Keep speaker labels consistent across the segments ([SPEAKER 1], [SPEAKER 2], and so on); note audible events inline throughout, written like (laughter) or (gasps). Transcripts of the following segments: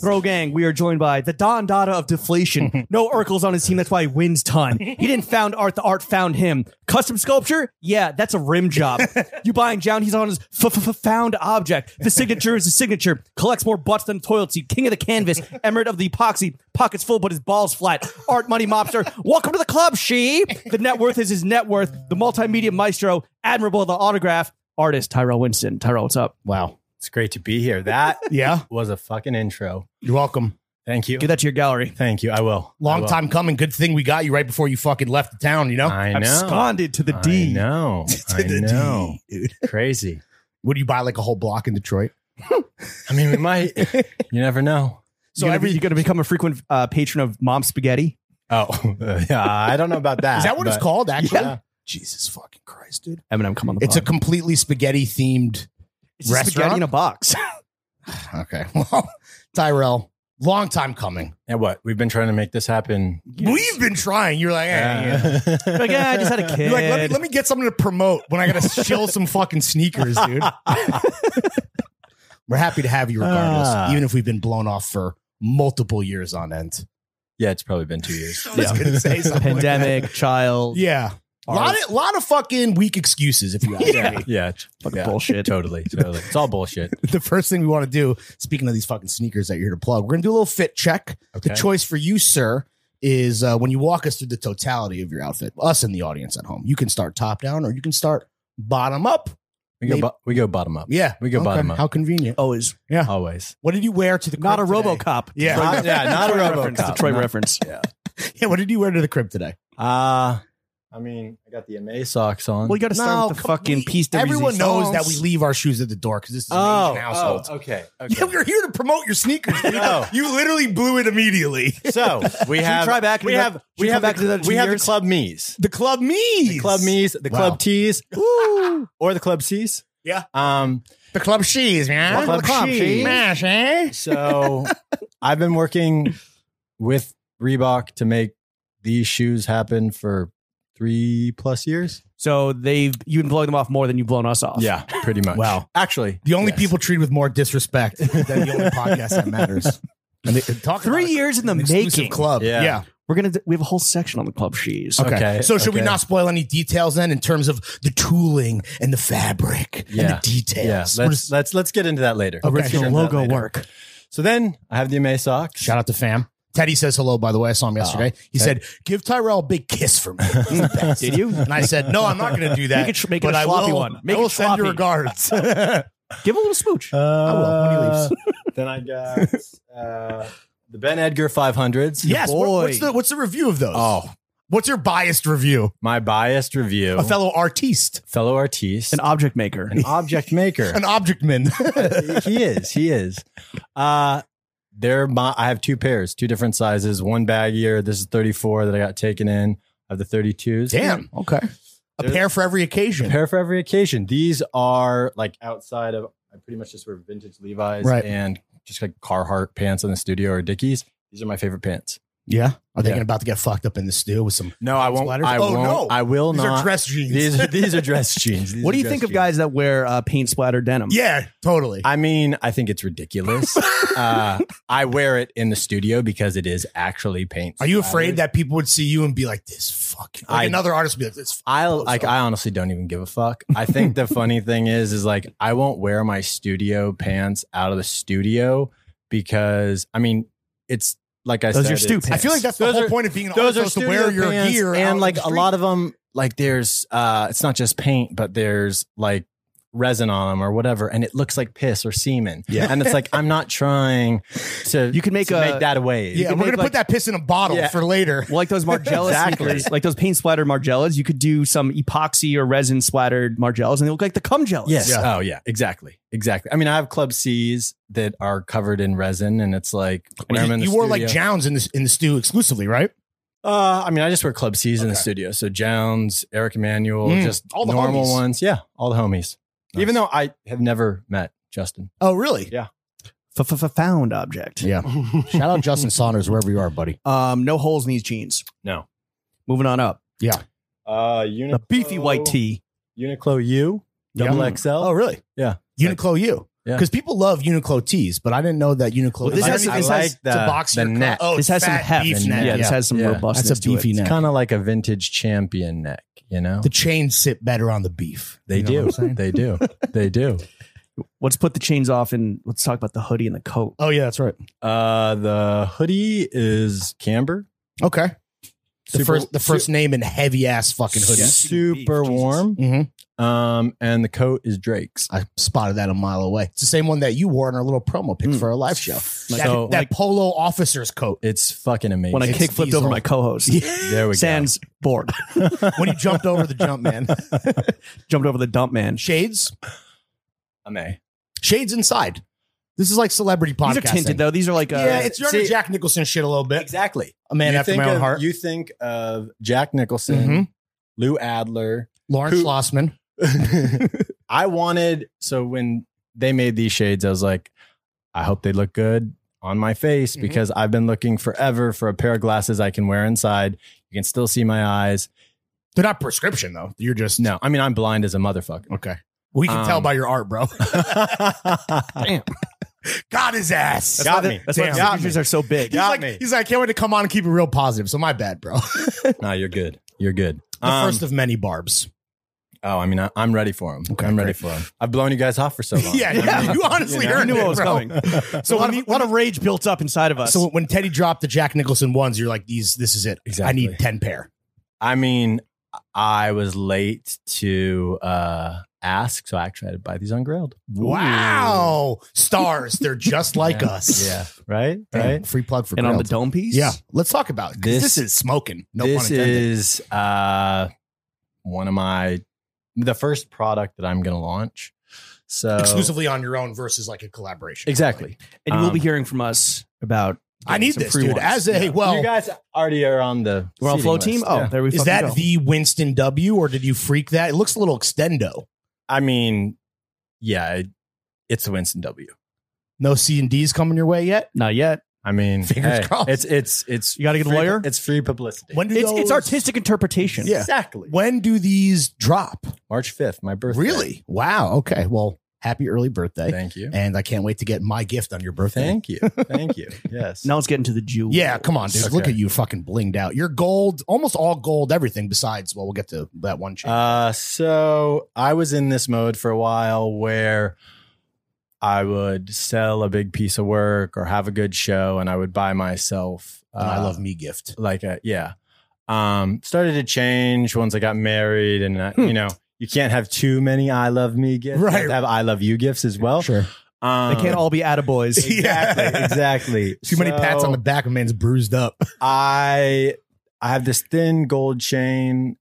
[SPEAKER 1] Bro gang, we are joined by the Don Dada of
[SPEAKER 2] (laughs)
[SPEAKER 1] deflation. no Urkel's on his team, that's why he wins ton. He didn't found art, the art found him. Custom sculpture? Yeah, that's a rim
[SPEAKER 2] (laughs)
[SPEAKER 1] job. you buying John, he's on his f- f- f- found object. The signature is the signature. Collects more butts than toilet seat. King of the canvas, emirate of the epoxy. Pockets full, but his balls flat. Art money mobster. Welcome to the club, she. The net worth is his net worth. The multimedia maestro, admirable of the autograph. Artist Tyrell Winston. Tyrell, what's up?
[SPEAKER 2] Wow. It's great to be here. That
[SPEAKER 3] Yeah,
[SPEAKER 2] was a fucking (laughs) intro.
[SPEAKER 3] you're welcome.
[SPEAKER 2] Thank you.
[SPEAKER 1] Give that to your gallery.
[SPEAKER 2] Thank you. I will. I
[SPEAKER 3] Long
[SPEAKER 2] will.
[SPEAKER 3] time coming. Good thing we got you right before you fucking left the town. You know,
[SPEAKER 2] I know.
[SPEAKER 1] Absconded to the
[SPEAKER 2] I
[SPEAKER 1] D.
[SPEAKER 2] know.
[SPEAKER 3] (laughs) To
[SPEAKER 2] I
[SPEAKER 3] the
[SPEAKER 2] know.
[SPEAKER 3] D, dude.
[SPEAKER 2] Crazy.
[SPEAKER 3] Would you buy like a whole block in Detroit?
[SPEAKER 2] I mean, we
[SPEAKER 3] (laughs)
[SPEAKER 2] might. You never know.
[SPEAKER 1] So you're gonna, be- you gonna become a frequent uh, patron of Mom Spaghetti.
[SPEAKER 2] Oh, (laughs) yeah. I don't know about that.
[SPEAKER 3] Is that what it's
[SPEAKER 2] but-
[SPEAKER 3] called? Actually,
[SPEAKER 2] Yeah.
[SPEAKER 3] Jesus fucking Christ, dude!
[SPEAKER 1] Eminem, come on the
[SPEAKER 3] It's a completely spaghetti themed.
[SPEAKER 1] it's a spaghetti
[SPEAKER 3] restaurant?
[SPEAKER 1] in a
[SPEAKER 3] (laughs)
[SPEAKER 1] box.
[SPEAKER 3] Okay, (laughs) well, Tyrell, long time coming.
[SPEAKER 2] Yeah, what? We've been trying to make this happen. Uh,
[SPEAKER 3] We've been trying. You're like, eh, yeah.
[SPEAKER 1] like yeah, I just had a kid.
[SPEAKER 3] (laughs) You're like, let me, let me get something to promote when I gotta shill some fucking sneakers, dude. We're happy to have you regardless,
[SPEAKER 2] Ah.
[SPEAKER 3] even if we've been blown off for multiple years on end.
[SPEAKER 2] (laughs) Yeah, it's probably been two years.
[SPEAKER 3] I was gonna say something. (laughs)
[SPEAKER 1] Pandemic, child,
[SPEAKER 3] Yeah. A lot of, lot of fucking weak excuses, if you ask me.
[SPEAKER 2] (laughs)
[SPEAKER 3] (laughs)
[SPEAKER 2] Yeah,
[SPEAKER 1] fucking
[SPEAKER 2] yeah.
[SPEAKER 1] bullshit.
[SPEAKER 2] totally, totally. It's all bullshit.
[SPEAKER 3] The first thing we want to do, speaking of these fucking sneakers that you're here to plug, we're going to do a little fit check.
[SPEAKER 2] Okay.
[SPEAKER 3] The choice for you, sir, is uh, when you walk us through the totality of your outfit, us and the audience at home. You can start top down or you can start bottom up.
[SPEAKER 2] We go, bo- we go bottom up.
[SPEAKER 3] Yeah.
[SPEAKER 2] We go bottom up.
[SPEAKER 3] How convenient.
[SPEAKER 1] Always
[SPEAKER 2] Always.
[SPEAKER 3] What did you wear to the
[SPEAKER 1] Oh. not a
[SPEAKER 3] crib Oh, today?
[SPEAKER 1] RoboCop.
[SPEAKER 3] (laughs) Yeah.
[SPEAKER 1] Detroit reference.
[SPEAKER 2] Not- yeah, not a
[SPEAKER 1] Detroit
[SPEAKER 2] RoboCop.
[SPEAKER 1] reference. Detroit
[SPEAKER 2] Not-
[SPEAKER 1] reference.
[SPEAKER 3] Yeah, what did you wear to the crib today?
[SPEAKER 2] Uh, I mean, I got the MA socks on.
[SPEAKER 1] Well, you got to start
[SPEAKER 3] No,
[SPEAKER 1] with the
[SPEAKER 3] come-
[SPEAKER 1] fucking
[SPEAKER 3] we-
[SPEAKER 1] piece. de
[SPEAKER 3] Everyone knows
[SPEAKER 1] resistance.
[SPEAKER 3] that we leave our shoes at the door because this is an
[SPEAKER 1] Oh,
[SPEAKER 3] Asian household. (laughs)
[SPEAKER 2] Oh, okay. Oh.
[SPEAKER 3] Yeah, we're here to promote your sneakers. dude.
[SPEAKER 2] No.
[SPEAKER 3] You literally blew it immediately. (laughs)
[SPEAKER 2] So we have
[SPEAKER 1] try back and
[SPEAKER 2] We
[SPEAKER 1] do
[SPEAKER 2] have
[SPEAKER 1] that- should
[SPEAKER 2] we
[SPEAKER 1] we
[SPEAKER 2] have
[SPEAKER 1] come back
[SPEAKER 2] the,
[SPEAKER 1] to that in two
[SPEAKER 2] we have
[SPEAKER 1] years?
[SPEAKER 2] the club me's,
[SPEAKER 3] The Club Me's.
[SPEAKER 2] club me's, the
[SPEAKER 3] Wow.
[SPEAKER 2] club tees, or the club c's.
[SPEAKER 3] Yeah.
[SPEAKER 2] Um.
[SPEAKER 3] The Club She's, man.
[SPEAKER 2] The Club She's.
[SPEAKER 3] Smash, eh?
[SPEAKER 2] So I've been working with Reebok to make these shoes happen for three plus years.
[SPEAKER 1] So they've you've been blowing them off more than you've blown us off.
[SPEAKER 2] Yeah, pretty much.
[SPEAKER 3] Wow.
[SPEAKER 2] Actually,
[SPEAKER 3] The only
[SPEAKER 2] yes.
[SPEAKER 3] people treated with more disrespect than the only
[SPEAKER 2] (laughs)
[SPEAKER 3] podcast that matters. And they, and talk
[SPEAKER 1] Three
[SPEAKER 3] about
[SPEAKER 1] years in the
[SPEAKER 3] an exclusive
[SPEAKER 1] making.
[SPEAKER 3] club.
[SPEAKER 2] Yeah.
[SPEAKER 1] We're gonna do- we have a whole section on the club shoes.
[SPEAKER 3] Okay.
[SPEAKER 2] Okay,
[SPEAKER 3] So should we
[SPEAKER 2] okay.
[SPEAKER 3] not spoil any details then in terms of the tooling and the fabric and
[SPEAKER 2] Yeah.
[SPEAKER 3] the details?
[SPEAKER 2] Yeah,
[SPEAKER 3] We're
[SPEAKER 2] let's,
[SPEAKER 3] just-
[SPEAKER 2] let's let's get into that later.
[SPEAKER 3] Okay.
[SPEAKER 2] Let's get
[SPEAKER 1] Original
[SPEAKER 2] into that
[SPEAKER 1] logo
[SPEAKER 2] later.
[SPEAKER 1] work.
[SPEAKER 2] So then I have the MA socks.
[SPEAKER 3] Shout out to fam. Teddy says hello, by the way. I saw him yesterday. he said, Give Tyrell a big kiss
[SPEAKER 1] (laughs)
[SPEAKER 3] for me. He's the best.
[SPEAKER 1] Did you?
[SPEAKER 3] And I said, No, I'm not going to do that.
[SPEAKER 1] Make it sh- make it
[SPEAKER 3] but
[SPEAKER 1] a
[SPEAKER 3] I
[SPEAKER 1] sloppy
[SPEAKER 3] will-
[SPEAKER 1] one. Make
[SPEAKER 3] I will
[SPEAKER 1] it
[SPEAKER 3] send you
[SPEAKER 1] sloppy. (laughs)
[SPEAKER 3] regards.
[SPEAKER 1] Give a little
[SPEAKER 3] (laughs)
[SPEAKER 1] smooch.
[SPEAKER 2] I
[SPEAKER 3] will when he leaves.
[SPEAKER 2] Uh, (laughs) then I got uh, the Ben
[SPEAKER 3] (laughs)
[SPEAKER 2] Edgar 500s.
[SPEAKER 3] yes. what-
[SPEAKER 1] boy.
[SPEAKER 3] what's, the, what's the review of those?
[SPEAKER 2] Oh,
[SPEAKER 3] What's your biased review?
[SPEAKER 2] my biased review.
[SPEAKER 3] A fellow artiste,
[SPEAKER 2] fellow artiste,
[SPEAKER 1] An object maker.
[SPEAKER 2] an (laughs) object maker.
[SPEAKER 3] an object man. (laughs)
[SPEAKER 2] he is. He is. Uh, they're my. I have two pairs, two different sizes. One baggier. This is 34 that I got taken in. I have the 32s.
[SPEAKER 3] Damn. Okay. A
[SPEAKER 2] There's-
[SPEAKER 3] pair for every
[SPEAKER 2] A
[SPEAKER 3] occasion.
[SPEAKER 2] pair for every occasion. These are like outside of. I pretty much just wear vintage Levi's
[SPEAKER 3] Right.
[SPEAKER 2] and just like Carhartt pants in the studio or Dickies. These are my favorite pants.
[SPEAKER 3] Yeah. Are they
[SPEAKER 2] Yeah.
[SPEAKER 3] gonna about to get fucked up in the stew with some?
[SPEAKER 2] No, I won't.
[SPEAKER 3] letters?
[SPEAKER 2] I
[SPEAKER 3] Oh,
[SPEAKER 2] won't.
[SPEAKER 3] no.
[SPEAKER 2] I will
[SPEAKER 3] These
[SPEAKER 2] not.
[SPEAKER 3] are dress jeans.
[SPEAKER 2] These are, these are dress (laughs) jeans. These
[SPEAKER 1] what
[SPEAKER 2] are
[SPEAKER 1] do you
[SPEAKER 2] dress
[SPEAKER 1] think of
[SPEAKER 2] jeans.
[SPEAKER 1] guys that wear uh, paint splatter denim?
[SPEAKER 3] yeah, totally.
[SPEAKER 2] I mean, I think
[SPEAKER 3] (laughs)
[SPEAKER 2] it's ridiculous. uh, I wear it in the studio because it is actually paint.
[SPEAKER 3] Are you
[SPEAKER 2] splattered.
[SPEAKER 3] afraid that people would see you and be like, "This fucking"? Like
[SPEAKER 2] I-
[SPEAKER 3] another artist would be like, "This."
[SPEAKER 2] I like? I honestly don't even give a fuck.
[SPEAKER 3] (laughs)
[SPEAKER 2] I think the funny thing is, is like I won't wear my studio pants out of the studio because I mean, it's like I
[SPEAKER 1] Those
[SPEAKER 2] said,
[SPEAKER 1] are stew
[SPEAKER 2] it's-
[SPEAKER 3] I feel like that's the
[SPEAKER 2] Those
[SPEAKER 3] whole
[SPEAKER 2] are-
[SPEAKER 3] point of being an
[SPEAKER 2] those are
[SPEAKER 3] artist is to wear your
[SPEAKER 2] pants,
[SPEAKER 3] gear out in
[SPEAKER 2] and like
[SPEAKER 3] the
[SPEAKER 2] a lot of them like there's uh it's not just paint but there's like resin on them or whatever and it looks like piss or semen yeah and it's like i'm not trying
[SPEAKER 3] (laughs)
[SPEAKER 2] to
[SPEAKER 1] You can make
[SPEAKER 2] to
[SPEAKER 1] a-
[SPEAKER 2] make that away
[SPEAKER 3] street. Yeah,
[SPEAKER 1] can
[SPEAKER 3] we're
[SPEAKER 1] make,
[SPEAKER 3] gonna
[SPEAKER 1] like-
[SPEAKER 3] put that piss in a bottle
[SPEAKER 2] Yeah.
[SPEAKER 3] for
[SPEAKER 2] (laughs)
[SPEAKER 3] later.
[SPEAKER 1] Well, like those Margellas
[SPEAKER 2] Exactly.
[SPEAKER 1] sneakers, like those paint splattered Margellas, you could do some epoxy or resin splattered Margellas, and they look like the cum gellas.
[SPEAKER 2] yes
[SPEAKER 3] Yeah.
[SPEAKER 2] oh yeah exactly exactly i mean i have club c's that are covered in resin and it's like
[SPEAKER 3] And
[SPEAKER 2] wear 'em
[SPEAKER 3] you
[SPEAKER 2] in the
[SPEAKER 3] you wore like
[SPEAKER 2] studio.
[SPEAKER 3] Jowns in the in the stew exclusively, right?
[SPEAKER 2] uh i mean i just wear club c's in the
[SPEAKER 3] Okay.
[SPEAKER 2] studio so jones eric emmanuel
[SPEAKER 3] Mm,
[SPEAKER 2] just
[SPEAKER 3] all the
[SPEAKER 2] normal
[SPEAKER 3] homies.
[SPEAKER 2] ones yeah all the homies Even though I have never met Justin.
[SPEAKER 3] Oh, really?
[SPEAKER 2] Yeah.
[SPEAKER 1] Found object.
[SPEAKER 3] Yeah. Shout out Justin Saunders, wherever you are, buddy.
[SPEAKER 1] Um, no holes in these jeans.
[SPEAKER 2] No.
[SPEAKER 1] Moving on up.
[SPEAKER 2] Uh,
[SPEAKER 1] The
[SPEAKER 2] Uniqlo,
[SPEAKER 1] beefy white tee.
[SPEAKER 2] Uniqlo U, double
[SPEAKER 3] Yeah.
[SPEAKER 2] XL.
[SPEAKER 3] Oh, really?
[SPEAKER 2] Yeah.
[SPEAKER 3] Uniqlo U.
[SPEAKER 2] Yeah.
[SPEAKER 3] Because people love Uniqlo tees, but I didn't know that Uniqlo.
[SPEAKER 1] Well, this
[SPEAKER 3] I
[SPEAKER 1] has-
[SPEAKER 3] didn't
[SPEAKER 1] this
[SPEAKER 3] realize
[SPEAKER 1] has-
[SPEAKER 3] it's a boxier
[SPEAKER 2] the
[SPEAKER 3] cut.
[SPEAKER 2] neck.
[SPEAKER 3] Oh,
[SPEAKER 1] This
[SPEAKER 3] it's
[SPEAKER 1] has some
[SPEAKER 3] fat
[SPEAKER 1] heft.
[SPEAKER 3] beef
[SPEAKER 2] and
[SPEAKER 3] neck.
[SPEAKER 1] Yeah,
[SPEAKER 3] Yeah,
[SPEAKER 1] this has some
[SPEAKER 2] Yeah.
[SPEAKER 1] robustness.
[SPEAKER 3] That's a
[SPEAKER 1] to it.
[SPEAKER 3] beefy
[SPEAKER 2] It's
[SPEAKER 3] neck.
[SPEAKER 2] kind of like a vintage champion neck, you know?
[SPEAKER 3] the chains sit better on the beef.
[SPEAKER 2] They
[SPEAKER 3] You know
[SPEAKER 2] do.
[SPEAKER 3] what I'm saying?
[SPEAKER 2] They do. They do.
[SPEAKER 3] (laughs)
[SPEAKER 1] Let's put the chains off and let's talk about the hoodie and the coat.
[SPEAKER 3] Oh yeah, that's right.
[SPEAKER 2] Uh, the hoodie is camber.
[SPEAKER 3] Okay. The
[SPEAKER 2] Super-
[SPEAKER 3] first, the first name in heavy ass fucking hoodie.
[SPEAKER 2] Super
[SPEAKER 1] Beef, Jesus.
[SPEAKER 2] warm.
[SPEAKER 3] hmm
[SPEAKER 2] Um, and the coat is Drake's.
[SPEAKER 3] I spotted that a mile away. It's the same one that you wore in our little promo pic
[SPEAKER 1] Mm.
[SPEAKER 3] for our live show. that,
[SPEAKER 2] Hmm. so
[SPEAKER 3] that
[SPEAKER 2] like,
[SPEAKER 3] polo officer's
[SPEAKER 2] (laughs)
[SPEAKER 3] coat.
[SPEAKER 2] it's fucking amazing.
[SPEAKER 1] When I
[SPEAKER 3] It's
[SPEAKER 1] kick flipped
[SPEAKER 3] these
[SPEAKER 1] over
[SPEAKER 3] all-
[SPEAKER 1] my co-host,
[SPEAKER 2] there we
[SPEAKER 1] Sans board
[SPEAKER 3] (laughs) when you jumped over the jump, man.
[SPEAKER 1] (laughs) jumped over the dump man.
[SPEAKER 3] Shades,
[SPEAKER 2] go. May.
[SPEAKER 3] shades inside. This is like celebrity podcast.
[SPEAKER 1] These are tinted though. These are like uh,
[SPEAKER 3] yeah, it's your
[SPEAKER 2] see-
[SPEAKER 3] Jack Nicholson shit a little bit.
[SPEAKER 2] Exactly.
[SPEAKER 3] A man after
[SPEAKER 2] think
[SPEAKER 3] my own
[SPEAKER 2] of-
[SPEAKER 3] heart.
[SPEAKER 2] You think of Jack Nicholson,
[SPEAKER 3] Mhm.
[SPEAKER 2] Lou Adler.
[SPEAKER 3] (laughs) Lawrence
[SPEAKER 2] Who-
[SPEAKER 3] Schlossman.
[SPEAKER 2] I wanted so when they made these shades, I was like, I hope they look good on my face
[SPEAKER 3] Mhm.
[SPEAKER 2] because I've been looking forever for a pair of glasses I can wear inside. You can still see my eyes.
[SPEAKER 3] They're not prescription though. You're just
[SPEAKER 2] No, I mean I'm blind as a
[SPEAKER 3] (laughs)
[SPEAKER 2] motherfucker. (laughs)
[SPEAKER 3] Okay. We can
[SPEAKER 2] Um,
[SPEAKER 3] tell by your art,
[SPEAKER 2] (laughs)
[SPEAKER 3] bro. (laughs)
[SPEAKER 1] Damn.
[SPEAKER 3] Got his ass.
[SPEAKER 1] That's
[SPEAKER 2] Got
[SPEAKER 1] why the-
[SPEAKER 2] me.
[SPEAKER 1] That's why
[SPEAKER 3] Damn.
[SPEAKER 1] the
[SPEAKER 3] Got
[SPEAKER 1] pictures are so big.
[SPEAKER 3] he's
[SPEAKER 2] Got
[SPEAKER 3] like,
[SPEAKER 2] me.
[SPEAKER 3] he's like, I can't wait to come on and keep it real positive. So my bad, bro. (laughs)
[SPEAKER 2] no, you're good. You're good.
[SPEAKER 3] The
[SPEAKER 2] Um,
[SPEAKER 3] first of many barbs.
[SPEAKER 2] oh, I mean I, I'm ready for them.
[SPEAKER 3] Okay,
[SPEAKER 2] I'm ready
[SPEAKER 3] great.
[SPEAKER 2] for them. I've blown you guys
[SPEAKER 3] (laughs)
[SPEAKER 2] off for so long.
[SPEAKER 3] yeah,
[SPEAKER 1] Yeah.
[SPEAKER 3] you honestly
[SPEAKER 2] You know,
[SPEAKER 1] I
[SPEAKER 3] earned
[SPEAKER 1] knew
[SPEAKER 3] it,
[SPEAKER 1] what was
[SPEAKER 3] bro.
[SPEAKER 1] coming. So (laughs) a lot,
[SPEAKER 3] when
[SPEAKER 1] of,
[SPEAKER 3] you-
[SPEAKER 1] a lot of rage built up inside of us.
[SPEAKER 3] So when Teddy dropped the Jack Nicholson ones, you're like, these, this is it. I
[SPEAKER 2] Exactly.
[SPEAKER 3] need ten pair.
[SPEAKER 2] I mean, I was late to uh ask, so I actually had to buy these on Grailed.
[SPEAKER 3] Wow, stars, they're
[SPEAKER 1] (laughs)
[SPEAKER 3] just like us.
[SPEAKER 2] Yeah. Right?
[SPEAKER 3] Damn,
[SPEAKER 2] Right.
[SPEAKER 3] Free plug for
[SPEAKER 1] and on the
[SPEAKER 3] Grailed.
[SPEAKER 1] dome piece,
[SPEAKER 3] Yeah, let's talk about it, 'cause
[SPEAKER 2] This-
[SPEAKER 3] This, is smoking. No pun
[SPEAKER 2] this
[SPEAKER 3] intended.
[SPEAKER 2] is uh one of my the first product that I'm gonna launch. So
[SPEAKER 1] uh,
[SPEAKER 3] Exclusively on your own versus like a collaboration.
[SPEAKER 2] Exactly.
[SPEAKER 1] and you will be
[SPEAKER 2] Um,
[SPEAKER 1] hearing from us about.
[SPEAKER 3] I need
[SPEAKER 1] some
[SPEAKER 3] this,
[SPEAKER 1] free
[SPEAKER 3] dude.
[SPEAKER 1] ones.
[SPEAKER 3] As a
[SPEAKER 1] Yeah.
[SPEAKER 3] well,
[SPEAKER 2] you guys already are on the
[SPEAKER 1] we're on
[SPEAKER 2] seating
[SPEAKER 1] flow
[SPEAKER 2] list.
[SPEAKER 1] team. Oh,
[SPEAKER 2] Yeah.
[SPEAKER 1] there we
[SPEAKER 3] is
[SPEAKER 1] fucking
[SPEAKER 3] that
[SPEAKER 1] go.
[SPEAKER 3] the Winston W or did you freak that? It looks a little extendo.
[SPEAKER 2] I mean, yeah, it, it's a Winston W.
[SPEAKER 3] No C and D's coming your way yet.
[SPEAKER 1] Not yet.
[SPEAKER 2] I mean,
[SPEAKER 3] Fingers
[SPEAKER 2] hey,
[SPEAKER 3] crossed.
[SPEAKER 2] It's it's it's
[SPEAKER 1] You got to get a
[SPEAKER 2] free-
[SPEAKER 1] lawyer.
[SPEAKER 2] It's free publicity.
[SPEAKER 3] When do
[SPEAKER 1] It's,
[SPEAKER 3] those-
[SPEAKER 1] it's artistic interpretation.
[SPEAKER 3] Yeah.
[SPEAKER 2] Exactly.
[SPEAKER 3] When do these drop?
[SPEAKER 2] March fifth, my birthday.
[SPEAKER 3] Really? Wow. Okay. Well, happy early birthday.
[SPEAKER 2] Thank you.
[SPEAKER 3] And I can't wait to get my gift on your birthday.
[SPEAKER 2] Thank you.
[SPEAKER 3] (laughs)
[SPEAKER 2] Thank you. Yes.
[SPEAKER 1] Now let's get into the jewel.
[SPEAKER 3] Yeah, come on, dude. Look
[SPEAKER 2] Okay.
[SPEAKER 3] at you fucking blinged out. You're gold, almost all gold, everything besides, well, we'll get to that one chain.
[SPEAKER 2] Uh, so I was in this mode for a while where I would sell a big piece of work or have a good show, and I would buy myself. Uh,
[SPEAKER 3] And I love me gift.
[SPEAKER 2] like a yeah. Um, started to change once I got married, and uh,
[SPEAKER 1] Hmm.
[SPEAKER 2] you know you can't have too many I love me gifts. You have
[SPEAKER 3] Right.
[SPEAKER 2] to have I love you gifts as well.
[SPEAKER 3] Sure.
[SPEAKER 2] Um,
[SPEAKER 1] They can't all be attaboys.
[SPEAKER 2] exactly
[SPEAKER 3] (laughs) Yeah.
[SPEAKER 2] exactly.
[SPEAKER 3] Too many pats on the back of man's bruised up. (laughs)
[SPEAKER 2] I I have this thin gold chain.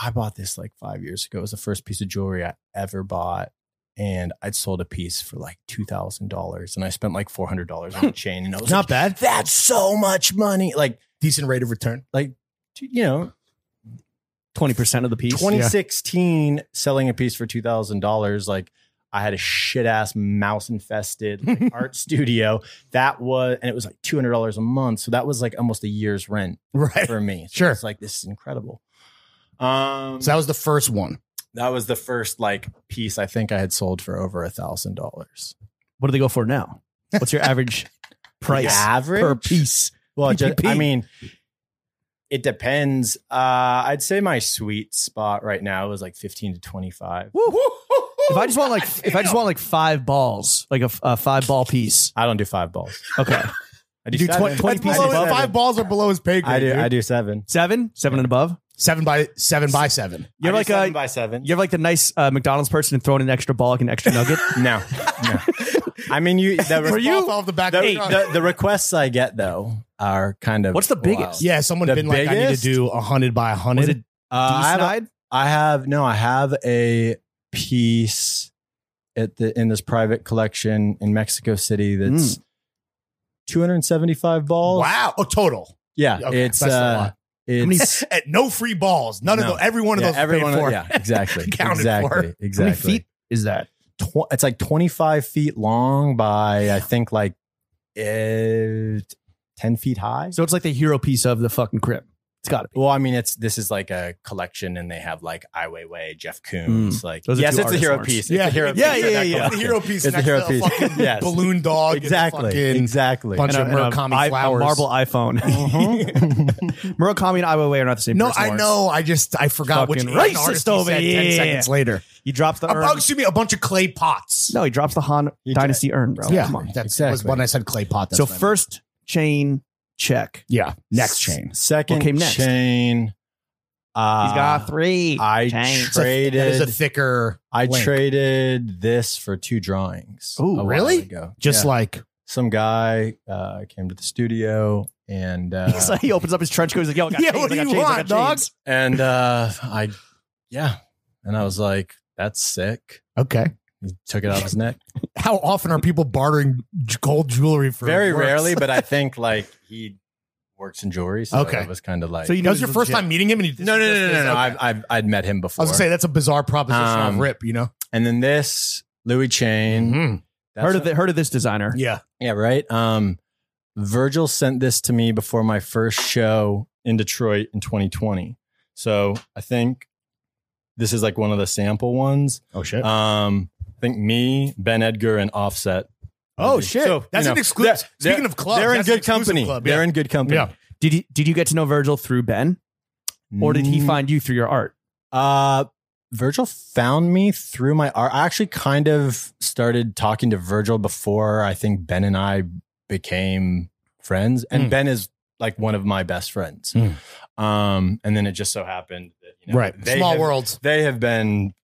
[SPEAKER 2] I bought this like five years ago. It was the first piece of jewelry I ever bought. And I'd sold a piece for like two thousand dollars, and I spent like four hundred dollars on the chain. And I was like,
[SPEAKER 3] bad.
[SPEAKER 2] "That's so much money!" Like,
[SPEAKER 3] Decent rate of return. (laughs)
[SPEAKER 2] you know,
[SPEAKER 1] Twenty percent of the piece.
[SPEAKER 2] 2016 selling a piece for $2000 like i had a shit ass mouse infested like, art studio that was and it was like $200 a month so that was like almost a year's rent
[SPEAKER 1] (laughs)
[SPEAKER 3] Right.
[SPEAKER 2] for me so
[SPEAKER 3] Sure.
[SPEAKER 2] it's like this is incredible um
[SPEAKER 3] So that was the first one.
[SPEAKER 2] that was the first like piece i think i had sold for over a thousand dollars
[SPEAKER 1] What do they go for now? What's your
[SPEAKER 3] (laughs)
[SPEAKER 1] average price
[SPEAKER 2] average
[SPEAKER 1] per piece?
[SPEAKER 2] well it just,
[SPEAKER 1] PPP.
[SPEAKER 2] i mean it depends uh i'd say my sweet spot right now is like 15 to 25
[SPEAKER 1] If I just want like, if I just
[SPEAKER 3] Damn.
[SPEAKER 1] want like five balls, like a, f- a five ball piece.
[SPEAKER 2] i don't do five balls
[SPEAKER 1] Okay,
[SPEAKER 2] (laughs) i
[SPEAKER 1] You do
[SPEAKER 2] seven.
[SPEAKER 1] 20 20
[SPEAKER 3] That's
[SPEAKER 1] pieces
[SPEAKER 3] below-
[SPEAKER 1] above.
[SPEAKER 3] five balls are below his pay grade.
[SPEAKER 2] I do.
[SPEAKER 3] dude.
[SPEAKER 2] I do seven.
[SPEAKER 1] seven, seven and above.
[SPEAKER 3] Seven by seven by seven.
[SPEAKER 1] You're
[SPEAKER 2] I do
[SPEAKER 1] like
[SPEAKER 2] seven
[SPEAKER 1] a,
[SPEAKER 2] by seven.
[SPEAKER 1] you're like the nice uh, McDonald's person and throwing an extra ball, like an extra (laughs) nugget.
[SPEAKER 2] no,
[SPEAKER 1] (laughs)
[SPEAKER 2] no. I mean, you. The,
[SPEAKER 3] For
[SPEAKER 2] re-
[SPEAKER 3] you, off the back
[SPEAKER 2] the,
[SPEAKER 3] of the truck.
[SPEAKER 2] the, the requests I get though are kind of
[SPEAKER 1] What's the biggest?
[SPEAKER 3] yeah, someone
[SPEAKER 2] the
[SPEAKER 3] been like, I need to
[SPEAKER 2] biggest-
[SPEAKER 3] do a hundred by a
[SPEAKER 1] Was
[SPEAKER 3] hundred.
[SPEAKER 1] it
[SPEAKER 2] Uh, I, have,
[SPEAKER 1] D-snide?
[SPEAKER 2] I have no. I have a piece at the in this private collection in Mexico City that's 275 balls.
[SPEAKER 3] Wow. Oh, total.
[SPEAKER 2] Yeah,
[SPEAKER 3] Okay,
[SPEAKER 2] it's
[SPEAKER 3] that's a
[SPEAKER 2] uh,
[SPEAKER 3] lot.
[SPEAKER 2] it's
[SPEAKER 3] At no free balls. None
[SPEAKER 2] No.
[SPEAKER 3] of those. Every (laughs) one of
[SPEAKER 2] yeah,
[SPEAKER 3] those. Every
[SPEAKER 2] everyone-
[SPEAKER 3] one.
[SPEAKER 2] Yeah, exactly,
[SPEAKER 3] Counted
[SPEAKER 2] exactly,
[SPEAKER 3] for.
[SPEAKER 2] exactly.
[SPEAKER 1] How many feet is that?
[SPEAKER 2] tw- it's like 25 feet long by I think like eh, 10 feet high.
[SPEAKER 1] So it's like the hero piece of the fucking crib. It's got to be.
[SPEAKER 2] Well, I mean, it's this is like a collection, and they have like Ai Weiwei, Jeff Koons, like
[SPEAKER 1] Those are
[SPEAKER 2] yes,
[SPEAKER 1] two
[SPEAKER 2] it's a hero
[SPEAKER 1] artists.
[SPEAKER 2] piece.
[SPEAKER 3] Yeah.
[SPEAKER 2] it's a hero
[SPEAKER 1] Yeah,
[SPEAKER 2] piece.
[SPEAKER 1] yeah,
[SPEAKER 2] in that
[SPEAKER 1] yeah, yeah.
[SPEAKER 3] The
[SPEAKER 2] collection.
[SPEAKER 3] hero piece
[SPEAKER 2] It's a
[SPEAKER 3] next
[SPEAKER 2] hero
[SPEAKER 3] to the
[SPEAKER 2] piece.
[SPEAKER 3] fucking
[SPEAKER 2] Yes.
[SPEAKER 3] balloon dog. and the
[SPEAKER 2] Exactly,
[SPEAKER 3] fucking-
[SPEAKER 2] exactly.
[SPEAKER 3] bunch of
[SPEAKER 1] And uh, a- and a
[SPEAKER 3] Murakami
[SPEAKER 1] i- a
[SPEAKER 3] flowers.
[SPEAKER 1] marble (laughs) iPhone. Uh-huh. Murakami and Iway are not the same.
[SPEAKER 3] No,
[SPEAKER 1] person,
[SPEAKER 3] I
[SPEAKER 1] Lawrence.
[SPEAKER 3] know. I just I forgot which
[SPEAKER 1] Fucking
[SPEAKER 3] Asian
[SPEAKER 1] racist
[SPEAKER 3] artist he
[SPEAKER 1] over
[SPEAKER 3] said Ten
[SPEAKER 1] here.
[SPEAKER 3] seconds later.
[SPEAKER 1] He drops the
[SPEAKER 3] A,
[SPEAKER 1] urn.
[SPEAKER 3] bu- excuse me, a bunch of clay pots.
[SPEAKER 1] No, he drops the Han
[SPEAKER 2] He did.
[SPEAKER 1] Dynasty urn, bro.
[SPEAKER 3] yeah,
[SPEAKER 1] Come on.
[SPEAKER 3] that was
[SPEAKER 2] Exactly.
[SPEAKER 3] when I said clay pot. That's
[SPEAKER 1] so
[SPEAKER 3] what I meant.
[SPEAKER 1] first chain check.
[SPEAKER 3] yeah, next chain.
[SPEAKER 2] Second
[SPEAKER 1] What came next?
[SPEAKER 2] chain. Uh,
[SPEAKER 1] He's got three.
[SPEAKER 2] I
[SPEAKER 1] chains.
[SPEAKER 3] It's a- that is a
[SPEAKER 2] traded.
[SPEAKER 3] thicker.
[SPEAKER 2] I
[SPEAKER 3] link.
[SPEAKER 2] traded this for two drawings.
[SPEAKER 1] Ooh,
[SPEAKER 2] a while
[SPEAKER 3] really?
[SPEAKER 2] ago.
[SPEAKER 3] Just
[SPEAKER 2] Yeah.
[SPEAKER 3] like
[SPEAKER 2] some guy uh, came to the studio and
[SPEAKER 1] (laughs)
[SPEAKER 2] uh,
[SPEAKER 1] He's like, he opens up his trench coat. He's like, yo, I got
[SPEAKER 3] Yeah,
[SPEAKER 1] chains,
[SPEAKER 3] what
[SPEAKER 1] I
[SPEAKER 3] do
[SPEAKER 1] got
[SPEAKER 3] you
[SPEAKER 1] chains, I got
[SPEAKER 3] want, dog?
[SPEAKER 1] chains.
[SPEAKER 2] and uh, I yeah, and I was like, that's sick.
[SPEAKER 3] okay.
[SPEAKER 2] He took it off his neck.
[SPEAKER 3] How often are people bartering j- gold jewelry (laughs) for?
[SPEAKER 2] Very
[SPEAKER 3] works? (laughs)
[SPEAKER 2] rarely, but I think like he works in jewelry, so
[SPEAKER 3] Okay.
[SPEAKER 2] it was kind of like
[SPEAKER 1] So you
[SPEAKER 3] That
[SPEAKER 1] know
[SPEAKER 3] was your
[SPEAKER 1] it's
[SPEAKER 3] first
[SPEAKER 1] legit.
[SPEAKER 3] time meeting him, and he,
[SPEAKER 2] no, no, no, no, no.
[SPEAKER 3] Okay.
[SPEAKER 2] I've, I've I'd met him
[SPEAKER 3] I
[SPEAKER 2] before.
[SPEAKER 3] was gonna say that's a bizarre proposition on
[SPEAKER 2] Um,
[SPEAKER 3] rip, you know.
[SPEAKER 2] and then this Louis
[SPEAKER 3] Mm-hmm.
[SPEAKER 2] Chain. That's
[SPEAKER 1] Heard
[SPEAKER 2] what-
[SPEAKER 1] of, the, heard of this designer.
[SPEAKER 3] Yeah,
[SPEAKER 2] Yeah, right. Um, Virgil sent this to me before my first show in Detroit in 2020. So I think this is like one of the sample ones.
[SPEAKER 3] Oh shit.
[SPEAKER 2] Um, I think me, Ben Edgar, and Offset.
[SPEAKER 3] oh shit.
[SPEAKER 2] So,
[SPEAKER 3] that's
[SPEAKER 2] you
[SPEAKER 3] an
[SPEAKER 2] know,
[SPEAKER 3] exclusive.
[SPEAKER 2] they're- they're-
[SPEAKER 3] Speaking of clubs,
[SPEAKER 2] they're in
[SPEAKER 3] that's an
[SPEAKER 2] good
[SPEAKER 3] exclusive
[SPEAKER 2] company.
[SPEAKER 3] club,
[SPEAKER 2] They're
[SPEAKER 3] yeah.
[SPEAKER 2] in good company.
[SPEAKER 3] Yeah.
[SPEAKER 1] Did you, did you get to know Virgil through Ben? Or did he
[SPEAKER 2] Mm,
[SPEAKER 1] find you through your art?
[SPEAKER 2] Uh, Virgil found me through my art. I actually kind of started talking to Virgil before I think Ben and I became friends. And
[SPEAKER 3] Mm.
[SPEAKER 2] Ben is like one of my best friends.
[SPEAKER 3] Mm.
[SPEAKER 2] Um, and then it just so happened that, you know,
[SPEAKER 3] right.
[SPEAKER 2] they
[SPEAKER 3] Small
[SPEAKER 2] have-
[SPEAKER 3] world,
[SPEAKER 2] They have been,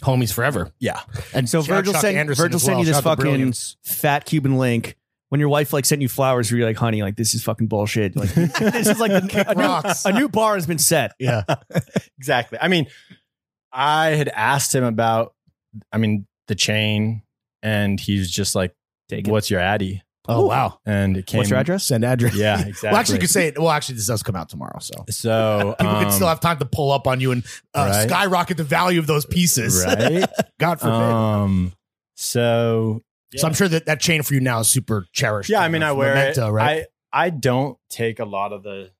[SPEAKER 3] homies forever.
[SPEAKER 2] yeah.
[SPEAKER 3] And
[SPEAKER 1] So
[SPEAKER 3] shout out
[SPEAKER 1] Virgil
[SPEAKER 3] Chuck
[SPEAKER 1] sent
[SPEAKER 3] Anderson
[SPEAKER 1] Virgil
[SPEAKER 3] as
[SPEAKER 1] sent
[SPEAKER 3] well.
[SPEAKER 1] you this
[SPEAKER 3] Shout out to
[SPEAKER 1] fucking
[SPEAKER 3] Brilliance.
[SPEAKER 1] fat Cuban link. When your wife like sent you flowers, you're like, honey, like this is fucking bullshit. Like this is like the, a, new,
[SPEAKER 3] Rocks.
[SPEAKER 1] a new bar has been set.
[SPEAKER 3] Yeah.
[SPEAKER 2] Exactly. I mean, I had asked him about, I mean, the chain, and he's just like,
[SPEAKER 1] Take it.
[SPEAKER 2] "What's your addy?"
[SPEAKER 3] Oh wow.
[SPEAKER 2] And it came.
[SPEAKER 1] What's your address?
[SPEAKER 3] Send address.
[SPEAKER 2] Yeah, exactly.
[SPEAKER 3] (laughs) Well, actually, you could say it. Well, actually, this does come out tomorrow, so
[SPEAKER 2] so
[SPEAKER 3] (laughs) people
[SPEAKER 2] um,
[SPEAKER 3] could still have time to pull up on you and uh,
[SPEAKER 2] right.
[SPEAKER 3] skyrocket the value of those pieces.
[SPEAKER 2] right.
[SPEAKER 3] (laughs) God forbid.
[SPEAKER 2] Um. So
[SPEAKER 3] so I'm sure that that chain for you now is super cherished.
[SPEAKER 2] yeah, I mean, I wear
[SPEAKER 3] Memento,
[SPEAKER 2] it.
[SPEAKER 3] Right?
[SPEAKER 2] I I don't take a lot of the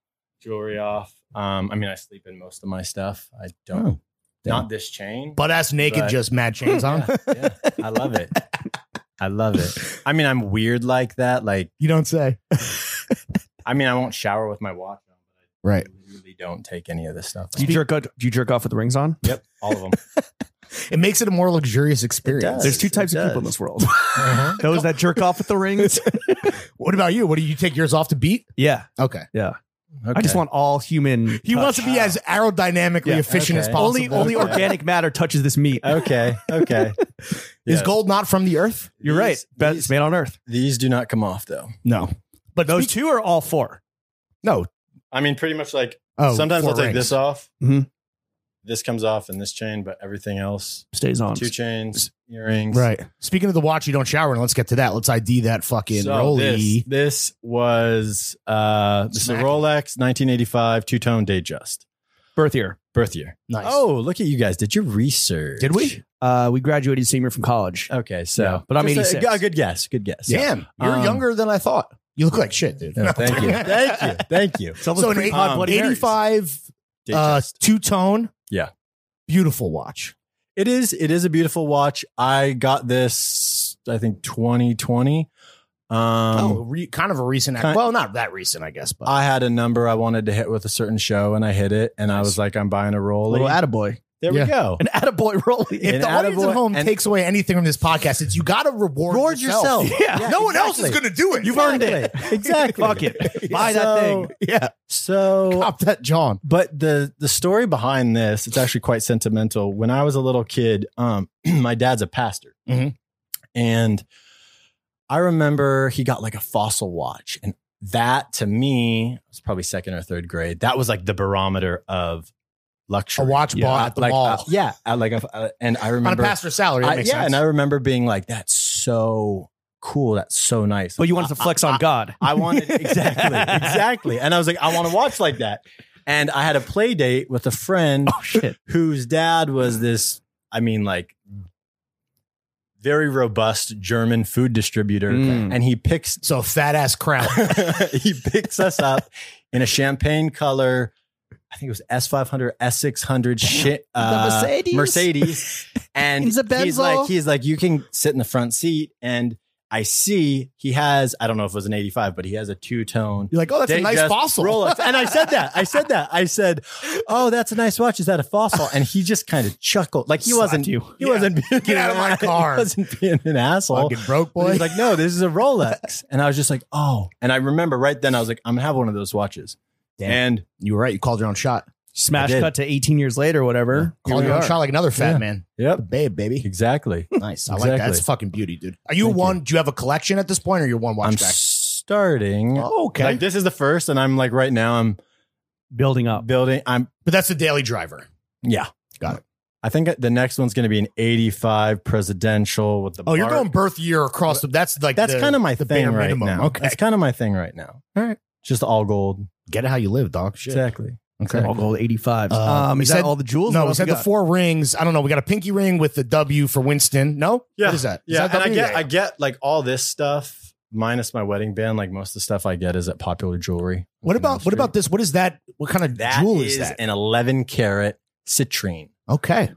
[SPEAKER 2] jewelry off. Um. I mean, I sleep in most of my stuff. I don't.
[SPEAKER 3] Oh, damn.
[SPEAKER 2] not this chain.
[SPEAKER 3] Butt ass naked,
[SPEAKER 2] But-
[SPEAKER 3] just mad chains on.
[SPEAKER 2] (laughs) yeah, yeah. I love it. I love it. I mean, I'm weird like that. Like,
[SPEAKER 3] You don't say.
[SPEAKER 2] I mean, I won't shower with my watch on, but I
[SPEAKER 3] Right.
[SPEAKER 2] really don't take any of this stuff.
[SPEAKER 1] Do you jerk out, do you jerk off with the rings on?
[SPEAKER 2] yep, all of them.
[SPEAKER 3] It makes it a more luxurious experience.
[SPEAKER 2] does.
[SPEAKER 1] There's two
[SPEAKER 2] It
[SPEAKER 1] types of people
[SPEAKER 2] does.
[SPEAKER 1] in this world. (laughs) Those that jerk off with the rings.
[SPEAKER 3] What about you? What do you take yours off to beat?
[SPEAKER 1] Yeah.
[SPEAKER 3] Okay.
[SPEAKER 1] I just want all human.
[SPEAKER 3] He wants to be as aerodynamically
[SPEAKER 1] Oh, Yeah.
[SPEAKER 3] efficient
[SPEAKER 2] Okay.
[SPEAKER 3] as possible.
[SPEAKER 1] only only
[SPEAKER 2] Okay.
[SPEAKER 1] organic matter touches this meat.
[SPEAKER 2] Okay, okay.
[SPEAKER 3] Is
[SPEAKER 2] Yeah.
[SPEAKER 3] gold not from the earth?
[SPEAKER 1] You're right.
[SPEAKER 2] These-
[SPEAKER 1] Best
[SPEAKER 2] these-
[SPEAKER 1] made on earth.
[SPEAKER 2] These do not come off though.
[SPEAKER 3] No.
[SPEAKER 1] But those two are all four.
[SPEAKER 3] No.
[SPEAKER 2] I mean, pretty much like
[SPEAKER 3] Oh,
[SPEAKER 2] sometimes
[SPEAKER 3] four
[SPEAKER 2] I'll take
[SPEAKER 3] rings. Mm-hmm.
[SPEAKER 2] this off.
[SPEAKER 1] Mhm.
[SPEAKER 2] This comes off and this chain, but everything else,
[SPEAKER 1] Stays on.
[SPEAKER 2] two chains, earrings.
[SPEAKER 3] Right. Speaking of the watch, you don't shower, and let's get to that. Let's ID that fucking
[SPEAKER 2] So
[SPEAKER 3] Rolly.
[SPEAKER 2] this, this was uh, this is a
[SPEAKER 3] Smacking.
[SPEAKER 2] Rolex 1985 two tone Datejust
[SPEAKER 1] Birth year.
[SPEAKER 2] birth year.
[SPEAKER 3] Nice.
[SPEAKER 2] Oh, look at you guys! Did you research?
[SPEAKER 3] Did we?
[SPEAKER 1] Uh, we graduated senior from college.
[SPEAKER 2] Okay, so
[SPEAKER 1] Yeah, but I'm
[SPEAKER 2] Just a-
[SPEAKER 1] 86.
[SPEAKER 2] A, good guess. Good guess.
[SPEAKER 3] Damn, you're
[SPEAKER 2] Um,
[SPEAKER 3] younger than I thought. You look like shit, dude.
[SPEAKER 2] Yeah,
[SPEAKER 3] No.
[SPEAKER 2] thank
[SPEAKER 3] (laughs)
[SPEAKER 2] you. Thank you. Thank you.
[SPEAKER 1] So,
[SPEAKER 3] So an eight-
[SPEAKER 2] um,
[SPEAKER 1] Bloody Marys.
[SPEAKER 3] 85 uh,
[SPEAKER 2] Datejust.
[SPEAKER 3] two tone.
[SPEAKER 2] Yeah.
[SPEAKER 3] Beautiful watch.
[SPEAKER 2] It is. It is a beautiful watch. I got this. I think 2020. Um,
[SPEAKER 3] oh, re- kind of a recent.
[SPEAKER 2] kind-
[SPEAKER 3] well, not that recent, I guess, but
[SPEAKER 2] I had a number I wanted to hit with a certain show, and I hit it. And I was like, I'm buying a roll.
[SPEAKER 1] little attaboy.
[SPEAKER 2] There
[SPEAKER 3] Yeah.
[SPEAKER 2] we go.
[SPEAKER 1] An
[SPEAKER 3] (laughs)
[SPEAKER 1] attaboy rolling.
[SPEAKER 3] if
[SPEAKER 2] an
[SPEAKER 3] the audience
[SPEAKER 2] attaboy-
[SPEAKER 3] at home
[SPEAKER 2] and-
[SPEAKER 3] takes away anything from this podcast, it's you got to reward,
[SPEAKER 2] Reward yourself.
[SPEAKER 3] (laughs)
[SPEAKER 1] Yeah.
[SPEAKER 2] Yeah,
[SPEAKER 3] no one else is
[SPEAKER 2] exactly.
[SPEAKER 3] going to do it.
[SPEAKER 1] You've earned it.
[SPEAKER 2] Exactly. (laughs) Exactly.
[SPEAKER 1] Fuck it. Buy that
[SPEAKER 2] So-
[SPEAKER 1] thing.
[SPEAKER 3] (laughs) Yeah,
[SPEAKER 2] So
[SPEAKER 3] pop that, John.
[SPEAKER 2] but the the story behind this it's actually quite sentimental when i was a little kid um (clears throat) my dad's a pastor
[SPEAKER 3] Mhm.
[SPEAKER 2] and i remember he got like a fossil watch and that to me was probably second or third grade that was like the barometer of
[SPEAKER 3] A
[SPEAKER 2] luxury
[SPEAKER 3] watch
[SPEAKER 1] Yeah,
[SPEAKER 3] ball at the
[SPEAKER 2] like
[SPEAKER 3] mall (laughs)
[SPEAKER 2] uh, yeah I- like a, uh, and
[SPEAKER 3] on
[SPEAKER 2] i
[SPEAKER 3] a
[SPEAKER 2] remember
[SPEAKER 3] pastor's salary. That
[SPEAKER 2] I-
[SPEAKER 3] makes
[SPEAKER 2] yeah
[SPEAKER 3] sense.
[SPEAKER 2] and i remember being like that's so cool that's so nice
[SPEAKER 1] But you wanted to flex on (laughs) God.
[SPEAKER 2] I wanted
[SPEAKER 3] (laughs)
[SPEAKER 2] exactly, exactly. And I was like, I want to watch like that. And I had a play date with a friend
[SPEAKER 1] Oh shit.
[SPEAKER 2] whose dad was this, I mean, like very robust German food distributor,
[SPEAKER 1] Mm.
[SPEAKER 2] and he picks (laughs)
[SPEAKER 3] So fat ass crown.
[SPEAKER 2] he picks us up in a champagne color. I think it was S five hundred, S six hundred, shit, uh,
[SPEAKER 1] Mercedes?
[SPEAKER 2] Mercedes,
[SPEAKER 3] (laughs)
[SPEAKER 2] and
[SPEAKER 1] It's a
[SPEAKER 2] he's
[SPEAKER 1] Benzo.
[SPEAKER 2] like, he's like, you can sit in the front seat, and I see he has, I don't know if it was an eighty five, but he has a two tone.
[SPEAKER 3] You're like, oh, that's a nice fossil.
[SPEAKER 2] and I said that. I said that. I said, "Oh, that's a nice watch. Is that a fossil?" And he just kind of chuckled, like he
[SPEAKER 1] Slapped
[SPEAKER 2] wasn't.
[SPEAKER 1] you.
[SPEAKER 2] He
[SPEAKER 3] Yeah.
[SPEAKER 2] wasn't being
[SPEAKER 3] Get out of my
[SPEAKER 2] an- (laughs) he
[SPEAKER 3] car.
[SPEAKER 2] wasn't being an asshole.
[SPEAKER 3] Fucking broke
[SPEAKER 2] But
[SPEAKER 3] boy.
[SPEAKER 2] He's like, no, this is a Rolex. And I was just like, oh. And I remember right then, I was like, I'm going to have one of those watches.
[SPEAKER 3] Damn.
[SPEAKER 2] And
[SPEAKER 3] you were right. You called your own shot.
[SPEAKER 1] Smash
[SPEAKER 2] I did.
[SPEAKER 1] cut to 18 years later, whatever.
[SPEAKER 2] Here
[SPEAKER 3] Called
[SPEAKER 2] we
[SPEAKER 3] your own
[SPEAKER 2] are.
[SPEAKER 3] shot like another fat
[SPEAKER 2] Yeah.
[SPEAKER 3] man.
[SPEAKER 2] Yep.
[SPEAKER 3] Babe, baby.
[SPEAKER 2] Exactly.
[SPEAKER 3] Nice. I like that.
[SPEAKER 2] Exactly.
[SPEAKER 3] That's fucking beauty, dude. Are you
[SPEAKER 2] Thank
[SPEAKER 3] one? Do you have a collection at this point or you're one watch
[SPEAKER 2] I'm
[SPEAKER 3] back?
[SPEAKER 2] starting.
[SPEAKER 3] Oh, okay.
[SPEAKER 2] Like, this is the first. And I'm like, right now, I'm
[SPEAKER 1] Building up.
[SPEAKER 2] building. I'm,
[SPEAKER 3] but that's the daily driver.
[SPEAKER 2] yeah.
[SPEAKER 3] Got it.
[SPEAKER 2] I think the next one's going to be an 85 presidential with the.
[SPEAKER 3] Oh, you're
[SPEAKER 2] bar-
[SPEAKER 3] going birth year across the. That's like
[SPEAKER 2] That's
[SPEAKER 3] the-
[SPEAKER 2] kind of my
[SPEAKER 3] the
[SPEAKER 2] thing
[SPEAKER 3] bare
[SPEAKER 2] right
[SPEAKER 3] minimum.
[SPEAKER 2] now.
[SPEAKER 3] Okay.
[SPEAKER 2] That's kind of my thing right now. All right. Just all gold.
[SPEAKER 3] Get it how you live, dog. Shit.
[SPEAKER 2] Exactly.
[SPEAKER 3] Okay.
[SPEAKER 1] All gold 85s.
[SPEAKER 3] Uh,
[SPEAKER 1] um,
[SPEAKER 3] we
[SPEAKER 1] is
[SPEAKER 3] said-
[SPEAKER 1] that all the jewels?
[SPEAKER 3] No,
[SPEAKER 1] What
[SPEAKER 3] we
[SPEAKER 1] else
[SPEAKER 3] said the
[SPEAKER 1] got?
[SPEAKER 3] four rings. I don't know. We got a pinky ring with the W for Winston. No,
[SPEAKER 2] Yeah.
[SPEAKER 3] what is that? Is
[SPEAKER 2] Yeah,
[SPEAKER 3] that
[SPEAKER 2] and I
[SPEAKER 3] W?
[SPEAKER 2] get I get like all this stuff minus my wedding band. Like most of the stuff I get is at Popular Jewelry.
[SPEAKER 3] What about what about
[SPEAKER 2] this?
[SPEAKER 3] this? What is that? What kind of jewel is, that?
[SPEAKER 2] an eleven carat citrine.
[SPEAKER 3] Okay,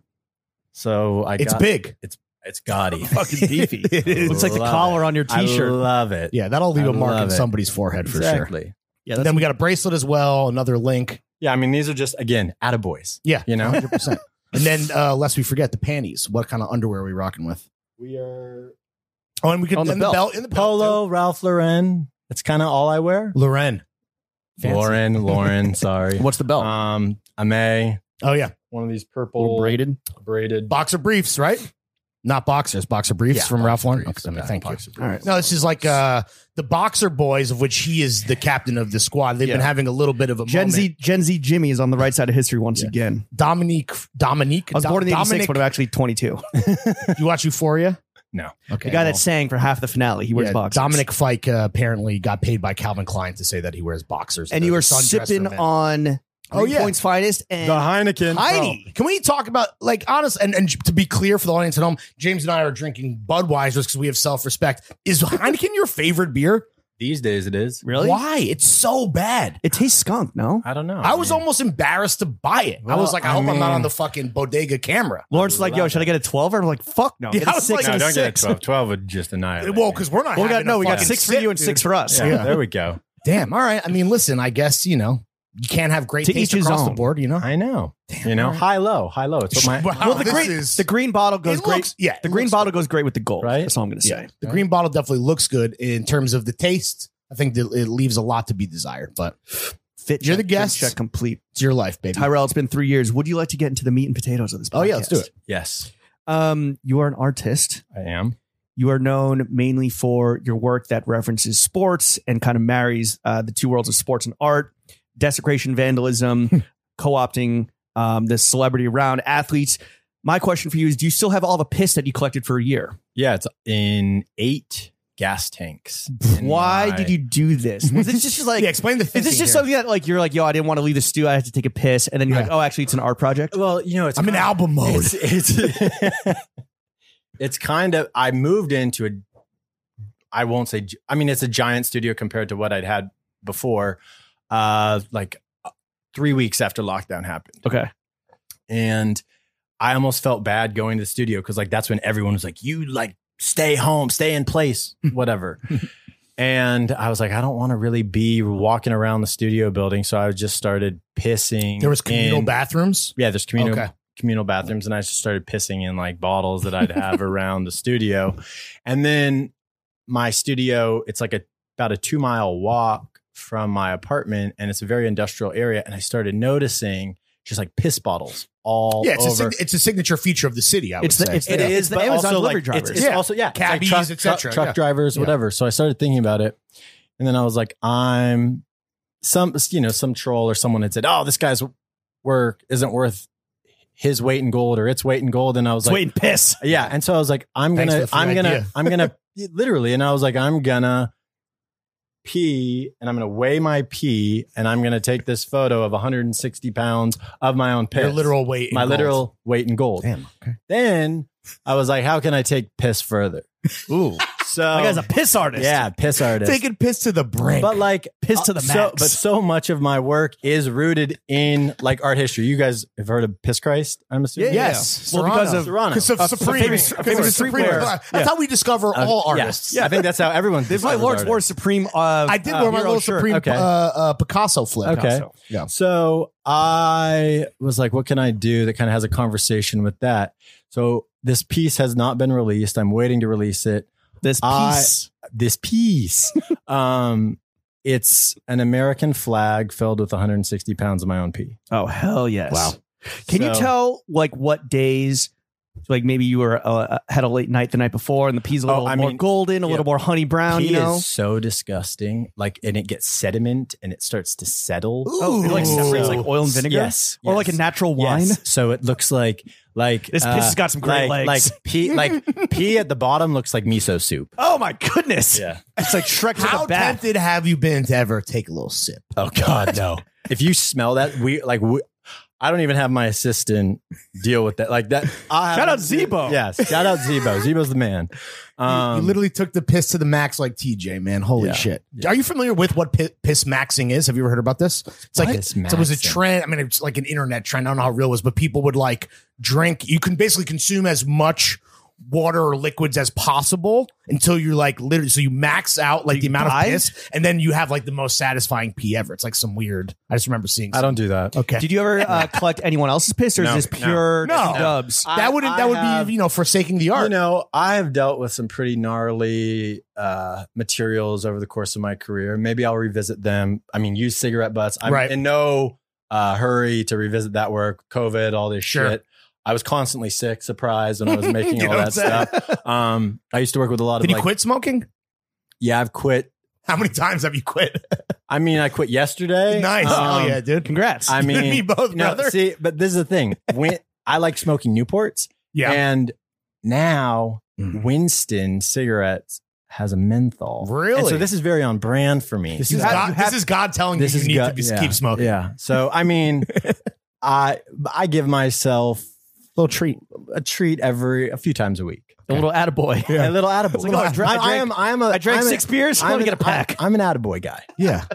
[SPEAKER 2] So I
[SPEAKER 3] it's
[SPEAKER 2] got,
[SPEAKER 3] big.
[SPEAKER 2] It's gaudy.
[SPEAKER 1] (laughs) Fucking
[SPEAKER 2] (laughs)
[SPEAKER 1] beefy.
[SPEAKER 3] It is.
[SPEAKER 1] Looks like the
[SPEAKER 2] Love
[SPEAKER 1] collar on your
[SPEAKER 2] I
[SPEAKER 1] t-shirt.
[SPEAKER 2] love it.
[SPEAKER 3] Yeah, that'll leave
[SPEAKER 2] I
[SPEAKER 3] a mark
[SPEAKER 2] love
[SPEAKER 3] on
[SPEAKER 2] it.
[SPEAKER 3] somebody's forehead for sure.
[SPEAKER 2] exactly.
[SPEAKER 1] yeah,
[SPEAKER 3] And
[SPEAKER 1] that's
[SPEAKER 3] then we got a bracelet as well, another link.
[SPEAKER 2] Yeah, I mean these are just again attaboys.
[SPEAKER 3] Yeah,
[SPEAKER 2] You know?
[SPEAKER 3] 100%. and then uh, lest we forget the panties. What kind of underwear are we rocking with?
[SPEAKER 2] We are
[SPEAKER 3] Oh, and we could
[SPEAKER 1] On the
[SPEAKER 3] and
[SPEAKER 1] belt.
[SPEAKER 3] in the belt,
[SPEAKER 2] Polo, Ralph Lauren. That's kind of all I wear.
[SPEAKER 3] too. Loren. Fancy.
[SPEAKER 2] Lauren, (laughs) Lauren, sorry.
[SPEAKER 1] what's the belt?
[SPEAKER 2] Um, I may
[SPEAKER 3] Oh yeah,
[SPEAKER 2] one of these
[SPEAKER 1] Little
[SPEAKER 2] purple
[SPEAKER 1] braided.
[SPEAKER 2] braided
[SPEAKER 3] boxer briefs, right? Not boxers, boxer briefs
[SPEAKER 2] Yeah,
[SPEAKER 3] from
[SPEAKER 2] boxer
[SPEAKER 3] Ralph Lauren.
[SPEAKER 2] briefs.
[SPEAKER 3] Okay, I mean,
[SPEAKER 2] Yeah,
[SPEAKER 3] thank you.
[SPEAKER 2] boxer briefs.
[SPEAKER 3] No, this is like uh, the boxer boys, of which he is the captain of the squad. They've
[SPEAKER 2] Yeah.
[SPEAKER 3] been having a little bit of a
[SPEAKER 1] Gen
[SPEAKER 3] moment.
[SPEAKER 1] Z, Gen Z Jimmy is on the right side of history once
[SPEAKER 3] Yeah.
[SPEAKER 1] again.
[SPEAKER 3] Dominique. Dominique.
[SPEAKER 1] I was
[SPEAKER 3] Do-
[SPEAKER 1] born in the 86,
[SPEAKER 3] Dominic-
[SPEAKER 1] but I'm actually 22.
[SPEAKER 3] you watch Euphoria?
[SPEAKER 2] No.
[SPEAKER 3] Okay.
[SPEAKER 1] The guy
[SPEAKER 3] well,
[SPEAKER 1] that sang for half the finale, he wears
[SPEAKER 3] yeah,
[SPEAKER 1] boxers.
[SPEAKER 3] Dominic Fike uh, apparently got paid by Calvin Klein to say that he wears boxers.
[SPEAKER 1] and
[SPEAKER 3] They're
[SPEAKER 1] you were
[SPEAKER 3] the sundress for
[SPEAKER 1] sipping
[SPEAKER 3] men.
[SPEAKER 1] on
[SPEAKER 3] Oh,
[SPEAKER 1] oh,
[SPEAKER 3] yeah.
[SPEAKER 1] Point's finest and
[SPEAKER 2] the Heineken.
[SPEAKER 3] Heidi, can we talk about like honest and, and to be clear for the audience at home, James and I are drinking Budweiser's because we have self respect. Is Heineken your favorite beer?
[SPEAKER 2] These days it is.
[SPEAKER 1] really.
[SPEAKER 3] Why? It's so bad.
[SPEAKER 1] It tastes skunk, no?
[SPEAKER 2] I don't know.
[SPEAKER 3] I was
[SPEAKER 2] mean-
[SPEAKER 3] almost embarrassed to buy it. I was
[SPEAKER 2] Well,
[SPEAKER 3] like, Oh, I,
[SPEAKER 2] I
[SPEAKER 3] hope I'm not
[SPEAKER 2] mean-
[SPEAKER 3] on the fucking bodega camera.
[SPEAKER 1] Lawrence is like, yo,
[SPEAKER 2] love
[SPEAKER 1] should I get a 12? I'm like, fuck no.
[SPEAKER 3] Yeah,
[SPEAKER 1] Get a
[SPEAKER 3] I was
[SPEAKER 1] six
[SPEAKER 3] like-
[SPEAKER 1] and
[SPEAKER 2] No,
[SPEAKER 1] a
[SPEAKER 2] don't get a
[SPEAKER 1] six.
[SPEAKER 2] 12. 12 would just annihilate.
[SPEAKER 3] Well,
[SPEAKER 2] me.
[SPEAKER 3] because we're not.
[SPEAKER 1] Well, we got
[SPEAKER 3] having a
[SPEAKER 1] no, we got
[SPEAKER 3] fucking
[SPEAKER 1] six for
[SPEAKER 3] sip,
[SPEAKER 1] you and
[SPEAKER 3] dude.
[SPEAKER 1] six for us.
[SPEAKER 2] yeah,
[SPEAKER 3] yeah.
[SPEAKER 2] there we go.
[SPEAKER 3] Damn. All right. I mean, listen. I guess you know you can't have great
[SPEAKER 1] To
[SPEAKER 3] taste
[SPEAKER 1] each his
[SPEAKER 3] across the
[SPEAKER 1] own.
[SPEAKER 3] board. You know.
[SPEAKER 2] I know. you know,
[SPEAKER 3] all right.
[SPEAKER 2] high low, high low. It's
[SPEAKER 3] (laughs)
[SPEAKER 2] what my
[SPEAKER 3] Wow,
[SPEAKER 1] Well, the
[SPEAKER 3] this
[SPEAKER 1] green,
[SPEAKER 3] is-
[SPEAKER 1] the green bottle
[SPEAKER 3] it
[SPEAKER 1] goes
[SPEAKER 3] looks-
[SPEAKER 1] great.
[SPEAKER 3] Yeah,
[SPEAKER 1] the
[SPEAKER 3] it
[SPEAKER 1] green
[SPEAKER 3] looks
[SPEAKER 1] bottle
[SPEAKER 3] good.
[SPEAKER 1] goes great with the gold.
[SPEAKER 2] Right?
[SPEAKER 1] That's all I'm going to say.
[SPEAKER 3] Yeah, the green bottle definitely looks good in terms of the taste. I think that it leaves a lot to be desired, but
[SPEAKER 1] Fit
[SPEAKER 3] You're
[SPEAKER 1] check,
[SPEAKER 3] the
[SPEAKER 1] fit
[SPEAKER 3] guest.
[SPEAKER 1] Check complete.
[SPEAKER 3] it's your life, baby.
[SPEAKER 1] Tyrell, it's been three years. Would you like to get into the meat and potatoes of this podcast?
[SPEAKER 3] Oh, yeah, let's do it.
[SPEAKER 2] yes,
[SPEAKER 1] Um, you are an artist.
[SPEAKER 2] I am.
[SPEAKER 1] you are known mainly for your work that references sports and kind of marries uh, the two worlds of sports and art, desecration, (laughs) vandalism, co-opting um, this celebrity around athletes. My question for you is: Do you still have all the piss that you collected for a year?
[SPEAKER 2] Yeah, it's in eight gas tanks. in
[SPEAKER 1] Why
[SPEAKER 2] my-
[SPEAKER 1] did you do this? Was this just like?
[SPEAKER 3] (laughs) yeah, explain the.
[SPEAKER 1] Is this
[SPEAKER 3] thinking
[SPEAKER 1] just
[SPEAKER 3] here.
[SPEAKER 1] something that like you're like, yo, I didn't want to leave the stew, I had to take a piss, and then you're
[SPEAKER 3] Yeah.
[SPEAKER 1] like, oh, actually, it's an art project.
[SPEAKER 2] (laughs) Well, you know, it's
[SPEAKER 3] I'm in
[SPEAKER 2] kind of-
[SPEAKER 3] album mode.
[SPEAKER 2] It's (laughs) it's, it's kind of. I moved into a. I won't say. gi- I mean, it's a giant studio compared to what I'd had before. Uh, like uh, three weeks after lockdown happened.
[SPEAKER 1] Okay,
[SPEAKER 2] and I almost felt bad going to the studio because like that's when everyone was like, "You like stay home, stay in place,
[SPEAKER 3] Hmm. (laughs)
[SPEAKER 2] whatever." and I was like, I don't want to really be walking around the studio building, so I just started pissing.
[SPEAKER 3] There was communal
[SPEAKER 2] in-
[SPEAKER 3] bathrooms.
[SPEAKER 2] Yeah, there's communal
[SPEAKER 3] Okay.
[SPEAKER 2] communal bathrooms, and I just started pissing in like bottles that
[SPEAKER 3] (laughs)
[SPEAKER 2] I'd have around the studio, and then my studio. It's like a about a two mile walk from my apartment, and it's a very industrial area, and I started noticing. Just like piss bottles all
[SPEAKER 3] Yeah, it's a,
[SPEAKER 2] over.
[SPEAKER 3] sig- it's a signature feature of the city. I would
[SPEAKER 1] it's
[SPEAKER 3] say
[SPEAKER 1] the it's
[SPEAKER 2] It
[SPEAKER 1] the,
[SPEAKER 2] is,
[SPEAKER 1] it's the
[SPEAKER 2] but
[SPEAKER 1] Amazon
[SPEAKER 2] also,
[SPEAKER 1] delivery
[SPEAKER 2] like,
[SPEAKER 1] drivers.
[SPEAKER 2] It's, it's
[SPEAKER 3] Yeah.
[SPEAKER 2] also yeah, it's
[SPEAKER 3] Cabbies,
[SPEAKER 2] truck,
[SPEAKER 3] et
[SPEAKER 2] truck-
[SPEAKER 3] cetera,
[SPEAKER 2] truck
[SPEAKER 3] yeah.
[SPEAKER 2] drivers,
[SPEAKER 3] Yeah.
[SPEAKER 2] whatever. So I started thinking about it, and then I was like, I'm some you know some troll or someone had said, oh, this guy's work isn't worth his weight in gold or its weight in gold, and I was
[SPEAKER 1] It's
[SPEAKER 2] like,
[SPEAKER 1] waiting piss.
[SPEAKER 2] yeah, and so I was like, I'm
[SPEAKER 3] Thanks for
[SPEAKER 2] gonna,
[SPEAKER 3] the free
[SPEAKER 2] I'm gonna,
[SPEAKER 3] idea.
[SPEAKER 2] I'm
[SPEAKER 3] (laughs)
[SPEAKER 2] gonna, literally, and I was like, I'm gonna pee, and I'm gonna weigh my pee, and I'm gonna take this photo of 160 pounds of my own piss,
[SPEAKER 3] your literal weight. in
[SPEAKER 2] my
[SPEAKER 3] gold.
[SPEAKER 2] literal weight in gold.
[SPEAKER 3] Damn. Okay.
[SPEAKER 2] Then I was like, how can I take piss further?
[SPEAKER 1] (laughs) Ooh,
[SPEAKER 2] So
[SPEAKER 1] that guy's a piss artist.
[SPEAKER 2] yeah, piss artist.
[SPEAKER 3] Taking piss to the brink. (laughs)
[SPEAKER 2] but like uh,
[SPEAKER 1] Piss to the
[SPEAKER 2] so,
[SPEAKER 1] max.
[SPEAKER 2] but so much of my work is rooted in like art history. You guys have heard of Piss Christ, I'm assuming.
[SPEAKER 1] Yeah.
[SPEAKER 3] yes,
[SPEAKER 1] Well, because of-
[SPEAKER 2] Serrano.
[SPEAKER 3] because of
[SPEAKER 2] Uh,
[SPEAKER 3] Supreme.
[SPEAKER 2] famous-
[SPEAKER 3] Because
[SPEAKER 2] famous
[SPEAKER 3] of Supreme.
[SPEAKER 2] streetwear.
[SPEAKER 3] That's
[SPEAKER 2] Yeah.
[SPEAKER 3] how we discover
[SPEAKER 2] Uh,
[SPEAKER 3] all
[SPEAKER 2] yeah.
[SPEAKER 3] artists.
[SPEAKER 2] Yeah, Oh, I think that's how everyone.
[SPEAKER 1] This my Lawrence wore Supreme. Uh,
[SPEAKER 3] I did
[SPEAKER 1] uh,
[SPEAKER 3] wear my
[SPEAKER 1] hero
[SPEAKER 3] little
[SPEAKER 1] shirt.
[SPEAKER 3] Supreme
[SPEAKER 2] Okay.
[SPEAKER 3] uh, uh, Picasso flip.
[SPEAKER 2] Okay.
[SPEAKER 3] Picasso. Yeah.
[SPEAKER 2] So I was like, what can I do that kind of has a conversation with that? So this piece has not been released. I'm waiting to release it.
[SPEAKER 1] This
[SPEAKER 2] I-
[SPEAKER 1] piece.
[SPEAKER 2] This piece,
[SPEAKER 1] (laughs)
[SPEAKER 2] um, it's an American flag filled with 160 pounds of my own pee.
[SPEAKER 1] oh hell yes! Wow. Can you
[SPEAKER 2] So-
[SPEAKER 1] tell like what days? Like maybe you were uh, had a late night the night before, and the pea's a
[SPEAKER 2] Oh,
[SPEAKER 1] little
[SPEAKER 2] I
[SPEAKER 1] more
[SPEAKER 2] mean,
[SPEAKER 1] golden, a
[SPEAKER 2] yeah.
[SPEAKER 1] little more honey brown.
[SPEAKER 2] pee
[SPEAKER 1] you know,
[SPEAKER 2] is so disgusting. Like, and it gets sediment and it starts to settle.
[SPEAKER 1] it like
[SPEAKER 2] Ooh.
[SPEAKER 1] separates like oil and vinegar.
[SPEAKER 2] Yes,
[SPEAKER 1] or
[SPEAKER 2] yes.
[SPEAKER 1] like a natural wine.
[SPEAKER 2] Yes. So it looks like like uh,
[SPEAKER 1] This piece has got some great
[SPEAKER 2] like,
[SPEAKER 1] legs.
[SPEAKER 2] Like pee,
[SPEAKER 1] (laughs)
[SPEAKER 2] like pee at the bottom looks like miso soup.
[SPEAKER 1] Oh my goodness!
[SPEAKER 2] Yeah.
[SPEAKER 1] It's like Shrek to
[SPEAKER 3] How
[SPEAKER 1] the back.
[SPEAKER 3] tempted have you been to ever take a little sip?
[SPEAKER 2] Oh God, no! if you smell that, we like we, I don't even have my assistant deal with that. Like that. I
[SPEAKER 1] Shout out
[SPEAKER 2] haven't-
[SPEAKER 1] Zebo.
[SPEAKER 2] Yes, shout out
[SPEAKER 1] (laughs)
[SPEAKER 2] Zebo. Zebo's the man.
[SPEAKER 3] You-
[SPEAKER 2] Um,
[SPEAKER 3] you literally took the piss to the max like TJ, man. Holy
[SPEAKER 2] Yeah.
[SPEAKER 3] shit. Are you familiar with what pi- piss maxing is? Have you ever heard about this? It's like
[SPEAKER 2] Piss
[SPEAKER 3] so it was a
[SPEAKER 2] maxing.
[SPEAKER 3] trend. I mean, it's like an internet trend. I don't know how real it was, but people would like drink. You can basically consume as much water or liquids as possible until you're like literally so you max out like the amount
[SPEAKER 1] die?
[SPEAKER 3] of piss and then you have like the most satisfying pee ever. It's like some weird. I just remember seeing
[SPEAKER 2] I
[SPEAKER 3] some-
[SPEAKER 2] don't do that.
[SPEAKER 3] Okay.
[SPEAKER 1] Did you ever
[SPEAKER 2] (laughs)
[SPEAKER 1] uh, collect anyone else's piss, or
[SPEAKER 2] No,
[SPEAKER 1] is this pure
[SPEAKER 3] no. No.
[SPEAKER 1] dubs?
[SPEAKER 2] I-
[SPEAKER 3] that wouldn't that
[SPEAKER 2] I
[SPEAKER 3] would
[SPEAKER 2] have-
[SPEAKER 3] be, you know, forsaking the art.
[SPEAKER 2] You know, I have dealt with some pretty gnarly uh, materials over the course of my career. Maybe I'll revisit them. I mean, use cigarette butts. I'm
[SPEAKER 3] Right.
[SPEAKER 2] in no uh, hurry to revisit that work. COVID, all this
[SPEAKER 3] Sure.
[SPEAKER 2] shit. I was constantly sick, surprised when
[SPEAKER 3] (laughs)
[SPEAKER 2] I was making
[SPEAKER 3] You
[SPEAKER 2] all
[SPEAKER 3] know
[SPEAKER 2] that
[SPEAKER 3] what I'm (laughs)
[SPEAKER 2] stuff. Um, I used to work with a lot
[SPEAKER 3] Did
[SPEAKER 2] of
[SPEAKER 3] you
[SPEAKER 2] like,
[SPEAKER 3] quit smoking?
[SPEAKER 2] yeah, I've quit.
[SPEAKER 3] How many times have you quit?
[SPEAKER 2] I mean, I quit yesterday.
[SPEAKER 3] nice. Oh
[SPEAKER 2] Um,
[SPEAKER 3] yeah, dude.
[SPEAKER 1] Congrats!
[SPEAKER 2] I
[SPEAKER 3] You and
[SPEAKER 2] mean,
[SPEAKER 3] me both,
[SPEAKER 2] no,
[SPEAKER 3] brother.
[SPEAKER 2] see, but this is the thing.
[SPEAKER 3] (laughs)
[SPEAKER 2] When I like smoking Newports, and now
[SPEAKER 3] Mm.
[SPEAKER 2] Winston cigarettes has a menthol. And so
[SPEAKER 3] Really?
[SPEAKER 2] this is very on brand for me.
[SPEAKER 3] This
[SPEAKER 1] You
[SPEAKER 3] is
[SPEAKER 1] have- you
[SPEAKER 3] God.
[SPEAKER 1] have-
[SPEAKER 3] This is God telling you you need to
[SPEAKER 2] gut-
[SPEAKER 3] be,
[SPEAKER 2] yeah,
[SPEAKER 3] keep smoking.
[SPEAKER 2] Yeah. So I mean, I I give myself
[SPEAKER 3] Little treat.
[SPEAKER 2] a treat every a few times a week.
[SPEAKER 1] a little attaboy.
[SPEAKER 2] A little attaboy.
[SPEAKER 1] It's like, oh, I drank-
[SPEAKER 2] I, I am. I am a.
[SPEAKER 1] I drank
[SPEAKER 2] I'm a-
[SPEAKER 1] six beers.
[SPEAKER 2] I'm
[SPEAKER 1] Let me
[SPEAKER 2] an-
[SPEAKER 1] get a pack.
[SPEAKER 2] I, am an attaboy guy.
[SPEAKER 3] Yeah.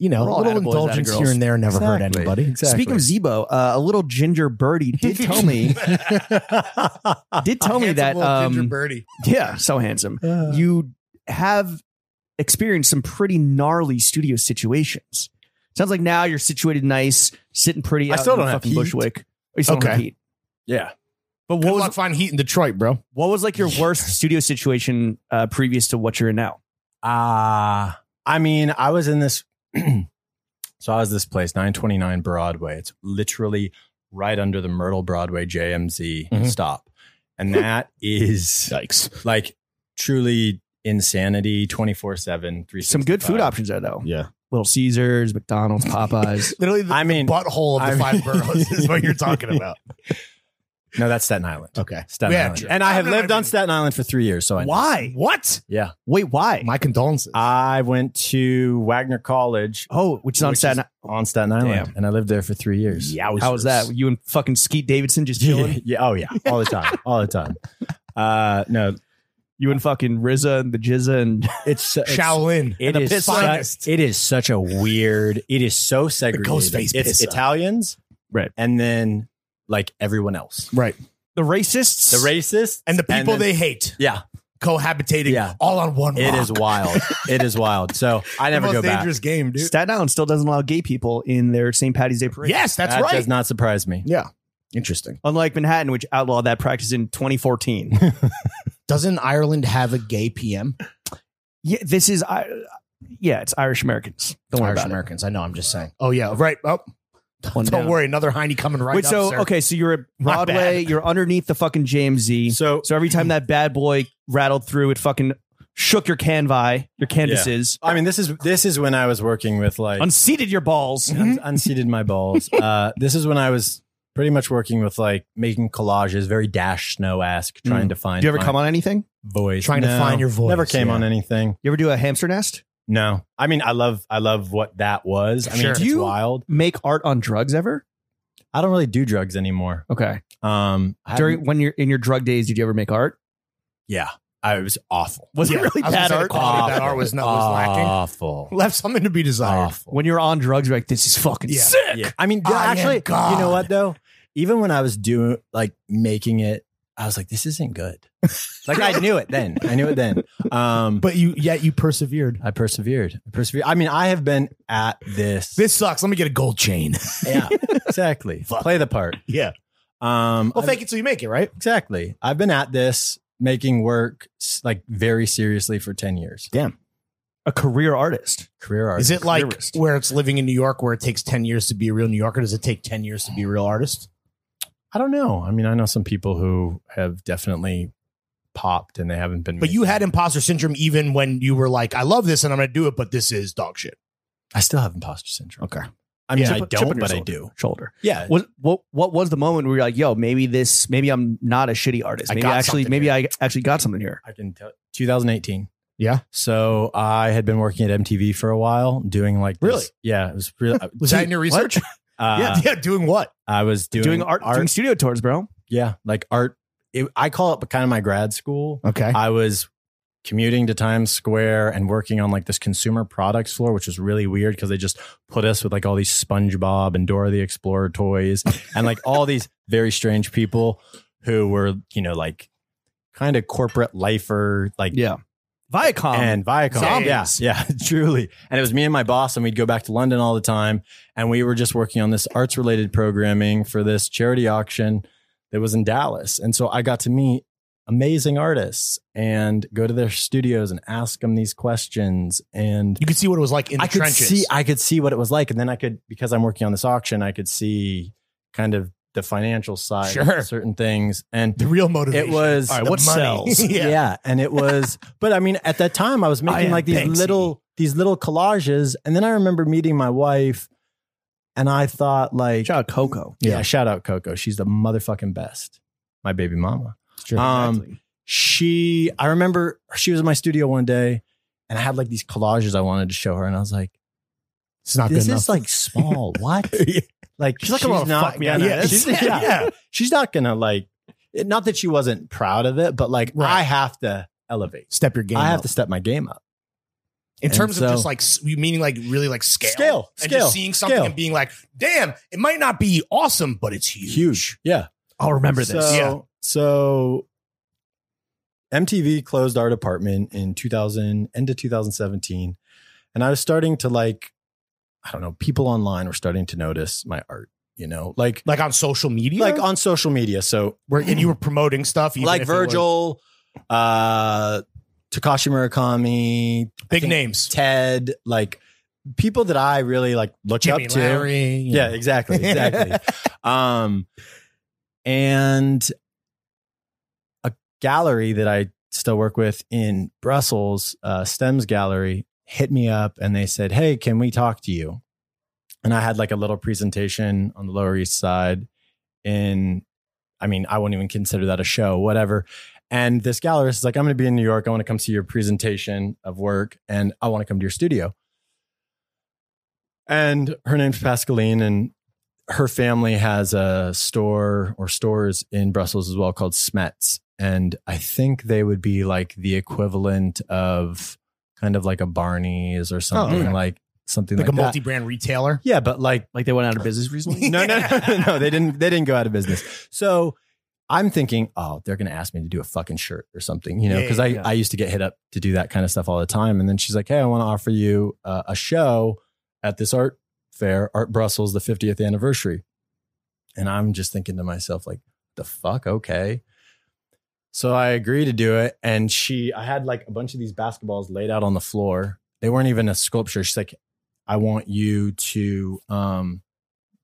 [SPEAKER 3] You know,
[SPEAKER 1] We're all
[SPEAKER 3] a little
[SPEAKER 1] attaboys,
[SPEAKER 3] indulgence
[SPEAKER 1] attagirls.
[SPEAKER 3] here and there never hurt
[SPEAKER 2] Exactly.
[SPEAKER 3] anybody.
[SPEAKER 2] Exactly.
[SPEAKER 1] Speaking of Zebo, uh, a little ginger
[SPEAKER 2] (laughs)
[SPEAKER 1] birdie did tell
[SPEAKER 3] (laughs)
[SPEAKER 1] me did tell me that um,
[SPEAKER 3] birdie.
[SPEAKER 1] yeah, so handsome.
[SPEAKER 2] Uh.
[SPEAKER 1] You have experienced some pretty gnarly studio situations. Sounds like now you're situated nice, sitting pretty.
[SPEAKER 2] I
[SPEAKER 1] out
[SPEAKER 2] still
[SPEAKER 1] in
[SPEAKER 2] don't have
[SPEAKER 1] fucking
[SPEAKER 2] heat.
[SPEAKER 1] Bushwick. Oh, you still don't have
[SPEAKER 3] Okay.
[SPEAKER 1] heat.
[SPEAKER 2] yeah.
[SPEAKER 1] But what
[SPEAKER 3] Good
[SPEAKER 1] was
[SPEAKER 3] luck find heat in Detroit, bro.
[SPEAKER 1] what was like your worst studio situation uh, previous to what you're in now?
[SPEAKER 2] Ah, I mean, I was in this. (clears throat) so I was this place, 929 Broadway. It's literally right under the Myrtle Broadway JMZ
[SPEAKER 1] Mm-hmm.
[SPEAKER 3] Mhm.
[SPEAKER 2] stop. And that is
[SPEAKER 3] Yikes.
[SPEAKER 2] like truly insanity 24 7.
[SPEAKER 1] Some good food options there though.
[SPEAKER 3] Yeah.
[SPEAKER 1] Little Caesars, McDonald's, Popeyes.
[SPEAKER 3] Literally the
[SPEAKER 2] I mean,
[SPEAKER 3] butthole of the
[SPEAKER 2] I
[SPEAKER 3] five
[SPEAKER 2] mean-
[SPEAKER 3] boroughs is what you're
[SPEAKER 2] (laughs)
[SPEAKER 3] talking about.
[SPEAKER 2] no, that's Staten Island.
[SPEAKER 3] Okay.
[SPEAKER 2] Staten
[SPEAKER 3] Yeah,
[SPEAKER 2] Island.
[SPEAKER 3] true.
[SPEAKER 2] And I
[SPEAKER 3] I've
[SPEAKER 2] have
[SPEAKER 3] never
[SPEAKER 2] lived on
[SPEAKER 3] been-
[SPEAKER 2] Staten Island for three years. So I,
[SPEAKER 1] why?
[SPEAKER 3] What?
[SPEAKER 2] yeah.
[SPEAKER 1] Wait, why?
[SPEAKER 3] My condolences.
[SPEAKER 2] I went to Wagner College
[SPEAKER 1] oh, which is on
[SPEAKER 2] which is
[SPEAKER 1] Staten.
[SPEAKER 2] on Staten Island
[SPEAKER 1] Damn.
[SPEAKER 2] and I lived there for three years. Yeah.
[SPEAKER 1] How was that? You and fucking Skeet Davidson just chilling.
[SPEAKER 2] Yeah, (laughs) yeah. Oh, yeah. All the time. All the time. Uh, no,
[SPEAKER 1] You and fucking Rizza and the Jizza and
[SPEAKER 2] it's, it's
[SPEAKER 3] Shaolin.
[SPEAKER 2] It
[SPEAKER 1] the
[SPEAKER 2] is,
[SPEAKER 1] piss
[SPEAKER 2] such,
[SPEAKER 3] finest.
[SPEAKER 2] it is such a weird. It is so segregated.
[SPEAKER 3] Ghostface
[SPEAKER 2] it's
[SPEAKER 3] pisser.
[SPEAKER 2] Italians,
[SPEAKER 1] Right.
[SPEAKER 2] and then like everyone else,
[SPEAKER 3] Right.
[SPEAKER 1] the racists.
[SPEAKER 2] the racists
[SPEAKER 3] And the people
[SPEAKER 2] then-
[SPEAKER 3] they hate
[SPEAKER 2] Yeah,
[SPEAKER 3] cohabitating
[SPEAKER 2] Yeah.
[SPEAKER 3] all on one
[SPEAKER 2] it
[SPEAKER 3] rock.
[SPEAKER 2] is wild. it is wild. So
[SPEAKER 3] (laughs)
[SPEAKER 2] I
[SPEAKER 3] the
[SPEAKER 2] never
[SPEAKER 3] most
[SPEAKER 2] go back.
[SPEAKER 3] dangerous game, dude.
[SPEAKER 1] Staten Island still doesn't allow gay people in their St. Patty's Day parade.
[SPEAKER 3] Yes, that's
[SPEAKER 2] that
[SPEAKER 3] right.
[SPEAKER 2] Does not surprise me.
[SPEAKER 3] yeah. Interesting.
[SPEAKER 1] Unlike Manhattan, which outlawed that practice in 2014.
[SPEAKER 3] Doesn't Ireland have a gay PM?
[SPEAKER 1] yeah, this is, I, yeah, it's Irish Americans. Don't worry
[SPEAKER 3] Irish
[SPEAKER 1] about
[SPEAKER 3] Americans. I know. I'm just saying. Oh yeah. Right. Oh,
[SPEAKER 1] it. One
[SPEAKER 3] don't
[SPEAKER 1] down.
[SPEAKER 3] worry. Another Heine coming right.
[SPEAKER 1] Wait,
[SPEAKER 3] up,
[SPEAKER 1] so
[SPEAKER 3] sir.
[SPEAKER 1] okay, so you're at
[SPEAKER 3] My
[SPEAKER 1] Broadway.
[SPEAKER 3] bad.
[SPEAKER 1] You're underneath the fucking JMZ. So,
[SPEAKER 2] So
[SPEAKER 1] every time that bad boy rattled through, it fucking shook your canvi, your canvases,
[SPEAKER 2] I mean, this is this is when I was working with like
[SPEAKER 1] unseated your balls.
[SPEAKER 3] Mm-hmm.
[SPEAKER 2] un- unseated my balls.
[SPEAKER 3] (laughs)
[SPEAKER 2] Uh, this is when I was pretty much working with like making collages, very dash snow esque, trying
[SPEAKER 1] Mm.
[SPEAKER 2] to find.
[SPEAKER 1] Do you ever
[SPEAKER 2] my
[SPEAKER 1] come on anything?
[SPEAKER 2] voice?
[SPEAKER 3] Trying to
[SPEAKER 2] No.
[SPEAKER 3] find your voice,
[SPEAKER 2] Never came
[SPEAKER 3] yeah.
[SPEAKER 2] on anything.
[SPEAKER 1] You ever do a hamster nest?
[SPEAKER 2] No, I mean, I love, I love what that was. I mean,
[SPEAKER 3] Sure.
[SPEAKER 2] it's
[SPEAKER 1] Do you-
[SPEAKER 2] wild.
[SPEAKER 1] Make art on drugs ever?
[SPEAKER 2] I don't really do drugs anymore.
[SPEAKER 1] Okay.
[SPEAKER 2] Um, I
[SPEAKER 1] During
[SPEAKER 2] haven't-
[SPEAKER 1] when you're in your drug days, did you ever make art?
[SPEAKER 2] yeah, I was awful.
[SPEAKER 1] Was
[SPEAKER 3] Yeah,
[SPEAKER 1] it really
[SPEAKER 3] I was gonna
[SPEAKER 1] bad
[SPEAKER 3] say the
[SPEAKER 1] art?
[SPEAKER 3] quality of that art was not was lacking.
[SPEAKER 2] Awful.
[SPEAKER 3] Left something to be desired.
[SPEAKER 2] Awful.
[SPEAKER 1] When you're on drugs, you're like, this is fucking
[SPEAKER 3] Yeah.
[SPEAKER 1] sick.
[SPEAKER 2] Yeah. I mean,
[SPEAKER 3] I am
[SPEAKER 2] actually, you know
[SPEAKER 3] God.
[SPEAKER 2] what though? Even when I was doing like making it, I was like, this isn't good. like I knew it then. I knew it then. Um, but
[SPEAKER 3] But you yet you persevered.
[SPEAKER 2] I persevered. I persevered. I mean, I have been at this.
[SPEAKER 3] This sucks. Let me get a gold chain.
[SPEAKER 2] (laughs)
[SPEAKER 3] (laughs)
[SPEAKER 2] yeah, exactly.
[SPEAKER 3] Fuck.
[SPEAKER 2] Play the part.
[SPEAKER 3] yeah.
[SPEAKER 2] Um,
[SPEAKER 3] Well,
[SPEAKER 2] I've-
[SPEAKER 3] fake it till you make it, right?
[SPEAKER 2] exactly. I've been at this making work s- like very seriously for ten years.
[SPEAKER 1] A career artist.
[SPEAKER 2] Career artist.
[SPEAKER 3] Is it like
[SPEAKER 1] careerist.
[SPEAKER 3] where it's living in New York, where it takes ten years to be a real New Yorker? Does it take ten years to be a real artist?
[SPEAKER 2] I don't know. I mean, I know some people who have definitely popped and they haven't been.
[SPEAKER 3] But you
[SPEAKER 2] making-
[SPEAKER 3] had imposter syndrome even when you were like, "I love this and I'm going to do it," but this is dog shit.
[SPEAKER 2] I still have imposter syndrome.
[SPEAKER 3] Okay.
[SPEAKER 2] I mean,
[SPEAKER 1] Chip-
[SPEAKER 2] I
[SPEAKER 1] chip on
[SPEAKER 2] don't,
[SPEAKER 1] your
[SPEAKER 2] but I
[SPEAKER 1] shoulder.
[SPEAKER 2] do.
[SPEAKER 1] Shoulder.
[SPEAKER 2] Yeah.
[SPEAKER 1] What what what was the moment where you're like, yo, maybe this, maybe I'm not a shitty artist.
[SPEAKER 3] I
[SPEAKER 1] Maybe
[SPEAKER 3] got
[SPEAKER 1] actually,
[SPEAKER 3] something
[SPEAKER 1] maybe
[SPEAKER 3] here.
[SPEAKER 1] I actually got something here.
[SPEAKER 2] I can tell. 2018.
[SPEAKER 3] Yeah.
[SPEAKER 2] So I had been working at MTV for a while, doing like this-
[SPEAKER 3] Really?
[SPEAKER 2] Yeah, it was really.
[SPEAKER 3] Was that in your research?
[SPEAKER 2] Uh,
[SPEAKER 3] yeah, yeah. Doing what?
[SPEAKER 2] I was doing,
[SPEAKER 1] Doing, art, doing studio tours, bro.
[SPEAKER 2] yeah, like art. It, I call it kind of my grad school.
[SPEAKER 3] Okay.
[SPEAKER 2] I was commuting to Times Square and working on like this consumer products floor, which was really weird because they just put us with like all these SpongeBob and Dora the Explorer toys and like all these very strange people who were, you know, like kind of corporate lifer, like
[SPEAKER 1] Yeah. Viacom.
[SPEAKER 3] Um,
[SPEAKER 2] and Viacom.
[SPEAKER 3] Zombies.
[SPEAKER 2] Yeah, (laughs) yeah, truly. And it was me and my boss, and we'd go back to London all the time. And we were just working on this arts related programming for this charity auction that was in Dallas. And so I got to meet amazing artists and go to their studios and ask them these questions. And
[SPEAKER 3] You could see what it was like in the
[SPEAKER 2] I could
[SPEAKER 3] trenches.
[SPEAKER 2] see I could see what it was like. And then I could, because I'm working on this auction, I could see kind of the financial side
[SPEAKER 3] Sure.
[SPEAKER 2] of certain things. And
[SPEAKER 3] the real motivation.
[SPEAKER 2] it was
[SPEAKER 3] All right,
[SPEAKER 1] The
[SPEAKER 3] what
[SPEAKER 1] money.
[SPEAKER 3] sells? (laughs)
[SPEAKER 2] (laughs) yeah.
[SPEAKER 3] yeah.
[SPEAKER 2] and it was but i mean at that time i was
[SPEAKER 3] I
[SPEAKER 2] making
[SPEAKER 3] am
[SPEAKER 2] like these
[SPEAKER 3] Banksy.
[SPEAKER 2] little these little collages and then i remember meeting my wife and i thought like
[SPEAKER 1] Shout out Coco.
[SPEAKER 2] yeah, shout out coco she's the motherfucking best my baby mama Um,
[SPEAKER 1] Exactly.
[SPEAKER 2] she i remember she was in my studio one day and i had like these collages i wanted to show her and i was like
[SPEAKER 3] It's not
[SPEAKER 2] this
[SPEAKER 3] good
[SPEAKER 2] is
[SPEAKER 3] enough.
[SPEAKER 2] like small
[SPEAKER 3] (laughs)
[SPEAKER 2] what like
[SPEAKER 3] She's like, "Oh, fuck me, I
[SPEAKER 2] gonna-
[SPEAKER 3] know this." (laughs)
[SPEAKER 2] she's-
[SPEAKER 3] Yeah.
[SPEAKER 2] yeah. she's not gonna like eh, not that she wasn't proud of it but like
[SPEAKER 3] Right.
[SPEAKER 2] i have to elevate
[SPEAKER 3] Step your game.
[SPEAKER 2] I have
[SPEAKER 3] up.
[SPEAKER 2] to step my game up.
[SPEAKER 3] in
[SPEAKER 2] and
[SPEAKER 3] terms
[SPEAKER 2] so-
[SPEAKER 3] of just like s- you meaning like really like scale,
[SPEAKER 2] Scale,
[SPEAKER 3] and
[SPEAKER 2] scale,
[SPEAKER 3] just seeing something
[SPEAKER 2] scale.
[SPEAKER 3] and being like, damn, it might not be awesome, but it's huge.
[SPEAKER 2] Yeah.
[SPEAKER 1] I'll remember this.
[SPEAKER 2] So,
[SPEAKER 3] Yeah.
[SPEAKER 2] so MTV closed our department in 2000, end of 2017. And I was starting to like, I don't know, people online were starting to notice my art, you know, like,
[SPEAKER 3] Like on social media,
[SPEAKER 2] like on social media. So
[SPEAKER 3] where and you were promoting stuff, even
[SPEAKER 2] like
[SPEAKER 3] if it was-
[SPEAKER 2] Virgil, uh, Takashi Murakami,
[SPEAKER 3] big
[SPEAKER 2] think-
[SPEAKER 3] names,
[SPEAKER 2] Ted, like people that I really like looked
[SPEAKER 3] Jimmy
[SPEAKER 2] up to.
[SPEAKER 3] Larry, you
[SPEAKER 2] Yeah,
[SPEAKER 3] know.
[SPEAKER 2] exactly, exactly. um, and a gallery that I still work with in Brussels, uh, Stems Gallery, hit me up and they said, "Hey, can we talk to you?" And I had like a little presentation on the Lower East Side. In, I mean, I wouldn't even consider that a show, whatever. And this gallerist is like, "I'm going to be in New York. I want to come see your presentation of work, and I want to come to your studio." And her name's Pascaline, and her family has a store or stores in Brussels as well called Smets. And I think they would be like the equivalent of kind of like a Barney's or something
[SPEAKER 3] Oh, okay.
[SPEAKER 2] like something
[SPEAKER 3] like,
[SPEAKER 2] like,
[SPEAKER 3] a
[SPEAKER 2] that.
[SPEAKER 3] multi-brand retailer.
[SPEAKER 2] yeah, but like
[SPEAKER 1] Like they went out of business recently.
[SPEAKER 2] no,
[SPEAKER 3] (laughs)
[SPEAKER 2] no, no, no, no, they didn't. They didn't go out of business. So I'm thinking, oh, they're going to ask me to do a fucking shirt or something, you know,
[SPEAKER 3] Yeah,
[SPEAKER 2] because I,
[SPEAKER 1] yeah.
[SPEAKER 2] I used to get hit up to do that kind of stuff all the time. And then she's like, hey, I want to offer you uh, a show at this art fair, Art Brussels, the 50th anniversary. And I'm just thinking to myself, like, the fuck? Okay. So I agree to do it. And she, I had like a bunch of these basketballs laid out on the floor. They weren't even a sculpture. She's like, I want you to um,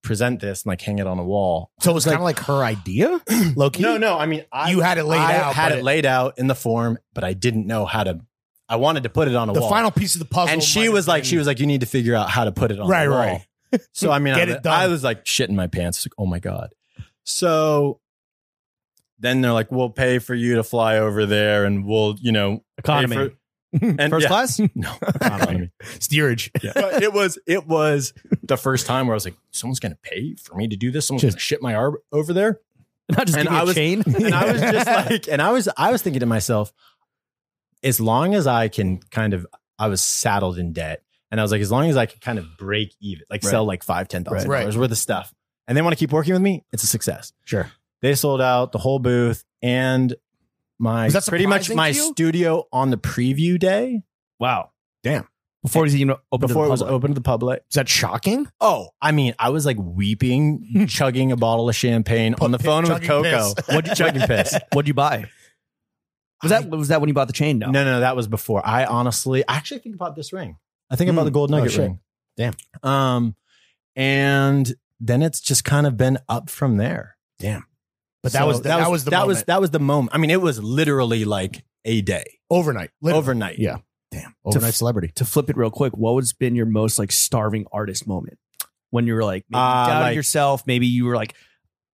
[SPEAKER 2] present this and like hang it on a wall.
[SPEAKER 3] So it was kind of like her idea, Loki.
[SPEAKER 2] No, (clears throat) no. I mean, I,
[SPEAKER 3] you had it laid
[SPEAKER 2] I
[SPEAKER 3] out.
[SPEAKER 2] had
[SPEAKER 3] but
[SPEAKER 2] it laid out in the form, but I didn't know how to, I wanted to put it on a
[SPEAKER 3] The
[SPEAKER 2] wall.
[SPEAKER 3] final piece of the puzzle,
[SPEAKER 2] and
[SPEAKER 3] might
[SPEAKER 2] she
[SPEAKER 3] have
[SPEAKER 2] was like,
[SPEAKER 3] been-
[SPEAKER 2] she was like, you need to figure out how to put it on
[SPEAKER 3] Right,
[SPEAKER 2] the wall.
[SPEAKER 3] right. (laughs)
[SPEAKER 2] So I mean,
[SPEAKER 3] Get
[SPEAKER 2] I,
[SPEAKER 3] it done.
[SPEAKER 2] I was like shitting my pants. Like, oh my god. So then they're like, we'll pay for you to fly over there, and we'll, you know, pay
[SPEAKER 1] Economy.
[SPEAKER 2] for-
[SPEAKER 1] (laughs)
[SPEAKER 2] and
[SPEAKER 1] First
[SPEAKER 2] yeah,
[SPEAKER 1] class?
[SPEAKER 2] no,
[SPEAKER 3] (laughs)
[SPEAKER 2] economy.
[SPEAKER 3] steerage.
[SPEAKER 2] but it was it was the first time where I was like, someone's gonna pay for me to do this. Someone's
[SPEAKER 3] Just-
[SPEAKER 2] gonna ship my arm over there.
[SPEAKER 1] (laughs) Not just
[SPEAKER 2] And
[SPEAKER 1] give me
[SPEAKER 2] I
[SPEAKER 1] a
[SPEAKER 2] was-
[SPEAKER 1] chain.
[SPEAKER 2] and I
[SPEAKER 3] (laughs)
[SPEAKER 2] was just like, and I was, I was thinking to myself, as long as I can kind of, I was saddled in debt, and I was like, as long as I can kind of break even, like
[SPEAKER 1] Right.
[SPEAKER 2] sell like five, ten thousand
[SPEAKER 3] Right.
[SPEAKER 2] dollars worth of stuff, and they want to keep working with me, it's a success.
[SPEAKER 3] Sure.
[SPEAKER 2] They sold out the whole booth and my
[SPEAKER 3] Was that
[SPEAKER 2] pretty much
[SPEAKER 3] surprising
[SPEAKER 2] my
[SPEAKER 3] to you?
[SPEAKER 2] studio on the preview day
[SPEAKER 1] wow.
[SPEAKER 2] Damn.
[SPEAKER 1] (laughs) Before it was even open
[SPEAKER 2] before
[SPEAKER 1] to
[SPEAKER 2] it
[SPEAKER 1] the
[SPEAKER 2] was
[SPEAKER 1] public.
[SPEAKER 2] open to the public.
[SPEAKER 3] Is that shocking?
[SPEAKER 2] Oh, I mean, I was like
[SPEAKER 3] (laughs)
[SPEAKER 2] weeping, chugging a bottle of champagne on the
[SPEAKER 3] Pu-
[SPEAKER 2] phone with
[SPEAKER 3] chugging
[SPEAKER 2] Coco.
[SPEAKER 3] piss. (laughs)
[SPEAKER 2] What chugging piss?
[SPEAKER 1] What'd you buy? Was that was that when you bought the chain? No.
[SPEAKER 2] No, no, that was before. I honestly, I actually think about this ring. I think about
[SPEAKER 1] Hmm.
[SPEAKER 2] the gold
[SPEAKER 3] Oh,
[SPEAKER 2] nugget
[SPEAKER 3] shit.
[SPEAKER 2] ring.
[SPEAKER 3] Damn.
[SPEAKER 2] Um, and then it's just kind of been up from there.
[SPEAKER 3] But that
[SPEAKER 2] So
[SPEAKER 3] was that, was the
[SPEAKER 2] that
[SPEAKER 3] moment.
[SPEAKER 2] was that was the moment. I mean, it was literally like a day
[SPEAKER 3] overnight. Literally.
[SPEAKER 2] overnight.
[SPEAKER 3] Yeah. Damn. Overnight
[SPEAKER 1] f-
[SPEAKER 2] (laughs)
[SPEAKER 3] celebrity.
[SPEAKER 1] To flip it real quick, what was been your most like starving artist moment when you were like maybe you
[SPEAKER 2] Uh,
[SPEAKER 1] doubted
[SPEAKER 2] like- Uh,
[SPEAKER 1] yourself? Maybe you were like,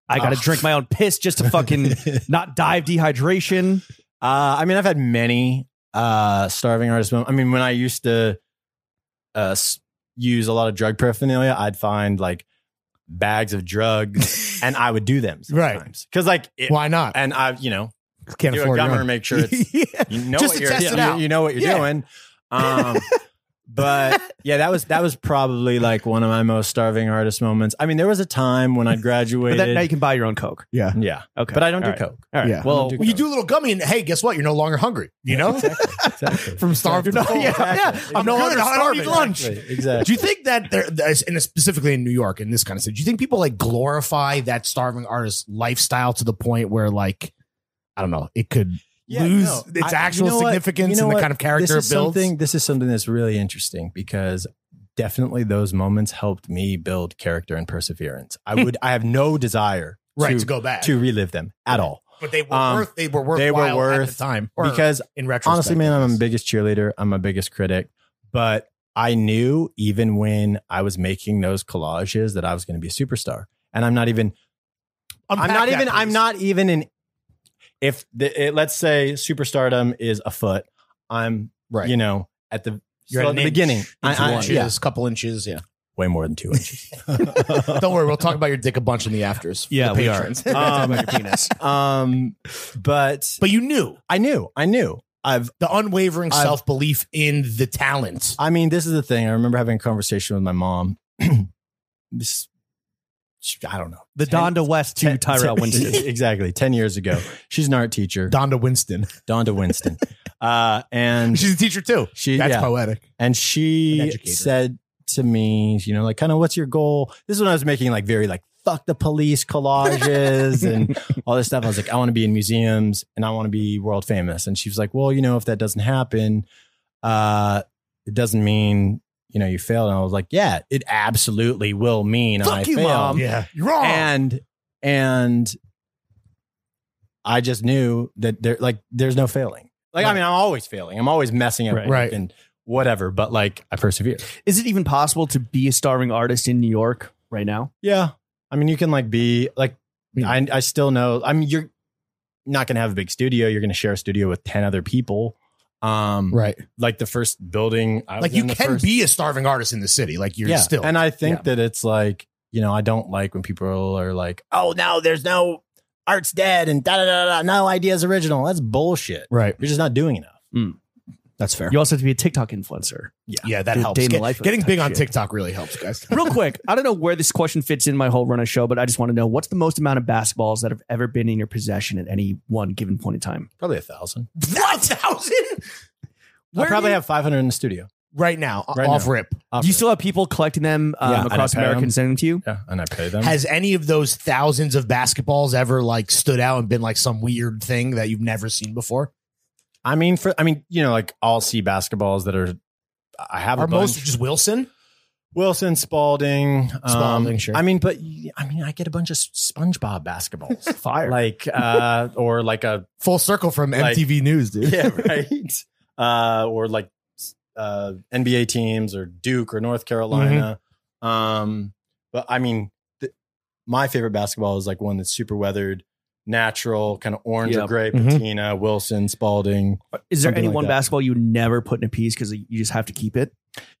[SPEAKER 1] I got to
[SPEAKER 2] Ugh.
[SPEAKER 1] drink my own piss just
[SPEAKER 2] (laughs)
[SPEAKER 1] to fucking not die of dehydration.
[SPEAKER 2] Uh, I mean, I've had many uh, starving artist moments. I mean, when I used to uh, s- use a lot of drug paraphernalia, I'd find like bags
[SPEAKER 3] (laughs)
[SPEAKER 2] of drugs, and I would do them
[SPEAKER 3] Right.
[SPEAKER 2] sometimes because like, it,
[SPEAKER 3] Why not?
[SPEAKER 2] and I, you know,
[SPEAKER 3] Can't
[SPEAKER 2] do a
[SPEAKER 3] afford your
[SPEAKER 2] gummer,
[SPEAKER 3] own. (laughs)
[SPEAKER 2] make sure it's you know
[SPEAKER 3] Just
[SPEAKER 2] what
[SPEAKER 3] to
[SPEAKER 2] you're
[SPEAKER 3] test it
[SPEAKER 2] you-
[SPEAKER 3] out.
[SPEAKER 2] you know what you're
[SPEAKER 3] Yeah.
[SPEAKER 2] doing. Um,
[SPEAKER 3] (laughs)
[SPEAKER 2] but yeah, that was that was probably like one of my most starving artist moments. I mean, there was a
[SPEAKER 3] (laughs)
[SPEAKER 2] time when I
[SPEAKER 1] But
[SPEAKER 2] graduated.
[SPEAKER 1] then, now you can buy your own coke.
[SPEAKER 3] Yeah.
[SPEAKER 2] yeah,
[SPEAKER 1] Okay,
[SPEAKER 2] but I don't do
[SPEAKER 1] All right.
[SPEAKER 2] coke.
[SPEAKER 1] All right.
[SPEAKER 3] Yeah.
[SPEAKER 1] Well,
[SPEAKER 2] I don't
[SPEAKER 3] Well, you do a little gummy, and hey, guess what? You're no longer hungry. You know,
[SPEAKER 2] (laughs) Exactly.
[SPEAKER 3] (laughs) from starving.
[SPEAKER 2] You're
[SPEAKER 3] to (laughs)
[SPEAKER 2] not-
[SPEAKER 3] full.
[SPEAKER 2] yeah, yeah.
[SPEAKER 3] I'm no longer
[SPEAKER 2] Exactly.
[SPEAKER 3] starving. I don't need lunch.
[SPEAKER 2] Exactly. exactly.
[SPEAKER 3] Do you think that there, there's- and specifically in New York, in this kind of city, do you think people like glorify that starving artist lifestyle to the point where, like, I don't know, it could
[SPEAKER 2] Yeah,
[SPEAKER 3] lose
[SPEAKER 2] no. I-
[SPEAKER 3] its
[SPEAKER 2] you
[SPEAKER 3] actual
[SPEAKER 2] know what?
[SPEAKER 3] significance
[SPEAKER 2] You know
[SPEAKER 3] and the
[SPEAKER 2] what?
[SPEAKER 3] kind of (laughs) character
[SPEAKER 2] this
[SPEAKER 3] it
[SPEAKER 2] is
[SPEAKER 3] builds?
[SPEAKER 2] something this is something that's really interesting because definitely those moments helped me build character and perseverance i would i have no desire
[SPEAKER 3] Hmm. right
[SPEAKER 2] to,
[SPEAKER 3] to, go back,
[SPEAKER 2] to relive them at all
[SPEAKER 3] but they were
[SPEAKER 2] um,
[SPEAKER 3] worth. They were worth.
[SPEAKER 2] they were worth
[SPEAKER 3] at the time or
[SPEAKER 2] because
[SPEAKER 3] in retrospect,
[SPEAKER 2] honestly man
[SPEAKER 3] I
[SPEAKER 2] i'm my
[SPEAKER 3] guess.
[SPEAKER 2] biggest cheerleader i'm my biggest critic but i knew even when i was making those collages that i was going to be a superstar and i'm not even
[SPEAKER 3] Unpack
[SPEAKER 2] i'm not
[SPEAKER 3] that,
[SPEAKER 2] even i'm
[SPEAKER 3] please.
[SPEAKER 2] not even in if the, it, let's say superstardom is a foot i'm
[SPEAKER 3] right.
[SPEAKER 2] you know at the
[SPEAKER 3] You're
[SPEAKER 2] so
[SPEAKER 3] at
[SPEAKER 2] at the
[SPEAKER 3] an inch,
[SPEAKER 2] beginning
[SPEAKER 3] Inch,
[SPEAKER 2] I, I,
[SPEAKER 3] inches,
[SPEAKER 2] yeah,
[SPEAKER 3] couple inches. Yeah.
[SPEAKER 2] way more than two inches.
[SPEAKER 3] (laughs) Don't worry, we'll talk about your dick a bunch in the afters. for
[SPEAKER 1] Yeah,
[SPEAKER 3] the
[SPEAKER 1] we are.
[SPEAKER 3] patrons.
[SPEAKER 2] Um,
[SPEAKER 3] (laughs)
[SPEAKER 2] (laughs) um, but
[SPEAKER 3] but you knew
[SPEAKER 2] I knew, I knew. I've,
[SPEAKER 3] the unwavering
[SPEAKER 2] I've-
[SPEAKER 3] self belief in the talent.
[SPEAKER 2] I mean, this is the thing. I remember having a conversation with my mom. (clears throat) this, I don't know.
[SPEAKER 1] the Donda West to
[SPEAKER 2] Ten-
[SPEAKER 1] Tyrell
[SPEAKER 2] (laughs) ten-
[SPEAKER 1] Winston.
[SPEAKER 2] exactly. 10 years ago. She's an art teacher,
[SPEAKER 3] Donda Winston. (laughs)
[SPEAKER 2] Donda Winston. Uh, and
[SPEAKER 3] She's a teacher too.
[SPEAKER 2] she,
[SPEAKER 3] That's
[SPEAKER 2] yeah.
[SPEAKER 3] poetic.
[SPEAKER 2] and
[SPEAKER 3] An
[SPEAKER 2] she
[SPEAKER 3] educator.
[SPEAKER 2] said to me, you know, like kind of what's your goal? This is when I was making like very like fuck the police collages
[SPEAKER 3] (laughs)
[SPEAKER 2] and all this stuff. I was like, I want to be in museums and I want to be world famous. And she was like, well, you know, if that doesn't happen, uh, it doesn't mean you know you failed. And I was like, yeah, it absolutely will mean I
[SPEAKER 3] Fuck you,
[SPEAKER 2] failed.
[SPEAKER 3] mom. Yeah, you're wrong.
[SPEAKER 2] And and I just knew that there like there's no failing. Like I
[SPEAKER 3] Right.
[SPEAKER 2] mean, I'm always failing. I'm always messing up
[SPEAKER 1] Right.
[SPEAKER 3] Right.
[SPEAKER 2] and whatever. But like I persevere.
[SPEAKER 1] Is it even possible to be a starving artist in New York right now?
[SPEAKER 2] Yeah. I mean, you can like be like
[SPEAKER 3] Yeah.
[SPEAKER 2] I I still know. I mean, you're not gonna have a big studio. You're gonna share a studio with ten other people. Um,
[SPEAKER 3] right.
[SPEAKER 2] like the first building. I
[SPEAKER 3] Like
[SPEAKER 2] was
[SPEAKER 3] you
[SPEAKER 2] in the
[SPEAKER 3] can
[SPEAKER 2] first-
[SPEAKER 3] be a starving artist in the city. Like you're
[SPEAKER 2] yeah.
[SPEAKER 3] still.
[SPEAKER 2] And I think
[SPEAKER 3] yeah.
[SPEAKER 2] that it's like you know I don't like when people are like, oh no, there's no art's dead and da da da da. No ideas original. That's bullshit.
[SPEAKER 3] right.
[SPEAKER 2] You're just not doing enough.
[SPEAKER 3] That's fair.
[SPEAKER 1] You also have to be a TikTok influencer.
[SPEAKER 3] yeah, that
[SPEAKER 1] Dude,
[SPEAKER 3] helps.
[SPEAKER 1] day in the
[SPEAKER 3] Get-
[SPEAKER 1] life of
[SPEAKER 3] getting
[SPEAKER 1] that
[SPEAKER 3] big on
[SPEAKER 1] shit.
[SPEAKER 3] TikTok really helps,
[SPEAKER 2] (laughs)
[SPEAKER 3] guys. (laughs)
[SPEAKER 1] Real quick, I don't know where this question fits in my whole run of show, but I just want to know what's the most amount of basketballs that have ever been in your possession at any one given point in time?
[SPEAKER 2] Probably a thousand. (laughs)
[SPEAKER 3] One thousand
[SPEAKER 2] I
[SPEAKER 1] Where
[SPEAKER 2] probably
[SPEAKER 1] do you-
[SPEAKER 2] have five hundred in the studio.
[SPEAKER 3] right now
[SPEAKER 2] Right
[SPEAKER 3] off
[SPEAKER 2] now.
[SPEAKER 3] rip.
[SPEAKER 1] Do you still have people collecting them um,
[SPEAKER 2] Uh, Yeah, and
[SPEAKER 1] across
[SPEAKER 2] I pay
[SPEAKER 1] America
[SPEAKER 2] them.
[SPEAKER 1] and sending them to you?
[SPEAKER 2] yeah, and I pay them.
[SPEAKER 3] Has any of those thousands of basketballs ever like stood out and been like some weird thing that you've never seen before?
[SPEAKER 2] I mean, for I mean, you know, like I'll see basketballs that are. I have
[SPEAKER 3] Are
[SPEAKER 2] a bunch.
[SPEAKER 3] most just Wilson?
[SPEAKER 2] Wilson, Spalding, um,
[SPEAKER 3] Spalding, sure.
[SPEAKER 2] I mean, but y- I mean, I get a bunch of SpongeBob basketballs,
[SPEAKER 1] (laughs) Fire.
[SPEAKER 2] like uh, or like a
[SPEAKER 3] Full circle from
[SPEAKER 2] Like-
[SPEAKER 3] MTV News, dude. (laughs)
[SPEAKER 2] yeah, right, uh, or like uh, NBA teams or Duke or North Carolina.
[SPEAKER 3] Mm-hmm.
[SPEAKER 2] Um, but I mean, th- my favorite basketball is like one that's super weathered, natural, kind of orange
[SPEAKER 1] Yeah.
[SPEAKER 2] or gray
[SPEAKER 3] Mhm.
[SPEAKER 2] patina. Wilson, Spalding.
[SPEAKER 1] Is there
[SPEAKER 2] Something
[SPEAKER 1] any
[SPEAKER 2] like
[SPEAKER 1] one
[SPEAKER 2] that.
[SPEAKER 1] basketball you never put in a piece because you just have to keep it?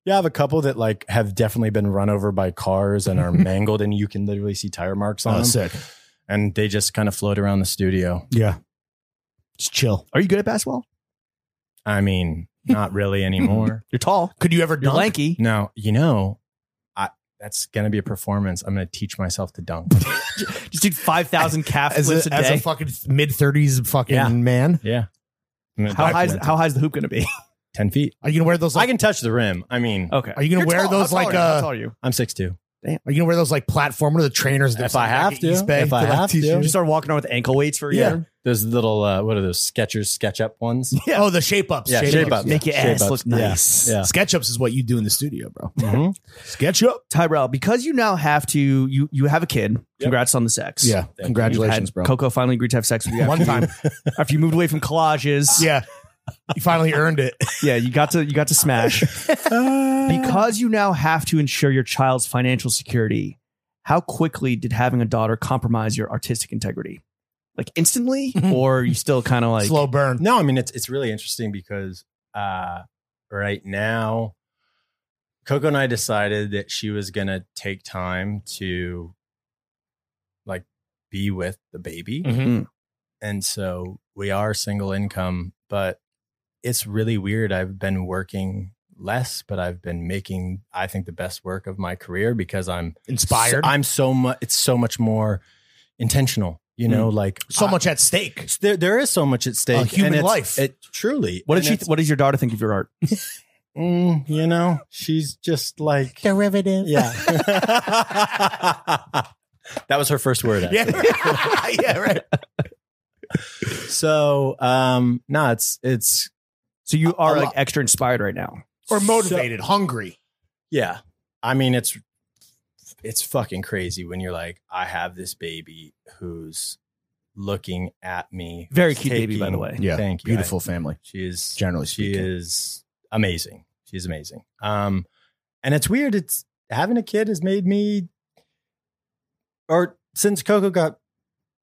[SPEAKER 2] Yeah, I have a couple that like
[SPEAKER 3] (laughs)
[SPEAKER 2] have definitely been run over by cars and are mangled, and you can literally see tire marks on
[SPEAKER 3] Oh,
[SPEAKER 2] them.
[SPEAKER 3] sick.
[SPEAKER 2] and they just kind of float around the studio.
[SPEAKER 3] Yeah. Just chill.
[SPEAKER 1] Are you good at basketball?
[SPEAKER 2] I mean, not
[SPEAKER 3] (laughs)
[SPEAKER 2] really anymore.
[SPEAKER 1] You're tall.
[SPEAKER 3] Could you ever
[SPEAKER 1] You're
[SPEAKER 3] dunk?
[SPEAKER 1] lanky.
[SPEAKER 2] Now, you know, I, that's going to be a performance. I'm going to teach myself to dunk.
[SPEAKER 1] Just do five thousand calf
[SPEAKER 3] as,
[SPEAKER 1] lifts
[SPEAKER 3] a,
[SPEAKER 1] a,
[SPEAKER 3] as a
[SPEAKER 1] day.
[SPEAKER 3] fucking mid 30s fucking
[SPEAKER 2] Yeah.
[SPEAKER 3] man?
[SPEAKER 2] yeah. I'm gonna
[SPEAKER 1] how high? Is,
[SPEAKER 2] document
[SPEAKER 1] how
[SPEAKER 2] it.
[SPEAKER 1] high is the hoop going to be?
[SPEAKER 2] 10 feet.
[SPEAKER 3] Are you gonna wear those
[SPEAKER 2] I
[SPEAKER 3] like
[SPEAKER 2] can touch the rim. I mean,
[SPEAKER 1] Okay.
[SPEAKER 3] are you gonna
[SPEAKER 1] You're
[SPEAKER 3] wear
[SPEAKER 1] tall.
[SPEAKER 3] those
[SPEAKER 1] How tall are
[SPEAKER 3] like
[SPEAKER 1] you? How
[SPEAKER 3] uh
[SPEAKER 1] tall are you?
[SPEAKER 2] I'm 6'2.
[SPEAKER 3] are you gonna wear those like platformer the trainers that
[SPEAKER 2] If I have to. If I have to.
[SPEAKER 1] You just start walking around with ankle weights for a
[SPEAKER 2] Yeah.
[SPEAKER 1] year.
[SPEAKER 2] Those little, uh, what are those? Sketchers, sketch up ones?
[SPEAKER 1] Yeah.
[SPEAKER 3] Oh, the shape ups.
[SPEAKER 2] Yeah, shape ups.
[SPEAKER 1] Make your
[SPEAKER 2] Yeah, shape
[SPEAKER 1] ass
[SPEAKER 2] ups.
[SPEAKER 1] look
[SPEAKER 2] Yeah.
[SPEAKER 1] nice.
[SPEAKER 2] Yeah.
[SPEAKER 3] Sketch ups is what you do in the studio,
[SPEAKER 2] (laughs)
[SPEAKER 3] bro.
[SPEAKER 2] Mhm.
[SPEAKER 3] Sketch up.
[SPEAKER 1] Tyrell, because you now have to, you you have a kid. Congrats on the sex.
[SPEAKER 3] Yeah.
[SPEAKER 2] you.
[SPEAKER 3] Congratulations,
[SPEAKER 1] Had-
[SPEAKER 3] bro.
[SPEAKER 1] Coco finally agreed to have sex with
[SPEAKER 3] (laughs)
[SPEAKER 1] you.
[SPEAKER 3] One
[SPEAKER 1] after
[SPEAKER 3] time.
[SPEAKER 1] you- (laughs) after you moved away from collages.
[SPEAKER 3] Yeah. (laughs) You finally earned it.
[SPEAKER 1] yeah, you got to you got to
[SPEAKER 3] (laughs)
[SPEAKER 1] smash. because you now have to ensure your child's financial security. How quickly did having a daughter compromise your artistic integrity? Like instantly, or you still kind of like
[SPEAKER 3] Mm-hmm. Slow burn.
[SPEAKER 2] No, I mean it's it's really interesting because uh right now Coco and I decided that she was going to take time to like be with the baby.
[SPEAKER 3] Mm-hmm.
[SPEAKER 1] Mhm.
[SPEAKER 2] And so we are single income, but it's really weird. I've been working less, but I've been making I think the best work of my career because I'm
[SPEAKER 3] Inspired.
[SPEAKER 2] I'm so much it's so much more intentional, you know, like
[SPEAKER 3] so
[SPEAKER 2] I-
[SPEAKER 3] much at (laughs) stake.
[SPEAKER 2] it's- there, there is Uh, so much at stake.
[SPEAKER 3] Uh, human
[SPEAKER 2] and it's-
[SPEAKER 3] life.
[SPEAKER 2] It truly.
[SPEAKER 1] What did
[SPEAKER 2] and
[SPEAKER 1] she?
[SPEAKER 2] it's-
[SPEAKER 1] what does your daughter think of your art?
[SPEAKER 2] Mm, you know, she's just like
[SPEAKER 3] Derivative.
[SPEAKER 2] yeah. (laughs) that was her first word.
[SPEAKER 3] Yeah.
[SPEAKER 2] Actually.
[SPEAKER 3] yeah, right.
[SPEAKER 2] So, um, no, it's it's
[SPEAKER 1] So you are
[SPEAKER 3] a
[SPEAKER 1] like
[SPEAKER 3] lot.
[SPEAKER 1] extra inspired right now.
[SPEAKER 3] Or
[SPEAKER 2] so-
[SPEAKER 3] motivated, hungry.
[SPEAKER 2] yeah. I mean, it's it's fucking crazy when you're like, I have this baby who's looking at me.
[SPEAKER 1] Very cute baby, by the
[SPEAKER 2] taking-
[SPEAKER 1] way.
[SPEAKER 4] Yeah,
[SPEAKER 2] thank you.
[SPEAKER 4] Beautiful family,
[SPEAKER 2] She is
[SPEAKER 4] generally
[SPEAKER 2] she
[SPEAKER 4] speaking.
[SPEAKER 2] is amazing. She's amazing. Um, and it's weird. It's having a kid has made me, or since Coco got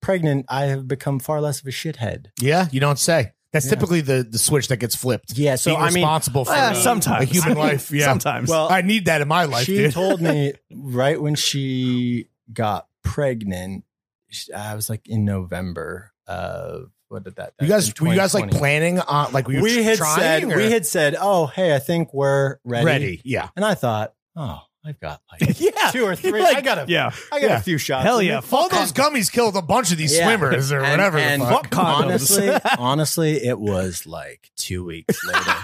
[SPEAKER 2] pregnant, I have become far less of a shithead.
[SPEAKER 3] Yeah, you don't say. That's
[SPEAKER 2] Yeah.
[SPEAKER 3] typically the the switch that gets flipped.
[SPEAKER 2] Yeah. So
[SPEAKER 3] Being
[SPEAKER 2] I mean,
[SPEAKER 3] responsible for
[SPEAKER 1] Ah,
[SPEAKER 3] the-
[SPEAKER 1] sometimes
[SPEAKER 3] a human life. Yeah,
[SPEAKER 1] sometimes.
[SPEAKER 2] well,
[SPEAKER 3] I need that in my life,
[SPEAKER 2] she
[SPEAKER 3] dude.
[SPEAKER 2] told (laughs) me right when she got pregnant, she- I was like in November of what did that?
[SPEAKER 3] (laughs) you guys,
[SPEAKER 2] that's in
[SPEAKER 3] were you guys like
[SPEAKER 2] 2020.
[SPEAKER 3] planning on like were you
[SPEAKER 2] We had
[SPEAKER 3] trying
[SPEAKER 2] said
[SPEAKER 3] or-
[SPEAKER 2] we had said, oh hey, I think we're ready.
[SPEAKER 3] ready. Yeah, (laughs)
[SPEAKER 2] And I thought, oh, I've got like
[SPEAKER 3] yeah. (laughs)
[SPEAKER 2] two or three. I got a
[SPEAKER 1] yeah.
[SPEAKER 2] I got
[SPEAKER 3] Yeah.
[SPEAKER 2] a few shots.
[SPEAKER 1] Hell
[SPEAKER 2] in
[SPEAKER 1] yeah.
[SPEAKER 2] me.
[SPEAKER 3] All those gummies killed a bunch of these
[SPEAKER 2] Yeah.
[SPEAKER 3] swimmers or
[SPEAKER 2] And-
[SPEAKER 3] whatever. the
[SPEAKER 2] and
[SPEAKER 3] fuck.
[SPEAKER 1] condoms?
[SPEAKER 2] (laughs) honestly,
[SPEAKER 3] (laughs)
[SPEAKER 2] honestly, it was like two weeks (laughs) later.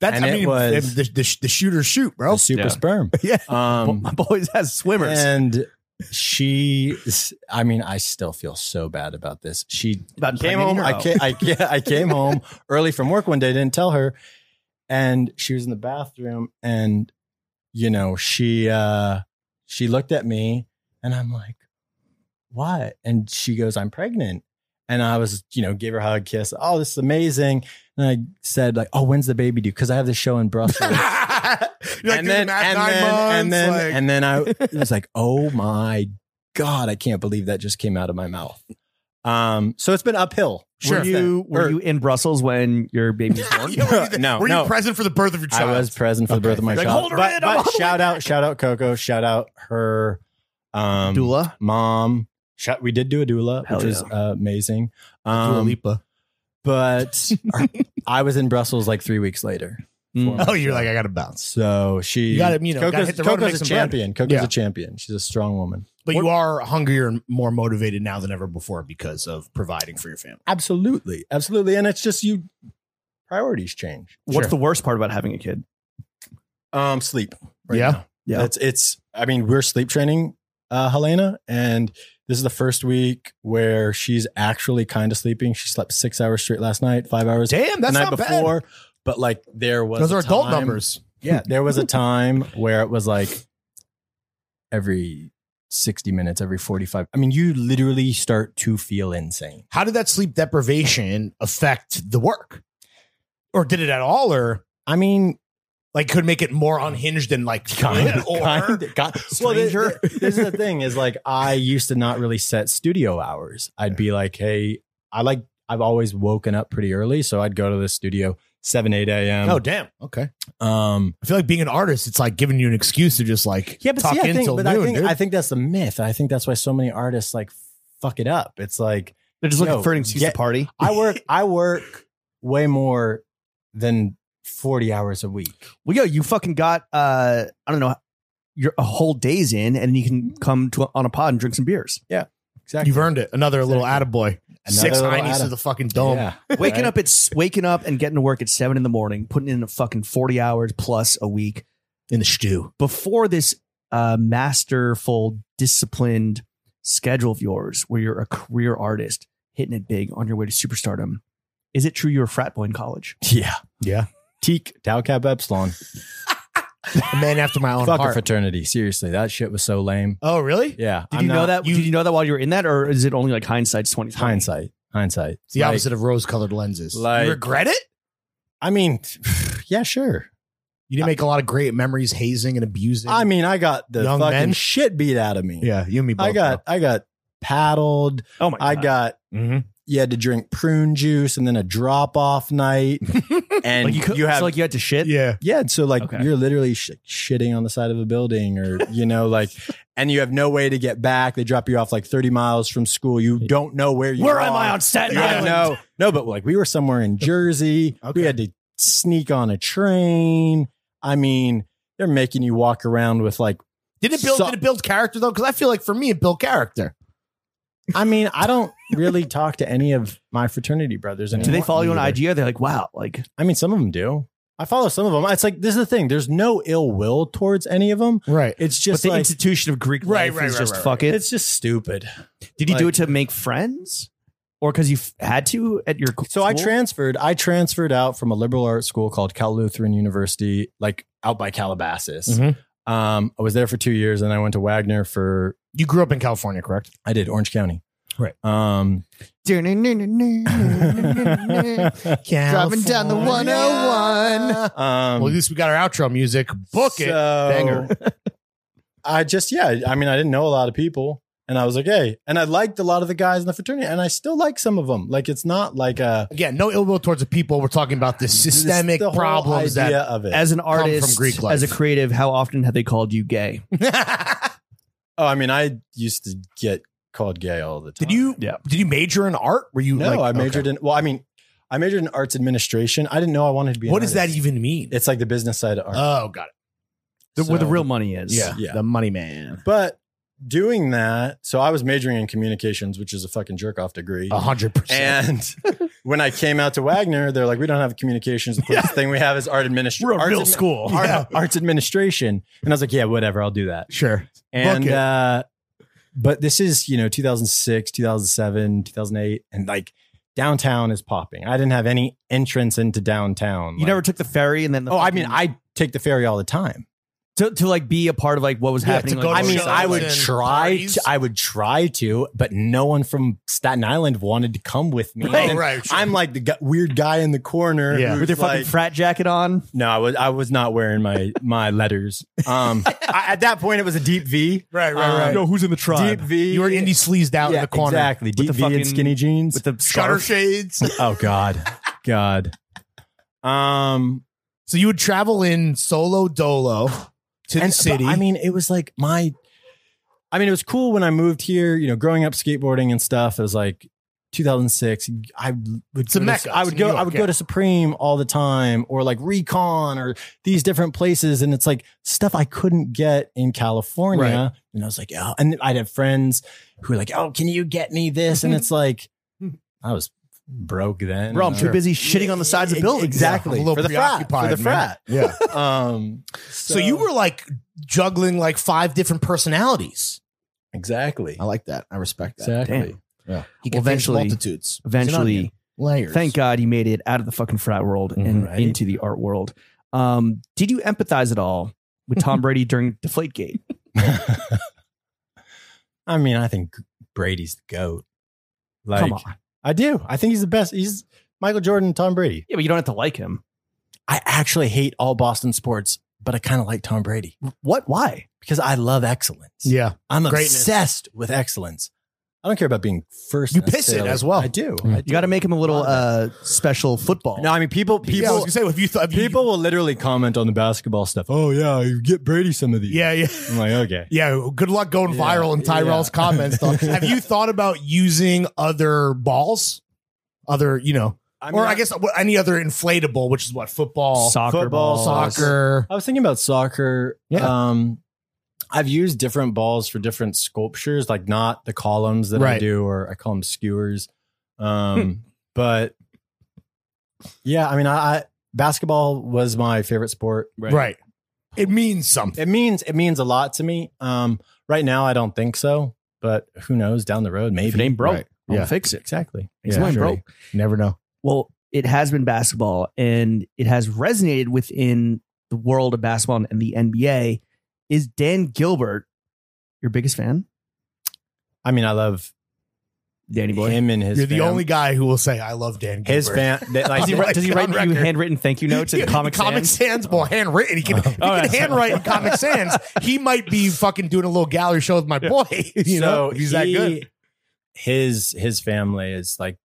[SPEAKER 3] That's
[SPEAKER 2] and
[SPEAKER 3] I
[SPEAKER 2] it
[SPEAKER 3] mean
[SPEAKER 2] was-
[SPEAKER 3] the, the, the shooters shoot, bro.
[SPEAKER 2] The (laughs) super
[SPEAKER 1] Yeah.
[SPEAKER 2] sperm.
[SPEAKER 3] Yeah.
[SPEAKER 2] Um,
[SPEAKER 1] my boys has swimmers.
[SPEAKER 2] and she, I mean, I still feel so bad about this. She
[SPEAKER 1] About impregnating
[SPEAKER 2] came home.
[SPEAKER 1] her
[SPEAKER 2] I
[SPEAKER 1] out.
[SPEAKER 2] came, I, ca- I came home early from work one day. Didn't tell her, and she was in the bathroom, and you know she uh she looked at me, and I'm like, "What?" And she goes, "I'm pregnant." And I was, you know, gave her a hug, kiss. Oh, this is amazing. And I said, like, oh, when's the baby due? Because I have this show
[SPEAKER 3] (laughs)
[SPEAKER 2] in Brussels.
[SPEAKER 3] You're like, dude,
[SPEAKER 2] and then,
[SPEAKER 3] Matt,
[SPEAKER 2] and,
[SPEAKER 3] nine
[SPEAKER 2] then
[SPEAKER 3] months,
[SPEAKER 2] and then
[SPEAKER 3] like- (laughs)
[SPEAKER 2] and then I it was like, oh my god, I can't believe that just came out of my mouth. Um, so it's been uphill.
[SPEAKER 1] Were you were
[SPEAKER 2] Or-
[SPEAKER 1] you in Brussels when your baby
[SPEAKER 3] (laughs)
[SPEAKER 1] was born?
[SPEAKER 3] er Yeah, were you, the-
[SPEAKER 2] No,
[SPEAKER 3] were you
[SPEAKER 2] no.
[SPEAKER 3] present for the birth of your
[SPEAKER 2] I
[SPEAKER 3] child?
[SPEAKER 2] was present for the birth of my
[SPEAKER 1] Like,
[SPEAKER 2] child.
[SPEAKER 1] hold her
[SPEAKER 2] but
[SPEAKER 1] in, I'm
[SPEAKER 2] but
[SPEAKER 1] all the way
[SPEAKER 2] shout out, shout out Coco, shout out her um
[SPEAKER 1] Doula.
[SPEAKER 2] mom. Shout, we did do a doula,
[SPEAKER 1] Hell
[SPEAKER 2] which was uh, amazing. Um,
[SPEAKER 3] Lipa. (laughs)
[SPEAKER 2] but I was in Brussels like three weeks later.
[SPEAKER 1] Mm.
[SPEAKER 2] For-
[SPEAKER 3] Oh, you're like I got to bounce,
[SPEAKER 2] So she
[SPEAKER 3] You gotta, you know, gotta hit the road and
[SPEAKER 2] Coco's
[SPEAKER 3] make
[SPEAKER 2] a
[SPEAKER 3] some bread.
[SPEAKER 2] champion. Coco's
[SPEAKER 3] Yeah.
[SPEAKER 2] a champion. She's a strong woman.
[SPEAKER 3] but you are hungrier and more motivated now than ever before because of providing for your family.
[SPEAKER 2] Absolutely. Absolutely. And it's just you priorities change.
[SPEAKER 1] What's the worst part about having a kid?
[SPEAKER 2] Um sleep.
[SPEAKER 3] Yeah.
[SPEAKER 2] now.
[SPEAKER 1] Yeah.
[SPEAKER 2] It's it's I mean, we're sleep training uh Helena and this is the first week where she's actually kind of sleeping. She slept 6 hours straight last night, 5 hours
[SPEAKER 3] Damn,
[SPEAKER 2] the
[SPEAKER 3] that's
[SPEAKER 2] night
[SPEAKER 3] not before.
[SPEAKER 2] before, but like there was
[SPEAKER 3] Those
[SPEAKER 2] a
[SPEAKER 3] are adult
[SPEAKER 2] time-
[SPEAKER 3] numbers.
[SPEAKER 2] Yeah, there was a time where it was like every 60 minutes, every 45. I mean, you literally start to feel insane.
[SPEAKER 3] How did that sleep deprivation affect the work, or did it at all, or
[SPEAKER 2] I mean,
[SPEAKER 3] like could make it more unhinged and like good, or
[SPEAKER 2] (laughs) kind of. Well, th-
[SPEAKER 1] Stranger.
[SPEAKER 2] th- this is the thing is like I used to not really set studio hours. I'd be like, hey, I like I've always woken up pretty early, so I'd go to the studio seven eight
[SPEAKER 3] oh
[SPEAKER 2] a.m.
[SPEAKER 3] damn, okay.
[SPEAKER 2] um,
[SPEAKER 3] I feel like being an artist, it's like giving you an excuse to just like
[SPEAKER 2] yeah, but
[SPEAKER 3] tuck
[SPEAKER 2] see, I
[SPEAKER 3] in
[SPEAKER 2] think,
[SPEAKER 3] till
[SPEAKER 2] but
[SPEAKER 3] noon,
[SPEAKER 2] I think
[SPEAKER 3] dude.
[SPEAKER 2] I think that's a myth. I think that's why so many artists like fuck it up. It's like
[SPEAKER 1] They're just looking
[SPEAKER 2] Yo,
[SPEAKER 1] for an excuse
[SPEAKER 2] get-
[SPEAKER 1] to party.
[SPEAKER 2] I work (laughs) I work way more than 40 hours a week.
[SPEAKER 1] Well, yo, you fucking got uh, I don't know, your a whole days in, and you can come to on a pod and drink some beers.
[SPEAKER 2] Exactly.
[SPEAKER 3] You've earned it. Another little attaboy.
[SPEAKER 2] Another
[SPEAKER 3] Six
[SPEAKER 2] little
[SPEAKER 3] heinies
[SPEAKER 2] atta-
[SPEAKER 3] to the fucking dome.
[SPEAKER 2] Yeah,
[SPEAKER 1] (laughs) Waking
[SPEAKER 2] right?
[SPEAKER 1] up at s- waking up and getting to work at seven in the morning, putting in a fucking forty hours plus a week
[SPEAKER 3] In the stew.
[SPEAKER 1] before this uh, masterful, disciplined schedule of yours, where you're a career artist hitting it big on your way to superstardom. Is it true you were a frat boy in college?
[SPEAKER 2] Yeah.
[SPEAKER 3] Yeah.
[SPEAKER 2] Teak, Tau Cap Epsilon.
[SPEAKER 3] A man after my
[SPEAKER 2] (laughs)
[SPEAKER 3] own
[SPEAKER 2] Fuck a
[SPEAKER 3] heart.
[SPEAKER 2] fraternity. Seriously, that shit was so lame.
[SPEAKER 3] oh, really?
[SPEAKER 2] Yeah.
[SPEAKER 1] Did
[SPEAKER 2] I'm
[SPEAKER 1] you know
[SPEAKER 2] not-
[SPEAKER 1] that?
[SPEAKER 3] you-
[SPEAKER 1] did you know that while you were in that, or is it only like hindsight's twenty?
[SPEAKER 2] Hindsight. Hindsight.
[SPEAKER 3] It's the
[SPEAKER 2] Like-
[SPEAKER 3] opposite of rose colored lenses.
[SPEAKER 2] like-
[SPEAKER 3] you regret it?
[SPEAKER 2] I mean, (sighs) yeah, sure.
[SPEAKER 3] You didn't make a lot of great memories hazing and abusing.
[SPEAKER 2] I mean, I got the
[SPEAKER 3] Young
[SPEAKER 2] fucking
[SPEAKER 3] men?
[SPEAKER 2] shit beat out of me.
[SPEAKER 3] yeah, you and me both.
[SPEAKER 2] I got I got paddled.
[SPEAKER 1] Oh my! God.
[SPEAKER 2] I got
[SPEAKER 3] Mm-hmm.
[SPEAKER 2] you had to drink prune juice and then a drop off night, and
[SPEAKER 1] like you,
[SPEAKER 2] you,
[SPEAKER 1] could,
[SPEAKER 2] have
[SPEAKER 1] so like you had to shit.
[SPEAKER 3] Yeah.
[SPEAKER 2] yeah. and So like
[SPEAKER 1] Okay.
[SPEAKER 2] you're literally sh- shitting on the side of a building, or you know like, and you have no way to get back. They drop you off like 30 miles from school. You don't know where you
[SPEAKER 1] Where
[SPEAKER 2] are.
[SPEAKER 1] am I on Staten
[SPEAKER 2] Yeah,
[SPEAKER 1] Island?
[SPEAKER 2] no, no, but like we were somewhere in Jersey.
[SPEAKER 3] Okay.
[SPEAKER 2] We had to sneak on a train. I mean, they're making you walk around with like.
[SPEAKER 3] Did it build?
[SPEAKER 2] So-
[SPEAKER 3] did it build character though? Because I feel like for me, it built character.
[SPEAKER 2] I mean, I don't
[SPEAKER 1] (laughs)
[SPEAKER 2] really talk to any of my fraternity brothers anymore.
[SPEAKER 1] Do they follow you on
[SPEAKER 2] either.
[SPEAKER 1] IG? Are they like, wow, like
[SPEAKER 2] I mean, some of them do. I follow some of them. It's like this is the thing. There's no ill will towards any of them.
[SPEAKER 3] Right.
[SPEAKER 2] It's
[SPEAKER 1] but
[SPEAKER 2] just
[SPEAKER 1] the
[SPEAKER 2] like
[SPEAKER 1] institution of Greek
[SPEAKER 3] Right,
[SPEAKER 1] life
[SPEAKER 3] right,
[SPEAKER 1] is
[SPEAKER 3] right,
[SPEAKER 1] just
[SPEAKER 3] right,
[SPEAKER 1] fuck it.
[SPEAKER 2] it's just stupid.
[SPEAKER 1] Did you do it
[SPEAKER 2] like-
[SPEAKER 1] to make friends, or because you f- had to at your?
[SPEAKER 2] So I
[SPEAKER 1] school?
[SPEAKER 2] transferred. I transferred out from a liberal arts school called Cal Lutheran University, like out by Calabasas.
[SPEAKER 3] Mhm.
[SPEAKER 1] Mm-hmm.
[SPEAKER 2] Um, I was there for two years, and I went to Wagner for
[SPEAKER 3] You grew up in California, correct?
[SPEAKER 2] I did Orange County.
[SPEAKER 3] Right. (laughs)
[SPEAKER 2] Um, um,
[SPEAKER 3] Driving
[SPEAKER 1] down the
[SPEAKER 3] 101. Well, at least we got our outro music. Book it.
[SPEAKER 2] oh so
[SPEAKER 3] Banger.
[SPEAKER 2] (laughs) I just yeah. I mean, I didn't know a lot of people, and I was like, hey, and I liked a lot of the guys in the fraternity, and I still like some of them. Like it's not like a
[SPEAKER 3] Again, no ill will towards the people. We're talking about the systemic
[SPEAKER 2] the whole
[SPEAKER 3] problems
[SPEAKER 2] idea
[SPEAKER 3] that.
[SPEAKER 2] of
[SPEAKER 1] (laughs)
[SPEAKER 2] it.
[SPEAKER 1] as an
[SPEAKER 3] from
[SPEAKER 1] artist,
[SPEAKER 3] Greek life.
[SPEAKER 1] as a creative, how often have they called you gay?
[SPEAKER 3] (laughs)
[SPEAKER 2] oh, I mean, I used to get called gay all the time.
[SPEAKER 3] did you?
[SPEAKER 1] Yeah.
[SPEAKER 3] Did you major in art? Were you?
[SPEAKER 2] No,
[SPEAKER 3] like,
[SPEAKER 2] I majored in. Well, I mean, I majored in arts administration. I didn't know I wanted to
[SPEAKER 3] Okay.
[SPEAKER 2] be. an
[SPEAKER 3] What does that
[SPEAKER 2] artist.
[SPEAKER 3] even mean?
[SPEAKER 2] It's like the business side of art.
[SPEAKER 3] oh, got it.
[SPEAKER 1] The- Where the
[SPEAKER 2] So-
[SPEAKER 1] real money is?
[SPEAKER 2] Yeah.
[SPEAKER 3] The money man.
[SPEAKER 2] but doing that, so I was majoring in communications, which is a fucking jerk off degree.
[SPEAKER 3] A hundred percent. (laughs)
[SPEAKER 2] And when I came out to Wagner, they're like, we don't have communications. The closest thing we have is art administration.
[SPEAKER 1] We're a real
[SPEAKER 2] school.
[SPEAKER 3] Yeah.
[SPEAKER 2] Arts administration. And I was like, yeah, whatever. I'll do that.
[SPEAKER 3] Sure.
[SPEAKER 2] And,
[SPEAKER 3] it.
[SPEAKER 2] uh, but this is, you know, 2006, 2007, 2008. And like downtown is popping. I didn't have any entrance into downtown.
[SPEAKER 1] You
[SPEAKER 2] Like-
[SPEAKER 1] never took the ferry and then the
[SPEAKER 2] oh, I mean,
[SPEAKER 1] fucking-
[SPEAKER 2] I take the ferry all the time.
[SPEAKER 1] to, to like be a part of like what was
[SPEAKER 3] Yeah,
[SPEAKER 1] happening.
[SPEAKER 3] to
[SPEAKER 1] like,
[SPEAKER 3] go
[SPEAKER 2] I mean,
[SPEAKER 3] shows
[SPEAKER 2] I would
[SPEAKER 3] and
[SPEAKER 2] try.
[SPEAKER 3] parties.
[SPEAKER 2] To, I would try to, but no one from Staten Island wanted to come with me.
[SPEAKER 3] Oh,
[SPEAKER 2] And
[SPEAKER 3] right. sure.
[SPEAKER 2] I'm like the gu- weird guy in the corner.
[SPEAKER 3] Yeah.
[SPEAKER 2] who's
[SPEAKER 1] with your fucking
[SPEAKER 2] like-
[SPEAKER 1] frat jacket on.
[SPEAKER 2] no, I was I was not wearing my my letters. Um, I, at that point, it was a deep V.
[SPEAKER 3] right. Right. Right.
[SPEAKER 2] um, Yo,
[SPEAKER 1] who's in the
[SPEAKER 2] Deep V.
[SPEAKER 3] you were indie sleazed out
[SPEAKER 2] yeah,
[SPEAKER 3] in the corner.
[SPEAKER 2] Exactly. Deep
[SPEAKER 1] the
[SPEAKER 2] V and
[SPEAKER 1] fucking-
[SPEAKER 2] skinny jeans.
[SPEAKER 1] with the
[SPEAKER 3] Shutter
[SPEAKER 1] scarf?
[SPEAKER 3] shades.
[SPEAKER 2] oh God, God. Um,
[SPEAKER 3] So you would travel in solo dolo to the
[SPEAKER 2] and- but,
[SPEAKER 3] city.
[SPEAKER 2] I mean, it was like my. I mean, it was cool when I moved here. You know, growing up skateboarding and stuff. It was like 2006. I would
[SPEAKER 3] It's a
[SPEAKER 2] go to-
[SPEAKER 3] mecca.
[SPEAKER 2] I
[SPEAKER 3] It's
[SPEAKER 2] would
[SPEAKER 3] in
[SPEAKER 2] go.
[SPEAKER 3] New York,
[SPEAKER 2] I would
[SPEAKER 3] yeah.
[SPEAKER 2] go to Supreme all the time, or like Recon, or these different places, and it's like stuff I couldn't get in California.
[SPEAKER 3] Right.
[SPEAKER 2] And I was like, oh, and I'd have friends who were like, oh, can you get me this? And it's like, I was broke then.
[SPEAKER 1] Bro, I'm
[SPEAKER 2] And I-
[SPEAKER 1] too busy shitting on the sides of
[SPEAKER 2] Ex-
[SPEAKER 1] buildings.
[SPEAKER 2] Exactly.
[SPEAKER 3] Yeah, I'm a little
[SPEAKER 2] for the frat. For the
[SPEAKER 3] preoccupied, man.
[SPEAKER 2] frat.
[SPEAKER 3] yeah.
[SPEAKER 2] (laughs) Um,
[SPEAKER 3] So, you were like juggling like five different personalities.
[SPEAKER 2] exactly.
[SPEAKER 3] I like that. I respect that.
[SPEAKER 2] Exactly.
[SPEAKER 3] Yeah. He
[SPEAKER 1] Well,
[SPEAKER 3] can face
[SPEAKER 1] eventually-
[SPEAKER 3] multitudes. He's an
[SPEAKER 1] Eventually,
[SPEAKER 3] onion. layers.
[SPEAKER 1] Thank God he made it out of the fucking frat world and
[SPEAKER 2] Mhm. Right.
[SPEAKER 1] into the art world. Um, did you empathize at all with Tom
[SPEAKER 2] (laughs)
[SPEAKER 1] Brady during Deflategate?
[SPEAKER 2] I mean, I think Brady's the goat. Like,
[SPEAKER 1] Come on,
[SPEAKER 2] I do. I think he's the best. He's Michael Jordan, and Tom Brady.
[SPEAKER 1] yeah, but you don't have to like him.
[SPEAKER 2] I actually hate all Boston sports, but I kind of like Tom Brady
[SPEAKER 1] What? Why?
[SPEAKER 2] because I love excellence.
[SPEAKER 3] Yeah.
[SPEAKER 2] I'm
[SPEAKER 3] Greatness.
[SPEAKER 2] obsessed with excellence. I don't care about being first.
[SPEAKER 3] You piss it
[SPEAKER 2] necessarily.
[SPEAKER 3] as well.
[SPEAKER 2] I do.
[SPEAKER 4] Mm.
[SPEAKER 2] I do.
[SPEAKER 1] You got to make him a little uh, special football.
[SPEAKER 2] Hmm. No, I mean people. People.
[SPEAKER 3] yeah, I was gonna say if you thought if you-
[SPEAKER 2] People will literally comment on the basketball stuff. Oh yeah, you get Brady some of these.
[SPEAKER 3] Yeah, yeah.
[SPEAKER 2] I'm like, okay.
[SPEAKER 3] Yeah, good luck going
[SPEAKER 2] Yeah,
[SPEAKER 3] viral in Tyrell's
[SPEAKER 2] yeah.
[SPEAKER 3] comments. Though. Have you thought about using other balls, other you know,
[SPEAKER 2] I
[SPEAKER 3] or I guess what- any other inflatable, which is what football,
[SPEAKER 1] soccer
[SPEAKER 2] football,
[SPEAKER 1] balls.
[SPEAKER 3] soccer.
[SPEAKER 2] I was thinking about soccer.
[SPEAKER 3] Yeah.
[SPEAKER 2] Um, I've used different balls for different sculptures, like not the columns that I
[SPEAKER 3] Right. Hmm.
[SPEAKER 2] do, or I call them skewers. Um, but yeah, I mean, I, I basketball was my favorite sport.
[SPEAKER 3] Right. It means something.
[SPEAKER 2] It means it means a lot to me. Um, right now, I don't think so, but who knows? Down the road, maybe.
[SPEAKER 1] If it ain't broke,
[SPEAKER 3] Right.
[SPEAKER 1] I'll
[SPEAKER 3] Yeah.
[SPEAKER 1] fix it.
[SPEAKER 2] Exactly.
[SPEAKER 1] It's
[SPEAKER 2] Yeah.
[SPEAKER 1] mine, bro.
[SPEAKER 3] surely. Never know.
[SPEAKER 1] Well, it has been basketball and it has resonated within the world of basketball and the NBA. Is Dan Gilbert your biggest fan?
[SPEAKER 2] I mean, I love
[SPEAKER 1] Danny Boy.
[SPEAKER 2] him and his.
[SPEAKER 3] You're the
[SPEAKER 2] fam-
[SPEAKER 3] only guy who will say I love Dan.
[SPEAKER 2] His
[SPEAKER 3] Gilbert."
[SPEAKER 2] fan. That, like,
[SPEAKER 1] Does
[SPEAKER 3] (laughs)
[SPEAKER 2] (laughs)
[SPEAKER 1] he,
[SPEAKER 3] Oh my
[SPEAKER 1] does he
[SPEAKER 3] God,
[SPEAKER 1] write you
[SPEAKER 3] record.
[SPEAKER 1] handwritten thank you notes
[SPEAKER 3] (laughs) Yeah,
[SPEAKER 1] and comic
[SPEAKER 3] Comic
[SPEAKER 1] sans?
[SPEAKER 3] Sans, well, handwritten. He can, he
[SPEAKER 1] All
[SPEAKER 3] can
[SPEAKER 1] right.
[SPEAKER 3] handwrite in Comic Sans. He might be fucking doing a little gallery show with my boy. (laughs)
[SPEAKER 1] (laughs)
[SPEAKER 3] You know, if he's that
[SPEAKER 2] he-
[SPEAKER 3] good.
[SPEAKER 2] His his family is like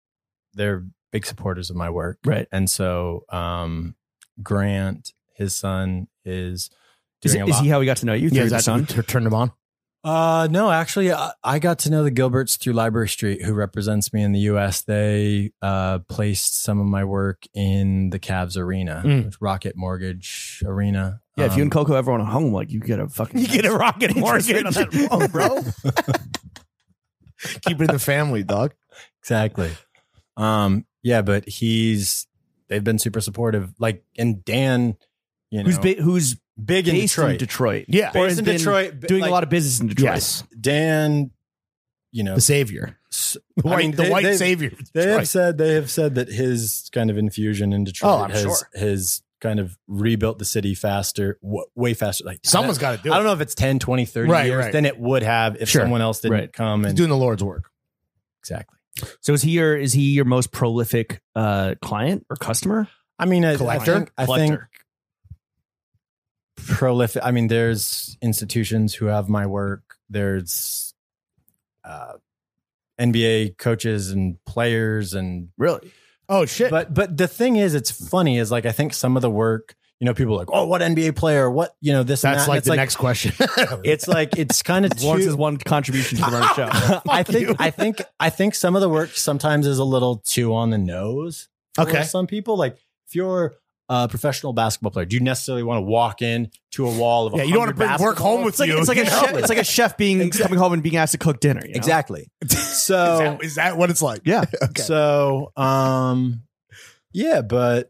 [SPEAKER 2] they're big supporters of my work,
[SPEAKER 1] Right.
[SPEAKER 2] and so um, Grant, his son, is
[SPEAKER 1] Is,
[SPEAKER 2] doing a
[SPEAKER 1] is
[SPEAKER 2] lot.
[SPEAKER 1] he how he got to know you? Through the
[SPEAKER 3] that's
[SPEAKER 1] son?
[SPEAKER 3] Turn him on.
[SPEAKER 2] uh, no, actually, I, I got to know the Gilberts through Library Street, who represents me in the U.S. They uh, placed some of my work in the Cavs arena,
[SPEAKER 3] Mm.
[SPEAKER 2] which Rocket Mortgage Arena.
[SPEAKER 1] Yeah, if you and
[SPEAKER 2] Um,
[SPEAKER 1] Coco ever want a home, like (laughs) you get a fucking.
[SPEAKER 3] (laughs) You get a rocket mortgage
[SPEAKER 1] Interest (laughs)
[SPEAKER 3] (laughs)
[SPEAKER 1] rate on that loan, bro.
[SPEAKER 3] Keep it in the family, dog.
[SPEAKER 2] exactly um yeah but he's they've been super supportive like and dan you know
[SPEAKER 1] who's big, who's
[SPEAKER 2] big in
[SPEAKER 1] based
[SPEAKER 2] detroit
[SPEAKER 1] in Detroit,
[SPEAKER 3] Yeah.
[SPEAKER 1] or
[SPEAKER 2] Based
[SPEAKER 1] has
[SPEAKER 2] in
[SPEAKER 1] been
[SPEAKER 2] detroit
[SPEAKER 1] doing a lot of business in Detroit.
[SPEAKER 3] Yes.
[SPEAKER 2] dan you know
[SPEAKER 3] The savior.
[SPEAKER 2] s-
[SPEAKER 3] The
[SPEAKER 2] I
[SPEAKER 3] white,
[SPEAKER 2] mean,
[SPEAKER 3] the
[SPEAKER 2] they-
[SPEAKER 3] white
[SPEAKER 2] they-
[SPEAKER 3] savior.
[SPEAKER 2] they
[SPEAKER 3] Right.
[SPEAKER 2] have said they have said that his kind of infusion in detroit
[SPEAKER 3] Oh, I'm
[SPEAKER 2] has
[SPEAKER 3] sure.
[SPEAKER 2] has kind of rebuilt the city faster w- way faster like
[SPEAKER 3] Someone's got to do
[SPEAKER 2] I don't
[SPEAKER 3] it.
[SPEAKER 2] know if it's 10, 20, 30
[SPEAKER 3] Right,
[SPEAKER 2] years
[SPEAKER 3] right.
[SPEAKER 2] than it would have if
[SPEAKER 3] Sure.
[SPEAKER 2] someone else didn't
[SPEAKER 1] Right.
[SPEAKER 2] come
[SPEAKER 3] He's
[SPEAKER 2] and
[SPEAKER 3] doing the Lord's work.
[SPEAKER 2] exactly.
[SPEAKER 1] So is he your is he your most prolific uh, client or customer?
[SPEAKER 2] I mean, I, I
[SPEAKER 3] Collector?
[SPEAKER 2] think, I think
[SPEAKER 1] Collector.
[SPEAKER 2] prolific. I mean, there's institutions who have my work. There's uh, NBA coaches and players, and
[SPEAKER 1] Really?
[SPEAKER 3] Oh, shit.
[SPEAKER 2] but but the thing is, it's funny. Is like I think some of the work, you know, people are like, oh, what NBA player? What you know this? and
[SPEAKER 3] That's
[SPEAKER 2] that," and
[SPEAKER 3] like
[SPEAKER 2] it's
[SPEAKER 3] the next question.
[SPEAKER 2] It's
[SPEAKER 3] (laughs)
[SPEAKER 2] like it's kind of (laughs)
[SPEAKER 1] Lawrence's
[SPEAKER 2] too.
[SPEAKER 1] one contribution to the running show. (laughs)
[SPEAKER 2] I
[SPEAKER 3] Fuck
[SPEAKER 2] think
[SPEAKER 3] you.
[SPEAKER 2] I think I think some of the work sometimes is a little too on the nose. for
[SPEAKER 3] okay.
[SPEAKER 2] some people. Like if you're a professional basketball player, do you necessarily want to walk in to a wall of
[SPEAKER 3] Yeah, you don't want to
[SPEAKER 2] 100
[SPEAKER 3] bring work
[SPEAKER 2] basketballs?
[SPEAKER 3] home with
[SPEAKER 1] It's like,
[SPEAKER 3] you.
[SPEAKER 1] it's
[SPEAKER 3] (laughs)
[SPEAKER 1] like a
[SPEAKER 3] you know?
[SPEAKER 1] chef, it's like a chef being coming home and being asked to cook dinner. you know?
[SPEAKER 3] (laughs)
[SPEAKER 2] exactly.
[SPEAKER 3] Is
[SPEAKER 2] So
[SPEAKER 3] that- is that what it's like?
[SPEAKER 1] Yeah.
[SPEAKER 3] Okay.
[SPEAKER 2] so um yeah, but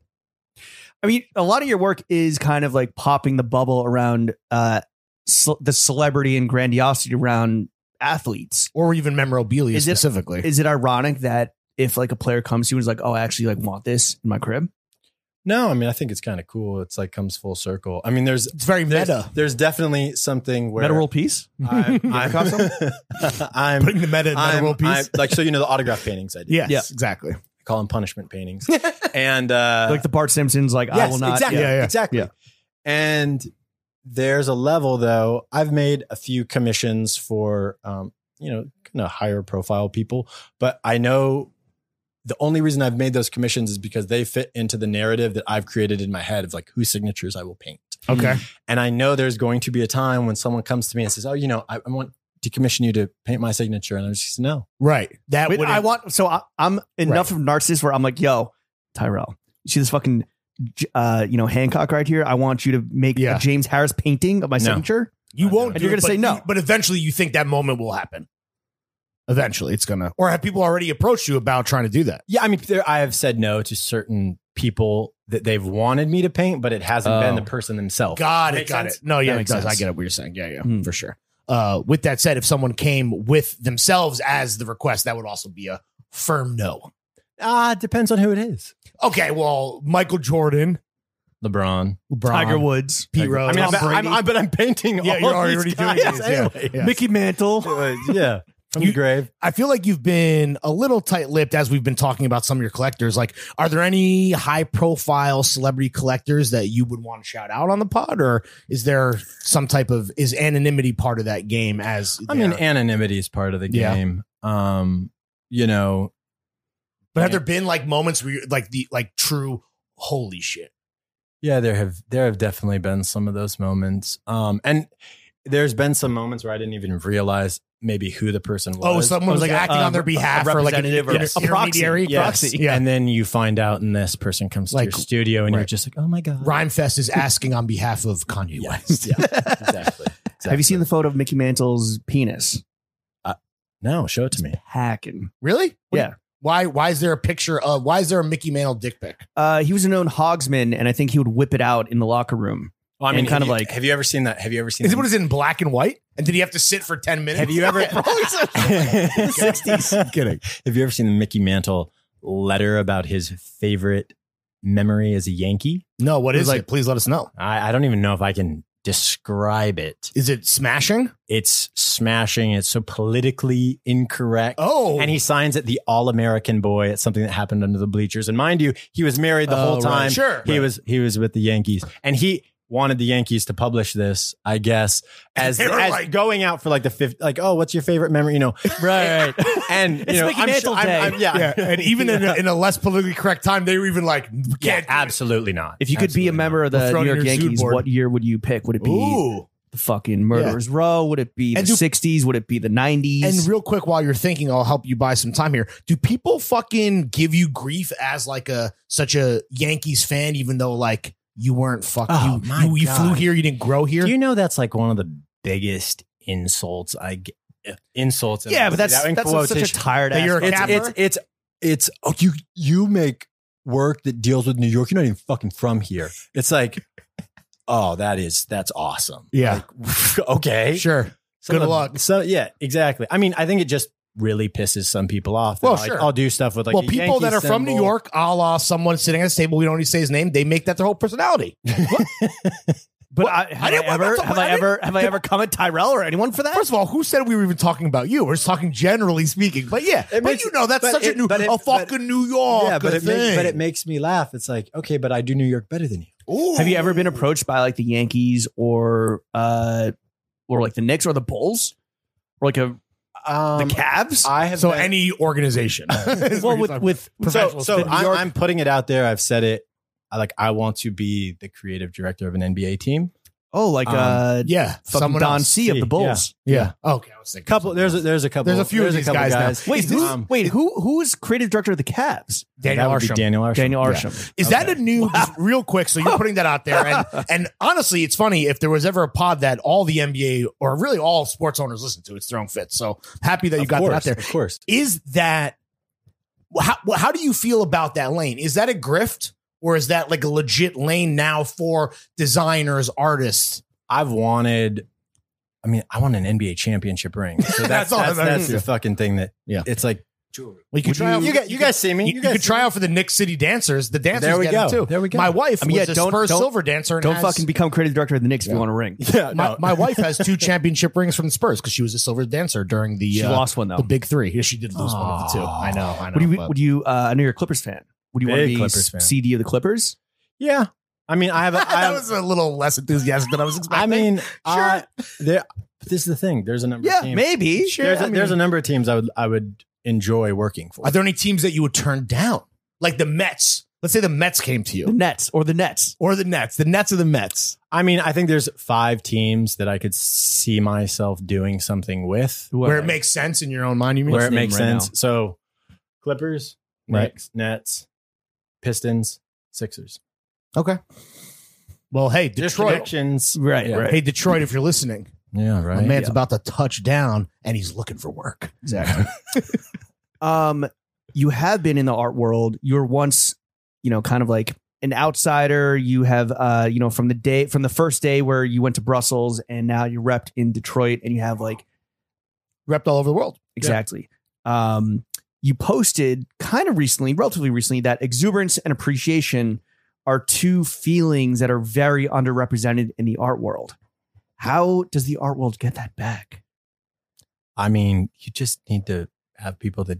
[SPEAKER 1] I mean, a lot of your work is kind of like popping the bubble around uh, ce- the celebrity and grandiosity around athletes.
[SPEAKER 3] or even memorabilia
[SPEAKER 1] Is it-
[SPEAKER 3] specifically.
[SPEAKER 1] Is it ironic that if like a player comes to you and is like, "Oh, I actually like want this in my crib,"
[SPEAKER 2] no, I mean I think it's kind of cool. It's like comes full circle. I mean there's
[SPEAKER 3] it's very
[SPEAKER 2] there's,
[SPEAKER 3] meta.
[SPEAKER 2] there's definitely something where
[SPEAKER 1] meta world peace?
[SPEAKER 3] (laughs)
[SPEAKER 2] I'm
[SPEAKER 1] You ever
[SPEAKER 2] I'm,
[SPEAKER 1] caught some?
[SPEAKER 2] (laughs) I'm,
[SPEAKER 3] Putting the meta in
[SPEAKER 2] I'm-
[SPEAKER 3] meta world
[SPEAKER 2] I'm-
[SPEAKER 3] piece.
[SPEAKER 2] like so you know the autograph paintings I do.
[SPEAKER 3] Yes,
[SPEAKER 1] Yeah.
[SPEAKER 3] exactly.
[SPEAKER 2] I call them
[SPEAKER 3] (laughs)
[SPEAKER 2] punishment paintings. and uh
[SPEAKER 1] like the Bart Simpsons, like I
[SPEAKER 2] Yes,
[SPEAKER 1] will not.
[SPEAKER 2] Exactly.
[SPEAKER 3] Yeah, yeah.
[SPEAKER 2] Exactly.
[SPEAKER 3] Yeah.
[SPEAKER 2] And there's a level though. I've made a few commissions for um, you know, kind of higher profile people, but I know the only reason I've made those commissions is because they fit into the narrative that I've created in my head of like whose signatures I will paint.
[SPEAKER 3] Okay.
[SPEAKER 2] And I know there's going to be a time when someone comes to me and says, "Oh, you know, I, I want to commission you to paint my signature," and I'm just no.
[SPEAKER 3] Right. That
[SPEAKER 1] Wait,
[SPEAKER 3] would
[SPEAKER 1] I want so I, I'm enough of a narcissist where I'm like, yo, Tyrell, you see this fucking j- uh, you know Hancock right here. I want you to make
[SPEAKER 3] Yeah.
[SPEAKER 1] a James Harris painting of my
[SPEAKER 2] No.
[SPEAKER 1] signature.
[SPEAKER 3] you
[SPEAKER 2] I know.
[SPEAKER 3] won't.
[SPEAKER 1] And
[SPEAKER 3] do
[SPEAKER 1] you're
[SPEAKER 3] it,
[SPEAKER 1] gonna say
[SPEAKER 3] but
[SPEAKER 1] no.
[SPEAKER 3] you- but eventually you think that moment will happen. Eventually, it's gonna. Or have people already approached you about trying to do that?
[SPEAKER 2] Yeah, I mean, there, I have said no to certain people that they've wanted me to paint, but it hasn't been
[SPEAKER 1] Oh.
[SPEAKER 2] the person themselves.
[SPEAKER 3] Got it.
[SPEAKER 2] Makes
[SPEAKER 3] Got
[SPEAKER 2] sense?
[SPEAKER 3] it. No, yeah,
[SPEAKER 2] That
[SPEAKER 3] it
[SPEAKER 2] makes
[SPEAKER 3] does.
[SPEAKER 2] sense.
[SPEAKER 3] I get what you're saying. Yeah, yeah,
[SPEAKER 1] Hmm.
[SPEAKER 3] for sure. Uh, with that said, if someone came with themselves as the request, that would also be a firm no.
[SPEAKER 2] Ah, it depends on who it is.
[SPEAKER 3] Okay, well, Michael Jordan,
[SPEAKER 2] LeBron,
[SPEAKER 3] LeBron,
[SPEAKER 1] Tiger Woods,
[SPEAKER 3] Pete Rose,
[SPEAKER 2] I mean,
[SPEAKER 3] Tom
[SPEAKER 2] I'm, I'm,
[SPEAKER 3] Brady.
[SPEAKER 2] I'm, but I'm painting.
[SPEAKER 3] yeah,
[SPEAKER 2] all
[SPEAKER 3] you're already
[SPEAKER 2] these
[SPEAKER 3] doing
[SPEAKER 2] guys
[SPEAKER 3] these,
[SPEAKER 2] anyway.
[SPEAKER 3] yeah.
[SPEAKER 1] Mickey Mantle.
[SPEAKER 2] Uh, (laughs) yeah, from
[SPEAKER 3] You-
[SPEAKER 2] the grave.
[SPEAKER 3] I feel like you've been a little tight lipped as we've been talking about some of your collectors. Like, are there any high profile celebrity collectors that you would want to shout out on the pod, or is there some type of is anonymity part of that game? As
[SPEAKER 2] I mean,
[SPEAKER 3] they're-
[SPEAKER 2] anonymity is part of the
[SPEAKER 3] Yeah.
[SPEAKER 2] game. Um, you know,
[SPEAKER 3] But have there been like moments where you're like the like true holy shit?
[SPEAKER 2] Yeah, there have there have definitely been some of those moments. Um and there's been some moments where I didn't even realize maybe who the person was.
[SPEAKER 3] Oh, someone was
[SPEAKER 1] was
[SPEAKER 3] like
[SPEAKER 1] like a,
[SPEAKER 3] acting on their
[SPEAKER 1] um,
[SPEAKER 3] behalf
[SPEAKER 1] a
[SPEAKER 3] or like an
[SPEAKER 1] representative or
[SPEAKER 3] inter-
[SPEAKER 1] a proxy.
[SPEAKER 3] intermediary
[SPEAKER 2] Yes.
[SPEAKER 3] proxy. Yeah.
[SPEAKER 2] And then you find out and this person comes
[SPEAKER 3] Like,
[SPEAKER 2] to your studio and you're
[SPEAKER 3] right.
[SPEAKER 2] just like, "Oh my god."
[SPEAKER 3] Rhymefest is asking on behalf of Kanye
[SPEAKER 2] Yeah. (laughs)
[SPEAKER 3] West.
[SPEAKER 2] yeah. Exactly.
[SPEAKER 1] Have you seen the photo of Mickey Mantle's penis?
[SPEAKER 2] No, show it to me.
[SPEAKER 1] Hacking.
[SPEAKER 3] Really?
[SPEAKER 1] Yeah.
[SPEAKER 3] Why? Why is there a picture of? Why is there a Mickey Mantle dick pic?
[SPEAKER 1] Uh, he was a known hogsman, and I think he would whip it out in the locker room.
[SPEAKER 2] Well, I
[SPEAKER 1] And
[SPEAKER 2] mean,
[SPEAKER 1] kind
[SPEAKER 2] have
[SPEAKER 1] of
[SPEAKER 2] you-
[SPEAKER 1] like-
[SPEAKER 2] Have you ever seen that? Have you ever seen
[SPEAKER 3] Is it
[SPEAKER 2] that-
[SPEAKER 3] what is it in black and white? And did he have to sit for ten minutes?
[SPEAKER 2] Have
[SPEAKER 3] (laughs)
[SPEAKER 2] you ever-
[SPEAKER 3] Bro, he's a-
[SPEAKER 2] I'm kidding. Have you ever seen the Mickey Mantle letter about his favorite memory as a Yankee?
[SPEAKER 3] no. What
[SPEAKER 2] It was
[SPEAKER 3] is
[SPEAKER 2] like-
[SPEAKER 3] it? Please let us know.
[SPEAKER 2] I, I don't even know if I can describe it.
[SPEAKER 3] Is it smashing?
[SPEAKER 2] It's smashing. It's so politically incorrect.
[SPEAKER 3] Oh,
[SPEAKER 2] And he signs it the All American Boy. It's something that happened under the bleachers. And mind you, he was married the
[SPEAKER 1] Oh,
[SPEAKER 2] whole
[SPEAKER 1] right.
[SPEAKER 2] time.
[SPEAKER 3] sure.
[SPEAKER 2] He was he was with the Yankees, and he wanted the Yankees to publish this, I guess, as,
[SPEAKER 3] They were
[SPEAKER 2] as
[SPEAKER 3] like-
[SPEAKER 2] going out for like the fifth, like oh, what's your favorite memory? You know,
[SPEAKER 1] Right.
[SPEAKER 2] (laughs) and
[SPEAKER 1] It's
[SPEAKER 2] you know,
[SPEAKER 1] Mickey
[SPEAKER 2] I'm
[SPEAKER 1] Mantle
[SPEAKER 2] sure, I'm-
[SPEAKER 1] Day.
[SPEAKER 2] I'm- yeah, (laughs)
[SPEAKER 3] yeah, and even in, a, in a less politically correct time, they were even like, we can't
[SPEAKER 2] yeah,
[SPEAKER 3] do it.
[SPEAKER 2] absolutely not.
[SPEAKER 1] if you could be a
[SPEAKER 2] Absolutely
[SPEAKER 1] member of
[SPEAKER 3] We'll
[SPEAKER 1] the
[SPEAKER 3] throw it
[SPEAKER 1] New
[SPEAKER 3] in
[SPEAKER 1] York
[SPEAKER 3] your Zoom
[SPEAKER 1] Yankees,
[SPEAKER 3] board.
[SPEAKER 1] what year would you pick? Would it be
[SPEAKER 3] Ooh.
[SPEAKER 1] the fucking Murderers Row? Would it be
[SPEAKER 3] And
[SPEAKER 1] the
[SPEAKER 3] do-
[SPEAKER 1] '60s? Would it be the '90s?
[SPEAKER 3] And real quick, while you're thinking, I'll help you buy some time here. Do people fucking give you grief as like a such a Yankees fan, even though like you weren't fucking
[SPEAKER 2] Oh,
[SPEAKER 3] you,
[SPEAKER 2] my
[SPEAKER 3] you, you
[SPEAKER 2] God.
[SPEAKER 3] flew here, you didn't grow here?
[SPEAKER 2] Do you know that's like one of the biggest insults I get? Insults. in-
[SPEAKER 1] yeah, but that's
[SPEAKER 2] that in
[SPEAKER 1] that's such a
[SPEAKER 2] quotation.
[SPEAKER 1] tired
[SPEAKER 3] That
[SPEAKER 1] ass.
[SPEAKER 3] you're a
[SPEAKER 1] It's-
[SPEAKER 3] cat-
[SPEAKER 1] it's-
[SPEAKER 2] it's it's it's oh, you you make work that deals with New York. You're not even fucking from here. It's like, (laughs) oh, that is that's awesome.
[SPEAKER 3] Yeah.
[SPEAKER 2] Like, (laughs) okay.
[SPEAKER 3] sure.
[SPEAKER 2] Some
[SPEAKER 3] Good
[SPEAKER 2] of-
[SPEAKER 3] luck.
[SPEAKER 2] So yeah, exactly. I mean, I think it just really pisses some people off.
[SPEAKER 3] Well,
[SPEAKER 2] They're like,
[SPEAKER 3] sure.
[SPEAKER 2] I'll do stuff with like
[SPEAKER 3] well,
[SPEAKER 2] a
[SPEAKER 3] people
[SPEAKER 2] Yankee
[SPEAKER 3] that are from New
[SPEAKER 2] symbol.
[SPEAKER 3] York, a la someone sitting at a table, we don't need to say his name, they make that their whole personality.
[SPEAKER 2] (laughs)
[SPEAKER 1] but I, have I,
[SPEAKER 3] didn't want
[SPEAKER 1] ever
[SPEAKER 3] to-
[SPEAKER 1] have
[SPEAKER 3] I
[SPEAKER 1] I,
[SPEAKER 3] didn't-
[SPEAKER 1] ever have I ever come at Tyrell or anyone for that?
[SPEAKER 3] First of all, who said we were even talking about you? We're just talking generally speaking. But yeah,
[SPEAKER 2] It
[SPEAKER 3] but
[SPEAKER 2] makes-
[SPEAKER 3] you know that's
[SPEAKER 2] but
[SPEAKER 3] such
[SPEAKER 2] it-
[SPEAKER 3] a new,
[SPEAKER 2] but it-
[SPEAKER 3] a
[SPEAKER 2] but-
[SPEAKER 3] fucking New York.
[SPEAKER 2] yeah, but it
[SPEAKER 3] oh, thing.
[SPEAKER 2] makes, but it makes me laugh. It's like okay, but I do New York better than you.
[SPEAKER 3] Ooh.
[SPEAKER 1] Have you ever been approached by like the Yankees or uh or like the Knicks or the Bulls or like a the
[SPEAKER 2] Um,
[SPEAKER 1] Cavs?
[SPEAKER 2] I have
[SPEAKER 3] So
[SPEAKER 2] been-
[SPEAKER 3] any
[SPEAKER 2] (laughs)
[SPEAKER 3] organization? is
[SPEAKER 1] well,
[SPEAKER 3] what
[SPEAKER 1] with
[SPEAKER 3] you're
[SPEAKER 1] with
[SPEAKER 2] so,
[SPEAKER 3] professional
[SPEAKER 2] so
[SPEAKER 3] stuff.
[SPEAKER 2] I'm,
[SPEAKER 3] New York-
[SPEAKER 2] I'm putting it out there. I've said it. I like I want to be the creative director of an NBA team.
[SPEAKER 1] oh like
[SPEAKER 2] um,
[SPEAKER 1] uh
[SPEAKER 3] talking- yeah,
[SPEAKER 1] fucking Don
[SPEAKER 3] else.
[SPEAKER 1] C of
[SPEAKER 2] Yeah.
[SPEAKER 1] the Bulls.
[SPEAKER 3] Yeah. Okay, I was thinking.
[SPEAKER 2] Couple there's a, there's a couple
[SPEAKER 3] There's a few of these
[SPEAKER 2] couple
[SPEAKER 3] guys now.
[SPEAKER 1] Wait,
[SPEAKER 3] Is
[SPEAKER 1] who,
[SPEAKER 3] this-
[SPEAKER 1] wait, who who is creative director of the Cavs?
[SPEAKER 3] Daniel
[SPEAKER 2] um, that would be
[SPEAKER 3] Arsham.
[SPEAKER 2] Daniel Arsham.
[SPEAKER 1] Daniel
[SPEAKER 2] Yeah.
[SPEAKER 1] Arsham.
[SPEAKER 3] Is that a new just real quick? So you're putting that out there,
[SPEAKER 2] (laughs)
[SPEAKER 3] and and honestly, it's funny. If there was ever a pod that all the NBA or really all sports owners listen to, it's their own fit. So happy that you
[SPEAKER 2] Of
[SPEAKER 3] got
[SPEAKER 2] course,
[SPEAKER 3] that out there.
[SPEAKER 2] Of course.
[SPEAKER 3] Is that how how do you feel about that lane? Is that a grift or is that like a legit lane now for designers, artists?
[SPEAKER 2] I've wanted. I mean, I want an NBA championship
[SPEAKER 3] (laughs)
[SPEAKER 2] ring. So
[SPEAKER 3] That's
[SPEAKER 2] that's that's,
[SPEAKER 3] all
[SPEAKER 2] that's,
[SPEAKER 3] that matters.
[SPEAKER 2] the fucking thing that.
[SPEAKER 3] Yeah.
[SPEAKER 2] It's like
[SPEAKER 3] Well, you could try out.
[SPEAKER 2] you,
[SPEAKER 3] You,
[SPEAKER 2] guys, you guys see me.
[SPEAKER 3] you could try out for the Knicks City Dancers. The dancers
[SPEAKER 2] There we
[SPEAKER 3] get 'em
[SPEAKER 2] go.
[SPEAKER 3] too.
[SPEAKER 2] There we go.
[SPEAKER 3] My wife
[SPEAKER 1] I mean,
[SPEAKER 3] was
[SPEAKER 1] yeah,
[SPEAKER 3] a
[SPEAKER 1] don't-
[SPEAKER 3] Spurs
[SPEAKER 1] don't-
[SPEAKER 3] silver dancer. And
[SPEAKER 1] Don't
[SPEAKER 3] has-
[SPEAKER 1] fucking become creative director of the Knicks if
[SPEAKER 3] (laughs) Yeah.
[SPEAKER 1] you want a ring.
[SPEAKER 2] Yeah.
[SPEAKER 3] my,
[SPEAKER 2] no.
[SPEAKER 3] my wife has
[SPEAKER 2] (laughs)
[SPEAKER 3] two championship rings from the Spurs because she was a silver dancer during the
[SPEAKER 1] She
[SPEAKER 3] uh,
[SPEAKER 1] lost one though.
[SPEAKER 3] the big three. Yeah, she did lose one of the two.
[SPEAKER 2] Aw.
[SPEAKER 3] I know. I know.
[SPEAKER 1] Would you
[SPEAKER 3] but-
[SPEAKER 1] would you uh, I know you're a Clippers fan. Would you want to be
[SPEAKER 2] Big Clippers fan.
[SPEAKER 1] CD of the Clippers?
[SPEAKER 2] yeah. I mean, I
[SPEAKER 3] (laughs)
[SPEAKER 2] have. A, I
[SPEAKER 3] (laughs) that
[SPEAKER 2] have
[SPEAKER 3] was a little less enthusiastic than I was expecting.
[SPEAKER 2] I mean, I, there. This is the thing. There's a number.
[SPEAKER 1] Yeah,
[SPEAKER 2] of teams.
[SPEAKER 1] maybe.
[SPEAKER 2] There's, a,
[SPEAKER 1] I mean-
[SPEAKER 2] there's a number of teams I would I would enjoy working for.
[SPEAKER 3] are there any teams that you would turn down? Like the Mets. Let's say the Mets came to
[SPEAKER 1] the
[SPEAKER 3] you,
[SPEAKER 1] Nets or the Nets.
[SPEAKER 3] or the Nets. The Nets or the Mets.
[SPEAKER 2] I mean, I think there's five teams that I could see myself doing something with
[SPEAKER 3] Where it makes sense in your own mind, you mean?
[SPEAKER 2] where
[SPEAKER 1] Let's
[SPEAKER 2] it
[SPEAKER 1] name
[SPEAKER 2] makes
[SPEAKER 1] right
[SPEAKER 2] sense.
[SPEAKER 1] now.
[SPEAKER 2] So Clippers,
[SPEAKER 3] Right.
[SPEAKER 2] Knicks, Nets, Pistons, Sixers.
[SPEAKER 3] Okay. Well, hey, Detroit.
[SPEAKER 2] Connections.
[SPEAKER 1] right,
[SPEAKER 2] Yeah.
[SPEAKER 1] right.
[SPEAKER 3] Hey, Detroit, if you're listening,
[SPEAKER 2] Yeah,
[SPEAKER 3] my man's about to touch down and he's looking for work.
[SPEAKER 2] (laughs) Exactly.
[SPEAKER 1] um you have been in the art world you were once you know kind of like an outsider you have uh you know from the day from the first day where you went to brussels and now you're repped in detroit and you have like
[SPEAKER 3] Repped all over the world.
[SPEAKER 1] exactly um you posted kind of recently relatively recently that exuberance and appreciation are two feelings that are very underrepresented in the art world how does the art world get that back
[SPEAKER 2] I mean, you just need to have people that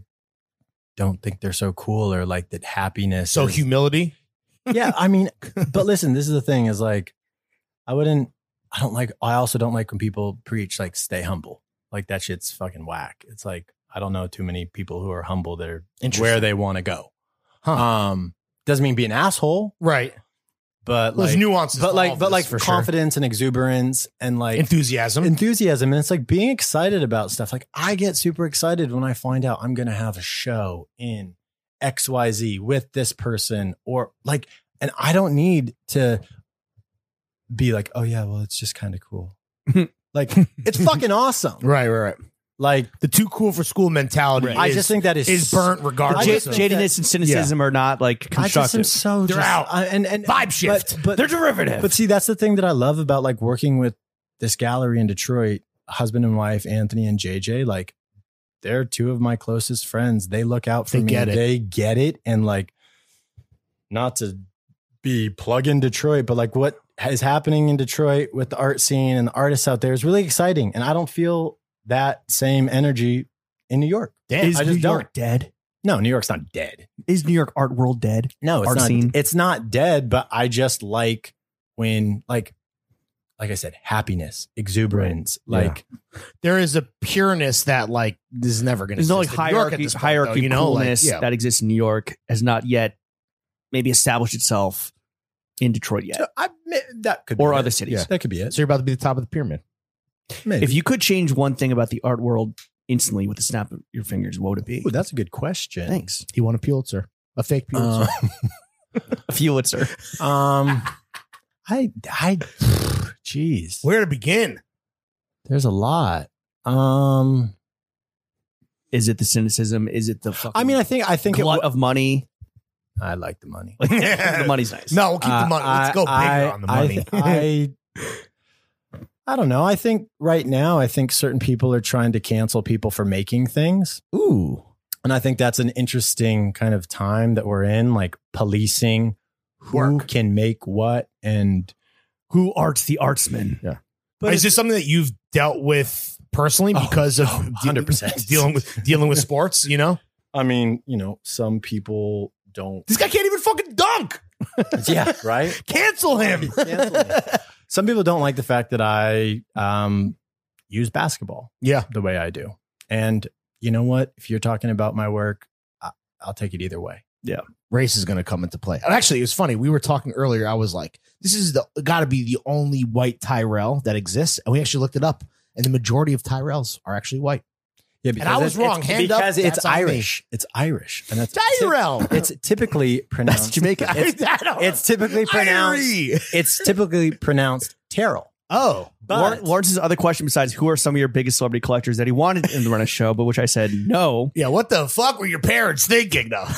[SPEAKER 2] don't think they're so cool or like that happiness.
[SPEAKER 3] So
[SPEAKER 2] is-
[SPEAKER 3] humility.
[SPEAKER 2] yeah,
[SPEAKER 3] (laughs)
[SPEAKER 2] I mean, but listen, this is the thing is like, I wouldn't, I don't like, I also don't like when people preach like stay humble. Like that shit's fucking whack. It's like, I don't know too many people who are humble that are
[SPEAKER 3] Interesting.
[SPEAKER 2] where they want to go.
[SPEAKER 3] Huh.
[SPEAKER 2] Um, doesn't mean be an asshole,
[SPEAKER 3] right.
[SPEAKER 2] but
[SPEAKER 3] There's
[SPEAKER 2] like,
[SPEAKER 3] nuances, to
[SPEAKER 2] but
[SPEAKER 3] all
[SPEAKER 2] like, but
[SPEAKER 3] this,
[SPEAKER 2] like
[SPEAKER 3] for sure.
[SPEAKER 2] confidence and exuberance and like
[SPEAKER 3] enthusiasm.
[SPEAKER 2] enthusiasm and it's like being excited about stuff like i get super excited when i find out i'm gonna have a show in xyz with this person or like and i don't need to be like oh yeah well it's just kind of
[SPEAKER 3] (laughs)
[SPEAKER 2] cool like it's fucking awesome
[SPEAKER 3] right, right, right.
[SPEAKER 2] like
[SPEAKER 3] The too cool for school mentality.
[SPEAKER 2] i
[SPEAKER 3] is,
[SPEAKER 2] just think that is
[SPEAKER 3] is burnt
[SPEAKER 2] I
[SPEAKER 3] regardless.
[SPEAKER 1] J-
[SPEAKER 2] just
[SPEAKER 3] of-
[SPEAKER 2] think Jay-
[SPEAKER 1] jadedness and cynicism are not like
[SPEAKER 2] i just am
[SPEAKER 1] constructive.
[SPEAKER 2] so
[SPEAKER 3] They're
[SPEAKER 2] just-
[SPEAKER 3] out.
[SPEAKER 2] I- and and
[SPEAKER 3] Vibe shift.
[SPEAKER 2] but, but
[SPEAKER 1] They're derivative.
[SPEAKER 2] But see, that's the thing that I love about like working with this gallery in Detroit, husband and wife, Anthony and JJ, like they're two of my closest friends. They look out for
[SPEAKER 3] They
[SPEAKER 2] me.
[SPEAKER 3] get it.
[SPEAKER 2] They get it. And like not to be plugging Detroit, but like what is happening in Detroit with the art scene and the artists out there is really exciting. And I don't feel that same energy in New York.
[SPEAKER 3] Damn,
[SPEAKER 1] is
[SPEAKER 2] I
[SPEAKER 1] New
[SPEAKER 2] just don't.
[SPEAKER 1] York dead?
[SPEAKER 2] No, New York's not dead.
[SPEAKER 1] Is New York art world dead?
[SPEAKER 2] No, it's
[SPEAKER 1] art
[SPEAKER 2] not.
[SPEAKER 1] scene.
[SPEAKER 2] It's not dead, but I just like when like like I said, happiness, exuberance,
[SPEAKER 1] Right.
[SPEAKER 2] like
[SPEAKER 3] there is a pureness that like is never going to.
[SPEAKER 1] There's no like hierarchy, hierarchy
[SPEAKER 3] you know, like,
[SPEAKER 1] coolness
[SPEAKER 3] yeah.
[SPEAKER 1] that exists in New York has not yet maybe established itself in Detroit yet.
[SPEAKER 2] I that could
[SPEAKER 1] Or
[SPEAKER 2] be
[SPEAKER 1] other
[SPEAKER 2] it.
[SPEAKER 1] cities.
[SPEAKER 2] Yeah, that could be it.
[SPEAKER 3] So you're about to be the top of the pyramid.
[SPEAKER 2] Maybe.
[SPEAKER 1] If you could change one thing about the art world instantly with a snap of your fingers, what would it be?
[SPEAKER 2] Ooh, that's a good question.
[SPEAKER 1] Thanks.
[SPEAKER 3] He won a Pulitzer, a fake Pulitzer.
[SPEAKER 2] Uh, (laughs)
[SPEAKER 1] A Pulitzer.
[SPEAKER 2] um I I jeez.
[SPEAKER 3] Where to begin?
[SPEAKER 2] There's a lot. Um
[SPEAKER 1] Is it the cynicism? Is it the fucking
[SPEAKER 2] I mean I think I think it,
[SPEAKER 1] glut
[SPEAKER 2] wa-
[SPEAKER 1] of money?
[SPEAKER 2] I like the money.
[SPEAKER 1] Like, the money's nice.
[SPEAKER 3] No, we'll keep
[SPEAKER 2] Uh,
[SPEAKER 3] the money. Let's go bigger
[SPEAKER 2] I-
[SPEAKER 3] on the
[SPEAKER 2] I-
[SPEAKER 3] money.
[SPEAKER 2] I, I don't know. I think right now, I think certain people are trying to cancel people for making things.
[SPEAKER 1] Ooh.
[SPEAKER 2] And I think that's an interesting kind of time that we're in, like policing who
[SPEAKER 3] Work.
[SPEAKER 2] can make what. And
[SPEAKER 1] Who arts the artsman?
[SPEAKER 2] but
[SPEAKER 3] is this something that you've dealt with personally
[SPEAKER 2] Oh,
[SPEAKER 3] because of
[SPEAKER 2] no,
[SPEAKER 3] de-
[SPEAKER 2] 100%.
[SPEAKER 3] dealing with dealing with sports? You know,
[SPEAKER 2] I mean, you know, some people don't.
[SPEAKER 3] this guy can't even fucking dunk.
[SPEAKER 2] (laughs) yeah, right.
[SPEAKER 3] Cancel (laughs) him.
[SPEAKER 2] Cancel him. Some people don't like the fact that I um, use basketball.
[SPEAKER 3] yeah,
[SPEAKER 2] the way I do. And you know what? If you're talking about my work, I, I'll take it either way.
[SPEAKER 3] race is going to come into play. And actually, it was funny. We were talking earlier. I was like, this is the got to be the only white Tyrell that exists. And we actually looked it up, and the majority of Tyrells are actually white.
[SPEAKER 2] Yeah,
[SPEAKER 3] I was
[SPEAKER 2] it's-
[SPEAKER 3] wrong.
[SPEAKER 2] it's-
[SPEAKER 3] Hand up,
[SPEAKER 2] because
[SPEAKER 3] that's
[SPEAKER 2] it's
[SPEAKER 3] on me.
[SPEAKER 2] Irish. It's Irish, and that's
[SPEAKER 3] (laughs) Tyrell.
[SPEAKER 2] It's typically pronounced
[SPEAKER 1] Jamaican.
[SPEAKER 2] (laughs)
[SPEAKER 3] (laughs)
[SPEAKER 2] It's, it's typically pronounced. It's typically pronounced
[SPEAKER 3] (laughs)
[SPEAKER 2] Terrell.
[SPEAKER 3] Oh,
[SPEAKER 1] (laughs) Lawrence Lawrence's other question besides who are some of your biggest celebrity collectors that he wanted in the run a show, but which I said no.
[SPEAKER 3] yeah. What the fuck were your parents thinking, though? (laughs)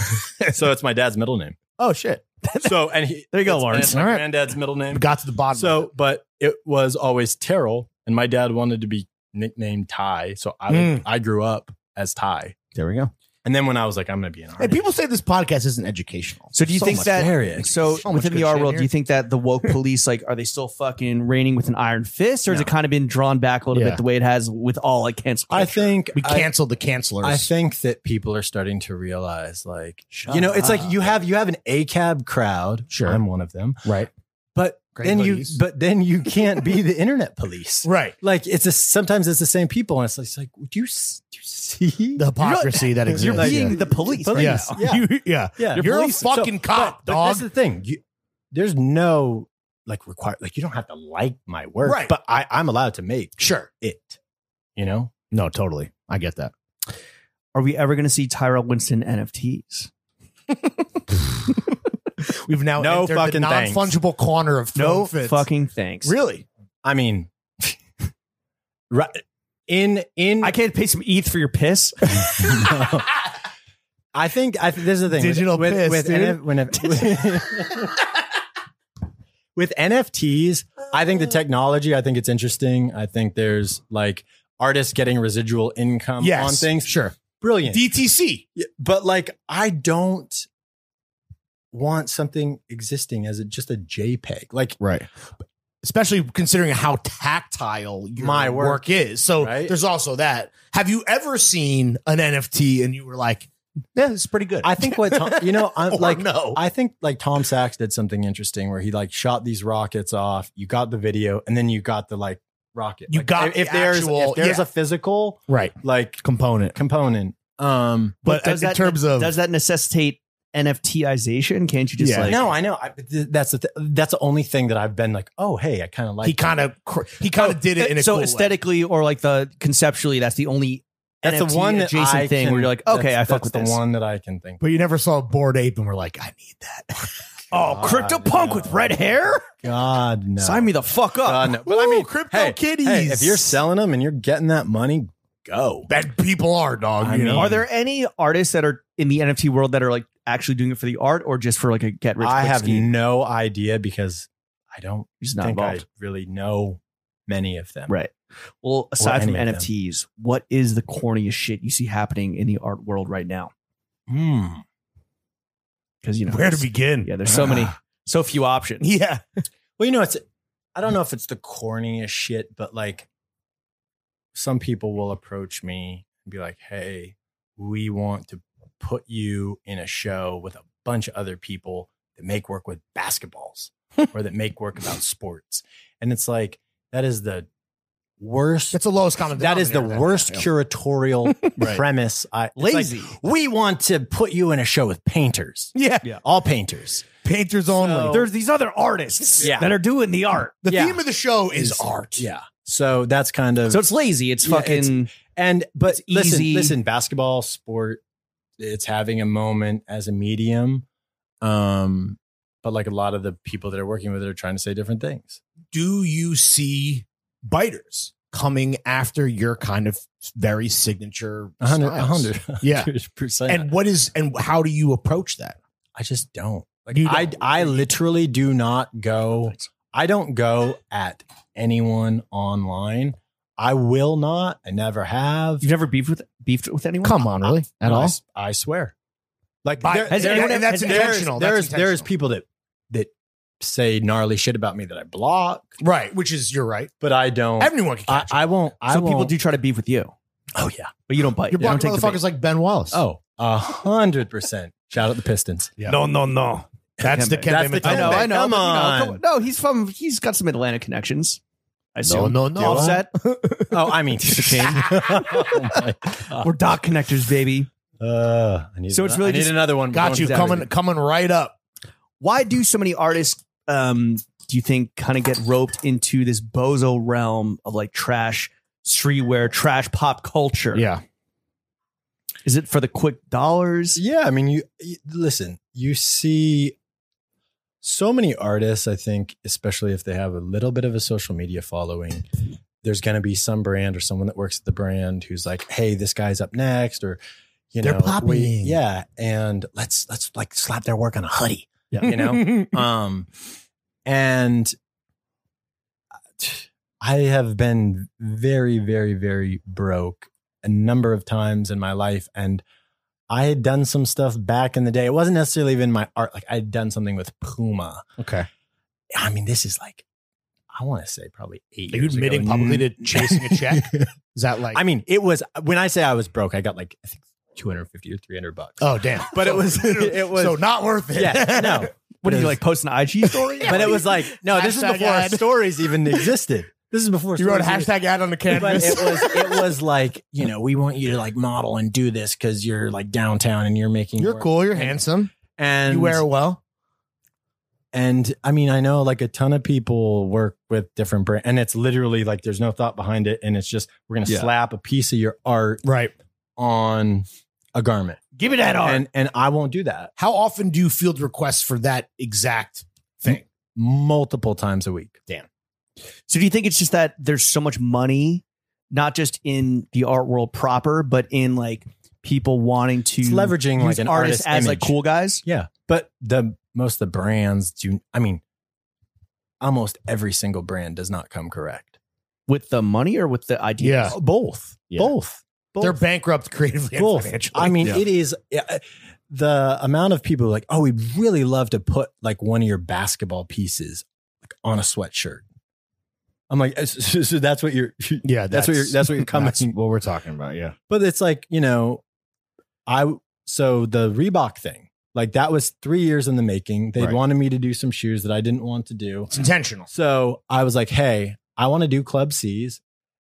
[SPEAKER 2] So it's my dad's middle name.
[SPEAKER 3] oh shit.
[SPEAKER 2] (laughs) So and he,
[SPEAKER 1] There you go,
[SPEAKER 2] it's- and
[SPEAKER 1] Lawrence.
[SPEAKER 2] it's my
[SPEAKER 3] All right.
[SPEAKER 2] granddad's middle name.
[SPEAKER 3] Got to the bottom. of
[SPEAKER 2] So, but it was always Terrell, and my dad wanted to be nicknamed Ty. So I
[SPEAKER 3] Mm.
[SPEAKER 2] I grew up as Ty,
[SPEAKER 3] it. there we go.
[SPEAKER 2] and then when I was like, I'm going to be an
[SPEAKER 3] Hey,
[SPEAKER 2] artist.
[SPEAKER 3] people say this podcast isn't educational.
[SPEAKER 1] So do you think
[SPEAKER 3] much
[SPEAKER 1] that-
[SPEAKER 3] there.
[SPEAKER 2] There he is.
[SPEAKER 1] So,
[SPEAKER 3] So much
[SPEAKER 1] within the
[SPEAKER 3] good
[SPEAKER 1] art
[SPEAKER 3] shit
[SPEAKER 1] world,
[SPEAKER 3] here.
[SPEAKER 1] do you think that the woke police, like, are they still fucking reigning with an iron fist, or has it kind of been drawn back a little
[SPEAKER 3] Yeah.
[SPEAKER 1] bit the way it has with all like cancel?
[SPEAKER 2] I
[SPEAKER 1] culture?
[SPEAKER 2] think
[SPEAKER 3] we
[SPEAKER 2] I-
[SPEAKER 3] canceled the cancelers?
[SPEAKER 2] I think that people are starting to realize, like,
[SPEAKER 1] Shut
[SPEAKER 2] you know, it's like
[SPEAKER 1] up.
[SPEAKER 2] you have you have an ACAB crowd.
[SPEAKER 3] Sure.
[SPEAKER 2] I'm one of them.
[SPEAKER 3] right,
[SPEAKER 2] But
[SPEAKER 3] Great
[SPEAKER 2] then
[SPEAKER 3] police.
[SPEAKER 2] you, but then
[SPEAKER 3] (laughs)
[SPEAKER 2] you can't be the internet police.
[SPEAKER 3] right.
[SPEAKER 2] Like it's a, sometimes it's the same people, and it's like, it's like, do you s- do you see
[SPEAKER 3] The hypocrisy
[SPEAKER 2] (laughs)
[SPEAKER 3] that exists.
[SPEAKER 1] you're
[SPEAKER 2] like-
[SPEAKER 1] being
[SPEAKER 2] Yeah.
[SPEAKER 1] the police.
[SPEAKER 2] Police.
[SPEAKER 1] Yeah.
[SPEAKER 3] yeah,
[SPEAKER 2] Yeah.
[SPEAKER 3] You- (laughs) yeah.
[SPEAKER 2] Yeah,
[SPEAKER 3] You're a
[SPEAKER 2] police.
[SPEAKER 3] fucking cop,
[SPEAKER 2] but, But
[SPEAKER 3] dog.
[SPEAKER 2] that's the thing. You, there's no like require like you don't have to like my work,
[SPEAKER 3] Right.
[SPEAKER 2] But I, I'm allowed to make
[SPEAKER 3] Sure.
[SPEAKER 2] it. You know,
[SPEAKER 3] No, totally. I get that.
[SPEAKER 1] Are we ever going to see Tyrell Winston NFTs?
[SPEAKER 3] (laughs) We've now
[SPEAKER 2] No
[SPEAKER 3] entered the
[SPEAKER 2] fucking thanks.
[SPEAKER 3] non-fungible corner of
[SPEAKER 1] No
[SPEAKER 3] film fits.
[SPEAKER 1] fucking thanks.
[SPEAKER 3] really.
[SPEAKER 2] I mean, (laughs) right in in
[SPEAKER 1] I can't pay some ETH for your
[SPEAKER 3] (laughs)
[SPEAKER 1] piss.
[SPEAKER 2] No. I think I th- this is the thing.
[SPEAKER 3] Digital
[SPEAKER 2] with,
[SPEAKER 3] piss,
[SPEAKER 2] with,
[SPEAKER 3] dude.
[SPEAKER 2] NF- when- (laughs) with NFTs, I think the technology. I think it's interesting. I think there's like artists getting residual income
[SPEAKER 3] Yes,
[SPEAKER 2] on things. Sure, brilliant.
[SPEAKER 3] DTC.
[SPEAKER 2] Yeah, but like, I don't want something existing as a, just a JPEG. Like,
[SPEAKER 3] Right. Especially considering how tactile your
[SPEAKER 2] My
[SPEAKER 3] work,
[SPEAKER 2] work.
[SPEAKER 3] is. So
[SPEAKER 2] Right.
[SPEAKER 3] there's also that. Have you ever seen an NFT and you were like, yeah, it's pretty good?
[SPEAKER 2] I think what Tom, you know,
[SPEAKER 1] (laughs)
[SPEAKER 3] (laughs)
[SPEAKER 2] I'm
[SPEAKER 1] Oh,
[SPEAKER 3] Or
[SPEAKER 2] like
[SPEAKER 3] no.
[SPEAKER 2] I think like Tom Sachs did something interesting where he like shot these rockets off. You got the video, and then you got the like rocket.
[SPEAKER 3] You
[SPEAKER 2] Like,
[SPEAKER 3] got
[SPEAKER 2] if, if
[SPEAKER 3] the
[SPEAKER 2] there's
[SPEAKER 3] actual-
[SPEAKER 2] if there's
[SPEAKER 3] yeah.
[SPEAKER 2] a physical
[SPEAKER 3] right
[SPEAKER 2] like
[SPEAKER 3] component.
[SPEAKER 2] component. Um,
[SPEAKER 3] But,
[SPEAKER 1] does
[SPEAKER 3] in
[SPEAKER 1] that-
[SPEAKER 3] terms of
[SPEAKER 1] Does that necessitate NFTization? Can't you just
[SPEAKER 3] Yeah.
[SPEAKER 1] like
[SPEAKER 2] no, I know. I, but th- that's the th- that's the only thing that I've been like, oh hey, I kind of like. Oh,
[SPEAKER 3] he kind of he kind of did it in a
[SPEAKER 1] Eh, so
[SPEAKER 3] cool way.
[SPEAKER 1] aesthetically or like the conceptually, that's the only
[SPEAKER 2] That's
[SPEAKER 1] NFT
[SPEAKER 2] the one that
[SPEAKER 1] adjacent
[SPEAKER 2] I
[SPEAKER 1] thing
[SPEAKER 2] can-
[SPEAKER 1] where you're like, okay,
[SPEAKER 2] that's-
[SPEAKER 1] I fuck
[SPEAKER 2] that's
[SPEAKER 1] with
[SPEAKER 2] the
[SPEAKER 1] this.
[SPEAKER 2] one that I can think.
[SPEAKER 3] But you never saw a bored ape and we're like, I need that.
[SPEAKER 1] Oh,
[SPEAKER 2] God,
[SPEAKER 1] CryptoPunk
[SPEAKER 2] no.
[SPEAKER 1] with red hair?
[SPEAKER 2] God no.
[SPEAKER 1] Sign me the fuck up.
[SPEAKER 2] God, no. (laughs) But I mean,
[SPEAKER 3] Ooh, crypto
[SPEAKER 2] hey,
[SPEAKER 3] kitties.
[SPEAKER 2] hey, if you're selling them and you're getting that money, go.
[SPEAKER 3] that people are dog.
[SPEAKER 2] I
[SPEAKER 3] you
[SPEAKER 2] mean-
[SPEAKER 3] know,
[SPEAKER 1] Are there any artists that are in the NFT world that are like actually doing it for the art or just for like a get rich
[SPEAKER 2] I
[SPEAKER 1] quick
[SPEAKER 2] have
[SPEAKER 1] scheme?
[SPEAKER 2] no idea because I don't
[SPEAKER 1] Just not
[SPEAKER 2] think
[SPEAKER 1] involved.
[SPEAKER 2] I really know many of them.
[SPEAKER 1] Right. Well, aside from
[SPEAKER 2] any of them.
[SPEAKER 1] NFTs, what is the corniest shit you see happening in the art world right now?
[SPEAKER 2] Hmm.
[SPEAKER 1] Because you know,
[SPEAKER 3] where to begin?
[SPEAKER 1] yeah, there's so many, so few options.
[SPEAKER 3] Yeah,
[SPEAKER 2] Well, you know, it's I don't know if it's the corniest shit, but like some people will approach me and be like, "Hey, we want to put you in a show with a bunch of other people that make work with
[SPEAKER 1] (laughs)
[SPEAKER 2] basketballs or that make work about sports." And it's like that is the worst
[SPEAKER 3] that's the lowest common.
[SPEAKER 2] that is the
[SPEAKER 3] denominator there.
[SPEAKER 2] worst
[SPEAKER 3] Yeah.
[SPEAKER 2] curatorial
[SPEAKER 1] Right.
[SPEAKER 2] premise. I it's like,
[SPEAKER 1] Lazy.
[SPEAKER 2] we want to put you in a show with painters.
[SPEAKER 3] Yeah.
[SPEAKER 1] Yeah.
[SPEAKER 2] All painters.
[SPEAKER 3] painters only.
[SPEAKER 2] So-
[SPEAKER 1] there's these other artists
[SPEAKER 2] Yeah.
[SPEAKER 1] that are doing the art.
[SPEAKER 3] the
[SPEAKER 2] yeah.
[SPEAKER 3] theme of the show is,
[SPEAKER 2] Is-
[SPEAKER 3] art.
[SPEAKER 2] Yeah. So that's kind of
[SPEAKER 1] So it's lazy. It's
[SPEAKER 2] Yeah, it's-
[SPEAKER 1] fucking
[SPEAKER 2] And but
[SPEAKER 1] It's
[SPEAKER 2] listen,
[SPEAKER 1] easy.
[SPEAKER 2] listen, basketball sport, it's having a moment as a medium. Um, but like a lot of the people that are working with it are trying to say different things.
[SPEAKER 3] Do you see biters coming after your kind of very signature?
[SPEAKER 2] A hundred, a
[SPEAKER 3] styles?
[SPEAKER 2] hundred,
[SPEAKER 3] Yeah.
[SPEAKER 2] percent.
[SPEAKER 3] And what is and how do you approach that?
[SPEAKER 2] I just don't. Like
[SPEAKER 3] You
[SPEAKER 2] I,
[SPEAKER 3] don't.
[SPEAKER 2] I literally do not go. I don't go at anyone online. I will not. I never have.
[SPEAKER 1] you've never beefed with beefed with anyone.
[SPEAKER 3] (laughs) Come on, really? At
[SPEAKER 2] I
[SPEAKER 3] all?
[SPEAKER 2] s- I, swear. Like
[SPEAKER 3] By-
[SPEAKER 2] there-
[SPEAKER 1] Has
[SPEAKER 2] there-
[SPEAKER 1] anyone-
[SPEAKER 2] there-
[SPEAKER 3] and
[SPEAKER 1] has-
[SPEAKER 3] that's
[SPEAKER 2] there's-
[SPEAKER 3] intentional.
[SPEAKER 2] There's
[SPEAKER 3] That's
[SPEAKER 2] there's people that that say gnarly shit about me that I block,
[SPEAKER 3] intentional. right, which is you're right.
[SPEAKER 2] but I don't.
[SPEAKER 3] Everyone can
[SPEAKER 2] Oh. I,
[SPEAKER 3] catch.
[SPEAKER 2] I won't. I
[SPEAKER 1] Some people
[SPEAKER 2] won't-
[SPEAKER 1] do try to beef with you,
[SPEAKER 2] Oh yeah.
[SPEAKER 1] but you don't bite.
[SPEAKER 3] it. You're
[SPEAKER 1] You don't take
[SPEAKER 3] blocking
[SPEAKER 1] the
[SPEAKER 3] motherfuckers like Ben Wallace.
[SPEAKER 2] Oh, a hundred percent. Shout out the Pistons.
[SPEAKER 1] bait.
[SPEAKER 3] Yeah.
[SPEAKER 1] no, no.
[SPEAKER 3] that's the
[SPEAKER 1] Kembe.
[SPEAKER 3] Kembe
[SPEAKER 2] That's the
[SPEAKER 1] I
[SPEAKER 3] Mutombo.
[SPEAKER 1] know, I know.
[SPEAKER 2] Come
[SPEAKER 1] but, you know,
[SPEAKER 2] on.
[SPEAKER 1] come- no, he's from. He's got some Atlanta connections. I
[SPEAKER 3] No,
[SPEAKER 1] assume.
[SPEAKER 3] no, no.
[SPEAKER 1] Offset.
[SPEAKER 2] (laughs) (laughs) Oh, I mean King. oh my God.
[SPEAKER 1] We're doc connectors, baby.
[SPEAKER 2] Uh, I need
[SPEAKER 1] So it's
[SPEAKER 2] ano-
[SPEAKER 1] really
[SPEAKER 2] I need
[SPEAKER 1] just-
[SPEAKER 2] another one.
[SPEAKER 3] Got you
[SPEAKER 2] Going-
[SPEAKER 3] coming coming right up.
[SPEAKER 1] why do so many artists um do you think kind of get roped into this bozo realm of like trash streetwear trash pop culture
[SPEAKER 3] Yeah.
[SPEAKER 1] is it for the quick dollars
[SPEAKER 2] Yeah, I mean, you, you listen. You see so many artists. I think, especially if they have a little bit of a social media following, there's going to be some brand or someone that works at the brand who's like, "Hey, this guy's up next," or you
[SPEAKER 3] They're
[SPEAKER 2] know, we-
[SPEAKER 3] popping.
[SPEAKER 2] yeah, and let's let's like slap their work on a hoodie.
[SPEAKER 1] Yeah.
[SPEAKER 2] you know.
[SPEAKER 3] (laughs)
[SPEAKER 2] um, and I have been very, very, very broke a number of times in my life, and I had done some stuff back in the day. It wasn't necessarily even my art; like I had done something with Puma.
[SPEAKER 3] Okay.
[SPEAKER 2] I mean, this is like I want to say probably eight.
[SPEAKER 3] Are you
[SPEAKER 2] years
[SPEAKER 3] admitting
[SPEAKER 2] ago.
[SPEAKER 3] publicly to
[SPEAKER 2] (laughs)
[SPEAKER 3] chasing a check? (laughs) Is that like
[SPEAKER 2] I mean, it was when I say I was broke, I got like I think two hundred fifty or three hundred bucks.
[SPEAKER 3] Oh damn.
[SPEAKER 2] But it
[SPEAKER 3] (laughs)
[SPEAKER 2] was- it was-
[SPEAKER 3] so not worth it.
[SPEAKER 2] Yeah,
[SPEAKER 3] (laughs)
[SPEAKER 2] no,
[SPEAKER 1] what do you
[SPEAKER 2] Is-
[SPEAKER 1] like post an ig story
[SPEAKER 2] but it was like no. This is
[SPEAKER 3] Hashtag
[SPEAKER 2] before
[SPEAKER 3] ad.
[SPEAKER 2] stories even existed. This is
[SPEAKER 3] (laughs)
[SPEAKER 2] before
[SPEAKER 3] You wrote a
[SPEAKER 2] stories even-
[SPEAKER 3] hashtag ad on the
[SPEAKER 2] but
[SPEAKER 3] canvas. (laughs)
[SPEAKER 2] it was it was like you know we want you to like model and do this because you're like downtown and you're making
[SPEAKER 3] you're
[SPEAKER 2] work.
[SPEAKER 3] cool, you're handsome,
[SPEAKER 2] (laughs) and
[SPEAKER 3] you wear well.
[SPEAKER 2] and I mean I know like a ton of people work with different brands and it's literally like there's no thought behind it and it's just we're gonna
[SPEAKER 1] Yeah.
[SPEAKER 2] slap a piece of your art
[SPEAKER 3] Right.
[SPEAKER 2] on a garment
[SPEAKER 1] give me that art
[SPEAKER 2] and and I won't do that
[SPEAKER 3] How often do you field requests for that exact thing?
[SPEAKER 2] multiple times a week. Damn.
[SPEAKER 1] so do you think it's just that there's so much money not just in the art world proper but in like people wanting to
[SPEAKER 2] It's leveraging like
[SPEAKER 1] use
[SPEAKER 2] an
[SPEAKER 1] artists
[SPEAKER 2] artist
[SPEAKER 1] as like
[SPEAKER 2] image.
[SPEAKER 1] cool guys
[SPEAKER 2] Yeah. But the most of the brands do I mean almost every single brand does not come correct.
[SPEAKER 1] with the money or with the ideas
[SPEAKER 3] Yeah.
[SPEAKER 2] Both.
[SPEAKER 1] Yeah.
[SPEAKER 2] Both.
[SPEAKER 3] (laughs)
[SPEAKER 2] Both.
[SPEAKER 3] They're bankrupt creatively and
[SPEAKER 2] Both.
[SPEAKER 3] financially.
[SPEAKER 2] I mean,
[SPEAKER 1] Yeah.
[SPEAKER 2] it is uh, the amount of people who are like, oh, we'd really love to put like one of your basketball pieces like, on a sweatshirt. I'm like, (laughs) so, so that's what you're, (laughs)
[SPEAKER 3] yeah,
[SPEAKER 2] that's, what you're, that's what you're
[SPEAKER 3] (laughs)
[SPEAKER 2] coming. (laughs)
[SPEAKER 3] what we're talking about. Yeah.
[SPEAKER 2] but it's like, you know, I, so the Reebok thing, like that was three years in the making. They
[SPEAKER 3] Right.
[SPEAKER 2] wanted me to do some shoes that I didn't want to do.
[SPEAKER 3] It's intentional.
[SPEAKER 2] So I was like, hey, I want to do club C's.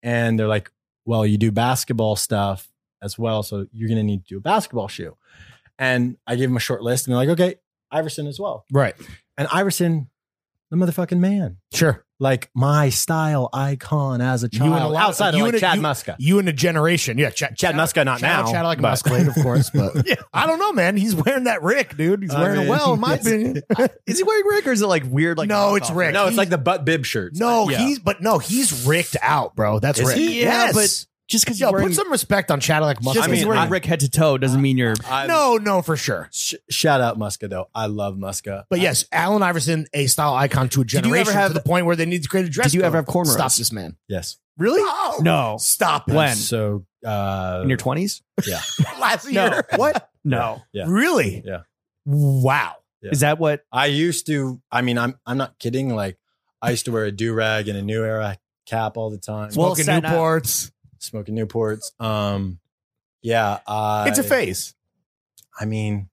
[SPEAKER 2] And they're like, well, you do basketball stuff as well. So you're going to need to do a basketball shoe. And I gave them a short list and they're like, okay, Iverson as well.
[SPEAKER 3] Right.
[SPEAKER 2] And Iverson, the motherfucking man,
[SPEAKER 3] Sure.
[SPEAKER 2] like my style icon as a
[SPEAKER 3] You and a
[SPEAKER 2] child
[SPEAKER 3] lot-
[SPEAKER 2] outside
[SPEAKER 3] you
[SPEAKER 2] of like
[SPEAKER 3] and a-
[SPEAKER 2] Chad
[SPEAKER 3] you-
[SPEAKER 2] Muska.
[SPEAKER 3] You and a generation. Yeah. Chad,
[SPEAKER 2] Chad Muska, not
[SPEAKER 3] Chad,
[SPEAKER 2] now,
[SPEAKER 3] Chad like
[SPEAKER 2] but-
[SPEAKER 3] Musclade, of course.
[SPEAKER 2] (laughs)
[SPEAKER 3] But I don't know, man. He's wearing that Rick, dude. He's
[SPEAKER 2] I
[SPEAKER 3] wearing
[SPEAKER 2] mean,
[SPEAKER 3] it (laughs) well, in my
[SPEAKER 2] (laughs) yes.
[SPEAKER 3] opinion.
[SPEAKER 1] Is he wearing Rick or is it like weird? Like
[SPEAKER 3] No, it's
[SPEAKER 1] knockoff
[SPEAKER 3] Rick.
[SPEAKER 2] no, it's
[SPEAKER 3] he-
[SPEAKER 2] like the butt bib shirts.
[SPEAKER 3] No,
[SPEAKER 2] Yeah.
[SPEAKER 3] he's but no, he's ricked out, bro. That's
[SPEAKER 2] Is
[SPEAKER 3] Rick.
[SPEAKER 2] he?
[SPEAKER 1] Yeah,
[SPEAKER 3] yes.
[SPEAKER 1] but Just because
[SPEAKER 3] Yo,
[SPEAKER 1] you're wearing,
[SPEAKER 3] put some respect on Chad like
[SPEAKER 1] just 'cause
[SPEAKER 3] Muska.
[SPEAKER 2] I mean,
[SPEAKER 1] you're wearing
[SPEAKER 2] I-
[SPEAKER 1] Rick head to toe doesn't mean you're.
[SPEAKER 2] I-
[SPEAKER 3] no, no, for sure.
[SPEAKER 2] sh- shout out Muska though. I love Muska.
[SPEAKER 3] But yes, Allen Iverson, a style icon to a
[SPEAKER 1] you ever
[SPEAKER 3] generation,
[SPEAKER 1] have-
[SPEAKER 3] to the point where they need to create a dress.
[SPEAKER 1] Did you
[SPEAKER 3] code.
[SPEAKER 1] ever have cornrows?
[SPEAKER 3] Stop this man.
[SPEAKER 2] yes.
[SPEAKER 3] Really?
[SPEAKER 1] No.
[SPEAKER 3] Stop it.
[SPEAKER 1] When?
[SPEAKER 2] So uh,
[SPEAKER 1] (laughs) In your 20s?
[SPEAKER 3] (laughs) Last
[SPEAKER 1] No. (laughs)
[SPEAKER 3] year.
[SPEAKER 1] What? No.
[SPEAKER 2] Yeah.
[SPEAKER 3] Really?
[SPEAKER 2] Yeah.
[SPEAKER 3] Wow.
[SPEAKER 2] Yeah.
[SPEAKER 1] Is that what?
[SPEAKER 2] I used to. I mean, I'm I'm not kidding. Like I used to wear a do rag and a New Era cap all the time.
[SPEAKER 1] Well,
[SPEAKER 3] Smoking
[SPEAKER 1] set up.
[SPEAKER 3] Newports.
[SPEAKER 2] smoking Newports. Um, yeah, I,
[SPEAKER 3] It's a phase.
[SPEAKER 2] I mean,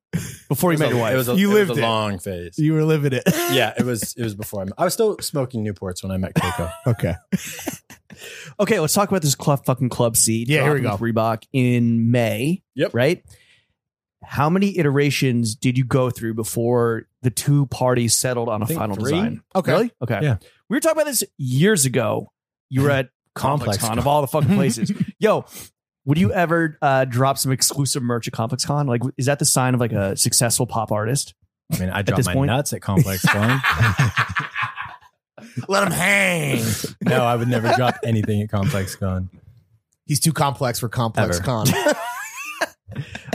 [SPEAKER 1] Before you
[SPEAKER 2] it was
[SPEAKER 1] met
[SPEAKER 2] a-
[SPEAKER 1] your
[SPEAKER 2] It
[SPEAKER 1] wife?
[SPEAKER 2] was a,
[SPEAKER 3] You
[SPEAKER 2] it was
[SPEAKER 3] lived
[SPEAKER 2] a
[SPEAKER 3] it.
[SPEAKER 2] long phase.
[SPEAKER 3] You were living it.
[SPEAKER 2] (laughs) yeah, it was it was before I, met, I was still smoking Newports when I met Coco.
[SPEAKER 3] Okay.
[SPEAKER 1] (laughs) Okay, let's talk about this club, fucking club seed.
[SPEAKER 3] Yeah, here we
[SPEAKER 1] dropping with Reebok in May.
[SPEAKER 2] Yep.
[SPEAKER 1] Right. How many iterations did you go through before the two parties settled on a
[SPEAKER 2] I think
[SPEAKER 1] final
[SPEAKER 2] three.
[SPEAKER 1] design?
[SPEAKER 3] Okay.
[SPEAKER 1] Okay.
[SPEAKER 2] Yeah.
[SPEAKER 1] We were talking about this years ago. You were at Complex
[SPEAKER 2] Complex
[SPEAKER 1] Con
[SPEAKER 2] Con.
[SPEAKER 1] of all the fucking places. Yo, would you ever uh, drop some exclusive merch at Complex Con? Like, is that the sign of like a successful pop artist?
[SPEAKER 2] I mean, I
[SPEAKER 1] this
[SPEAKER 2] dropped my
[SPEAKER 1] point-
[SPEAKER 2] nuts at Complex
[SPEAKER 1] (laughs)
[SPEAKER 2] Con.
[SPEAKER 3] (laughs) Let him hang.
[SPEAKER 2] no, I would never drop anything at Complex Con.
[SPEAKER 3] He's too complex for complex
[SPEAKER 1] (laughs)
[SPEAKER 2] Ever.
[SPEAKER 3] con.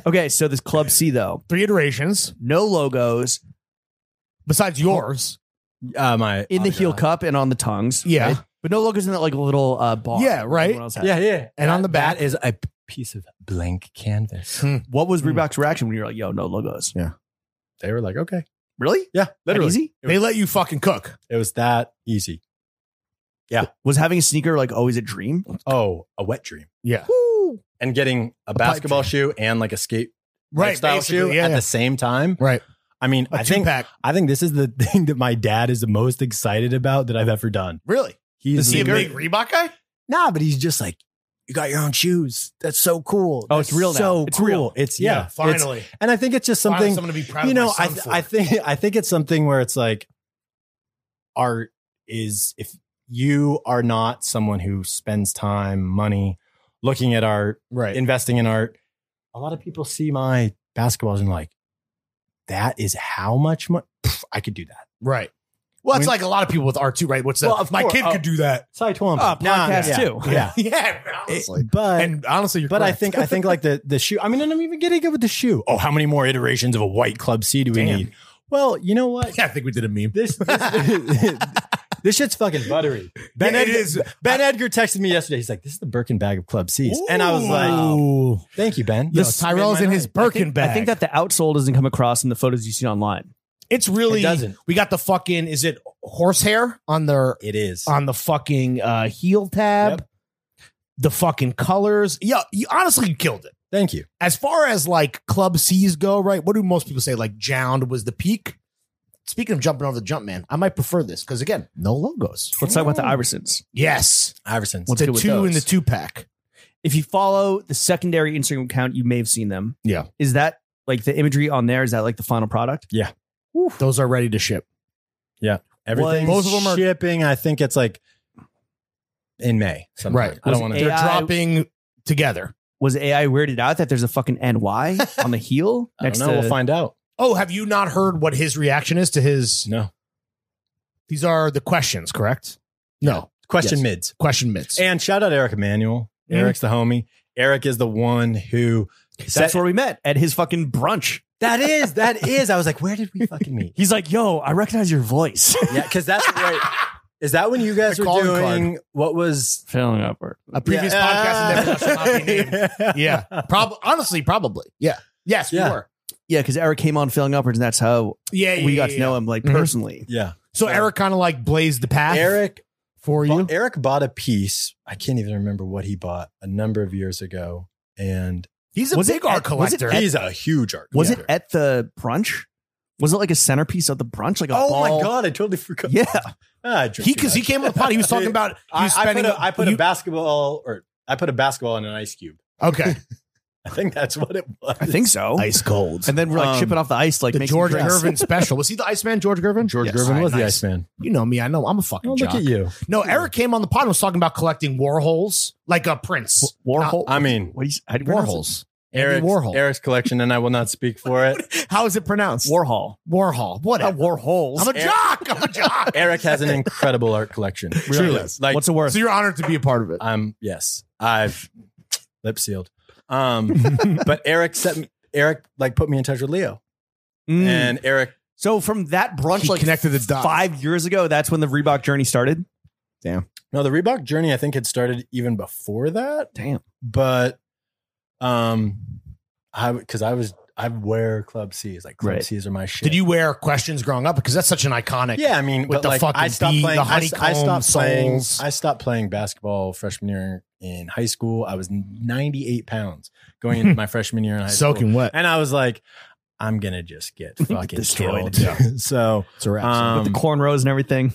[SPEAKER 1] Okay, so this Club C though,
[SPEAKER 3] Three iterations
[SPEAKER 1] no logos
[SPEAKER 3] besides yours.
[SPEAKER 2] Uh, my
[SPEAKER 1] in the heel
[SPEAKER 2] autograph.
[SPEAKER 1] cup and on the tongues.
[SPEAKER 3] Yeah.
[SPEAKER 1] right? but no logos in that like little uh, bar.
[SPEAKER 3] Yeah,
[SPEAKER 1] that
[SPEAKER 3] right?
[SPEAKER 1] everyone else had.
[SPEAKER 2] Yeah, yeah.
[SPEAKER 3] And on the
[SPEAKER 2] That Hmm.
[SPEAKER 3] back-
[SPEAKER 2] is a p- piece of blank canvas.
[SPEAKER 1] What was
[SPEAKER 3] Mm.
[SPEAKER 1] Reebok's reaction when you were like, "Yo, no logos"?
[SPEAKER 2] They were like, okay.
[SPEAKER 1] Really?
[SPEAKER 2] Yeah,
[SPEAKER 1] That
[SPEAKER 2] literally.
[SPEAKER 1] easy?
[SPEAKER 3] They let you fucking cook.
[SPEAKER 2] It was that easy.
[SPEAKER 1] Was having a sneaker like always a dream?
[SPEAKER 2] Oh, a wet dream.
[SPEAKER 3] Yeah.
[SPEAKER 1] Woo!
[SPEAKER 2] And getting a,
[SPEAKER 3] pipe
[SPEAKER 2] basketball shoe and like a skate
[SPEAKER 3] Right.
[SPEAKER 2] style
[SPEAKER 3] basically,
[SPEAKER 2] shoe
[SPEAKER 3] yeah,
[SPEAKER 2] at
[SPEAKER 3] yeah.
[SPEAKER 2] the same time.
[SPEAKER 3] right.
[SPEAKER 2] I mean,
[SPEAKER 3] A
[SPEAKER 2] I think
[SPEAKER 3] pack.
[SPEAKER 2] I think this is the (laughs) thing that my dad is the most excited about that I've ever done.
[SPEAKER 3] Really?
[SPEAKER 2] He's
[SPEAKER 3] Is he a
[SPEAKER 2] like,
[SPEAKER 3] big Reebok guy?
[SPEAKER 2] Nah, but he's just like, you got your own shoes. That's so cool.
[SPEAKER 1] Oh, it's
[SPEAKER 2] That's
[SPEAKER 1] real now.
[SPEAKER 2] So
[SPEAKER 1] It's
[SPEAKER 2] cool.
[SPEAKER 1] real.
[SPEAKER 2] It's yeah. It's-
[SPEAKER 3] Finally.
[SPEAKER 2] and I think it's just
[SPEAKER 3] Finally
[SPEAKER 2] something
[SPEAKER 3] someone to be proud
[SPEAKER 2] you
[SPEAKER 3] of
[SPEAKER 2] know,
[SPEAKER 3] my
[SPEAKER 2] I
[SPEAKER 3] son for.
[SPEAKER 2] I think I think it's something where it's like art is if you are not someone who spends time, money looking at art,
[SPEAKER 3] right.
[SPEAKER 2] investing in art. A lot of people see my basketballs and like, that is how much money I could do that.
[SPEAKER 3] Right. Well, it's
[SPEAKER 2] I mean-
[SPEAKER 3] like a lot of people with R two, right? What's that?
[SPEAKER 2] Well, of
[SPEAKER 3] my
[SPEAKER 2] course.
[SPEAKER 3] kid
[SPEAKER 2] Oh.
[SPEAKER 3] could do that.
[SPEAKER 2] Saitama
[SPEAKER 1] Uh, podcast
[SPEAKER 2] yeah.
[SPEAKER 1] too. (laughs)
[SPEAKER 2] Yeah.
[SPEAKER 3] Oh. (laughs) yeah,
[SPEAKER 2] It-
[SPEAKER 3] honestly.
[SPEAKER 2] but
[SPEAKER 3] and honestly, you're
[SPEAKER 2] but I
[SPEAKER 3] correct. (laughs)
[SPEAKER 2] think I think like the the shoe. I mean, and I'm even getting good with the shoe. Oh, how many more iterations of a white club C do we
[SPEAKER 3] Damn.
[SPEAKER 2] need? Well, you know what?
[SPEAKER 3] yeah, I think we did a meme.
[SPEAKER 2] This this, (laughs) this shit's fucking buttery. Ben,
[SPEAKER 3] Yeah, it
[SPEAKER 2] Edgar,
[SPEAKER 3] is.
[SPEAKER 2] ben Edgar texted me yesterday. He's like, "This is the Birkin bag of Club C's," and I was like, oh.
[SPEAKER 3] Ooh.
[SPEAKER 2] "Thank you, Ben."
[SPEAKER 3] Yo, Tyrell's in his Birkin bag.
[SPEAKER 1] I think that the outsole doesn't come across in the photos you see online.
[SPEAKER 3] it's really
[SPEAKER 2] It doesn't.
[SPEAKER 3] We got the fucking is it horsehair on their
[SPEAKER 2] It is.
[SPEAKER 3] on the fucking uh, heel tab, the fucking colors. Yeah, you honestly killed it.
[SPEAKER 2] Thank you.
[SPEAKER 3] As far as like club C's go, right? What do most people say? Like Jound was the peak. Speaking of jumping over the jump, man, I might prefer this because again, no logos.
[SPEAKER 1] Let's talk about the Iversons.
[SPEAKER 3] Yes,
[SPEAKER 2] Iverson's.
[SPEAKER 1] What's
[SPEAKER 3] the
[SPEAKER 1] good with
[SPEAKER 3] two in the
[SPEAKER 1] those?
[SPEAKER 3] two pack.
[SPEAKER 1] If you follow the secondary Instagram account, you may have seen them.
[SPEAKER 3] Yeah.
[SPEAKER 1] Is that like the imagery on there? Is that like the final product?
[SPEAKER 3] Those are ready to ship.
[SPEAKER 2] Everything.
[SPEAKER 3] Both of them are-
[SPEAKER 2] shipping. I think it's like in May. sometime.
[SPEAKER 3] Right.
[SPEAKER 2] I
[SPEAKER 1] Was
[SPEAKER 2] don't want
[SPEAKER 1] it
[SPEAKER 2] to.
[SPEAKER 3] They're
[SPEAKER 1] AI
[SPEAKER 3] dropping together.
[SPEAKER 1] Was AI weirded out that there's a fucking (laughs) NY on the heel
[SPEAKER 2] I
[SPEAKER 1] next
[SPEAKER 2] don't know.
[SPEAKER 1] to?
[SPEAKER 2] we'll find out.
[SPEAKER 3] Oh, have you not heard what his reaction is to his?
[SPEAKER 2] No.
[SPEAKER 3] These are the questions, correct? No
[SPEAKER 2] Question
[SPEAKER 3] Yes.
[SPEAKER 2] mids.
[SPEAKER 3] question mitts.
[SPEAKER 2] And shout out Eric Emanuel.
[SPEAKER 3] Mhm.
[SPEAKER 2] Eric's the homie. Eric is the one who.
[SPEAKER 1] That's where we met at his fucking brunch.
[SPEAKER 2] that is. That is. I was like, where did we fucking meet?
[SPEAKER 1] He's like, "Yo, I recognize your
[SPEAKER 3] (laughs)
[SPEAKER 1] voice."
[SPEAKER 2] Yeah, because that's right. Is that when you guys
[SPEAKER 3] The
[SPEAKER 2] were
[SPEAKER 3] calling
[SPEAKER 2] doing what was
[SPEAKER 1] Failing upward.
[SPEAKER 3] a previous podcast and never shall not be named.
[SPEAKER 2] (laughs)
[SPEAKER 3] Yeah, probably. Honestly, probably. Yeah. Yes,
[SPEAKER 2] Yeah.
[SPEAKER 3] we were.
[SPEAKER 1] Yeah, because Eric came on Failing Upwards, and that's how
[SPEAKER 3] Yeah,
[SPEAKER 1] we got to know him, like
[SPEAKER 3] Mhm.
[SPEAKER 1] personally.
[SPEAKER 2] Yeah.
[SPEAKER 3] So Eric kind of like blazed the path
[SPEAKER 2] Eric
[SPEAKER 3] for you.
[SPEAKER 2] bought, Eric bought a piece. I can't even remember what he bought a number of years ago. And
[SPEAKER 3] He's a
[SPEAKER 1] Was it
[SPEAKER 3] big art
[SPEAKER 1] at- was it
[SPEAKER 3] collector.
[SPEAKER 1] at-
[SPEAKER 2] he's a huge art.
[SPEAKER 1] Was it
[SPEAKER 2] collector.
[SPEAKER 1] at the brunch? Was it like a centerpiece of the brunch? Like a
[SPEAKER 2] Oh my
[SPEAKER 1] ball?
[SPEAKER 2] god, I totally forgot.
[SPEAKER 1] Yeah,
[SPEAKER 2] (laughs) Ah, I drink
[SPEAKER 3] He
[SPEAKER 2] too
[SPEAKER 3] because he
[SPEAKER 2] much.
[SPEAKER 3] came on the pod. He was talking about he
[SPEAKER 2] I,
[SPEAKER 3] was
[SPEAKER 2] I
[SPEAKER 3] spending.
[SPEAKER 2] put, a, I put a
[SPEAKER 3] you-
[SPEAKER 2] basketball or I put a basketball in an ice cube. (laughs)
[SPEAKER 3] okay,
[SPEAKER 2] I think that's what it was.
[SPEAKER 1] I think so.
[SPEAKER 3] (laughs) ice cold.
[SPEAKER 1] And then we're like
[SPEAKER 2] Um,
[SPEAKER 1] chipping off the ice, like
[SPEAKER 3] the
[SPEAKER 1] making
[SPEAKER 3] George
[SPEAKER 1] drinks.
[SPEAKER 3] Gervin special was he the Iceman? George Gervin.
[SPEAKER 2] George
[SPEAKER 3] Yes.
[SPEAKER 2] Gervin
[SPEAKER 3] All
[SPEAKER 2] was
[SPEAKER 3] right,
[SPEAKER 2] the
[SPEAKER 3] nice.
[SPEAKER 2] Iceman.
[SPEAKER 3] You know me. I know I'm a fucking
[SPEAKER 2] Oh,
[SPEAKER 3] jock.
[SPEAKER 2] look at you.
[SPEAKER 3] No, Eric came on the pod and was talking about collecting Warhols like a prince.
[SPEAKER 1] Warhol.
[SPEAKER 2] I mean,
[SPEAKER 1] what do you, how do you pronounce it?
[SPEAKER 3] Warhols. Andy
[SPEAKER 2] Eric's,
[SPEAKER 3] Warhol.
[SPEAKER 2] Eric's collection, and I will not speak for it.
[SPEAKER 3] How is it pronounced?
[SPEAKER 1] Warhol.
[SPEAKER 3] Warhol. What?
[SPEAKER 1] Not Warhols.
[SPEAKER 3] I'm a jock. I'm a
[SPEAKER 2] (laughs)
[SPEAKER 3] jock.
[SPEAKER 2] Eric has
[SPEAKER 1] (laughs)
[SPEAKER 2] an incredible art collection.
[SPEAKER 3] Truly.
[SPEAKER 2] Like,
[SPEAKER 1] What's the worth?
[SPEAKER 3] So you're honored to be a part of it.
[SPEAKER 2] I'm yes, I've lip sealed. Um,
[SPEAKER 1] (laughs)
[SPEAKER 2] but Eric set me, Eric like put me in touch with Leo,
[SPEAKER 1] Mm.
[SPEAKER 2] and Eric
[SPEAKER 1] so from that brunch,
[SPEAKER 3] He
[SPEAKER 1] like
[SPEAKER 3] connected the dots.
[SPEAKER 1] five years ago, that's when the Reebok journey started.
[SPEAKER 2] No, the Reebok journey I think had started even before that.
[SPEAKER 1] Damn.
[SPEAKER 2] But um I because I was I wear Club C's. Like Club
[SPEAKER 1] Right.
[SPEAKER 2] C's are my shit.
[SPEAKER 3] Did you wear questions growing up? Because that's such an iconic.
[SPEAKER 2] Yeah, I mean,
[SPEAKER 3] With
[SPEAKER 2] but
[SPEAKER 3] the
[SPEAKER 2] like I
[SPEAKER 3] fucking
[SPEAKER 2] stopped
[SPEAKER 3] bee-
[SPEAKER 2] playing.
[SPEAKER 3] the
[SPEAKER 2] I, I
[SPEAKER 3] honeycomb
[SPEAKER 2] stopped playing.
[SPEAKER 3] soles.
[SPEAKER 2] I stopped playing basketball freshman year in high school. I was 98 pounds going into my freshman year in high school,
[SPEAKER 3] Soaking wet.
[SPEAKER 2] and I was like, I'm gonna just get fucking
[SPEAKER 1] Destroyed.
[SPEAKER 2] destroyed. (laughs) so
[SPEAKER 3] It's a wrap.
[SPEAKER 2] um,
[SPEAKER 1] With the cornrows and everything.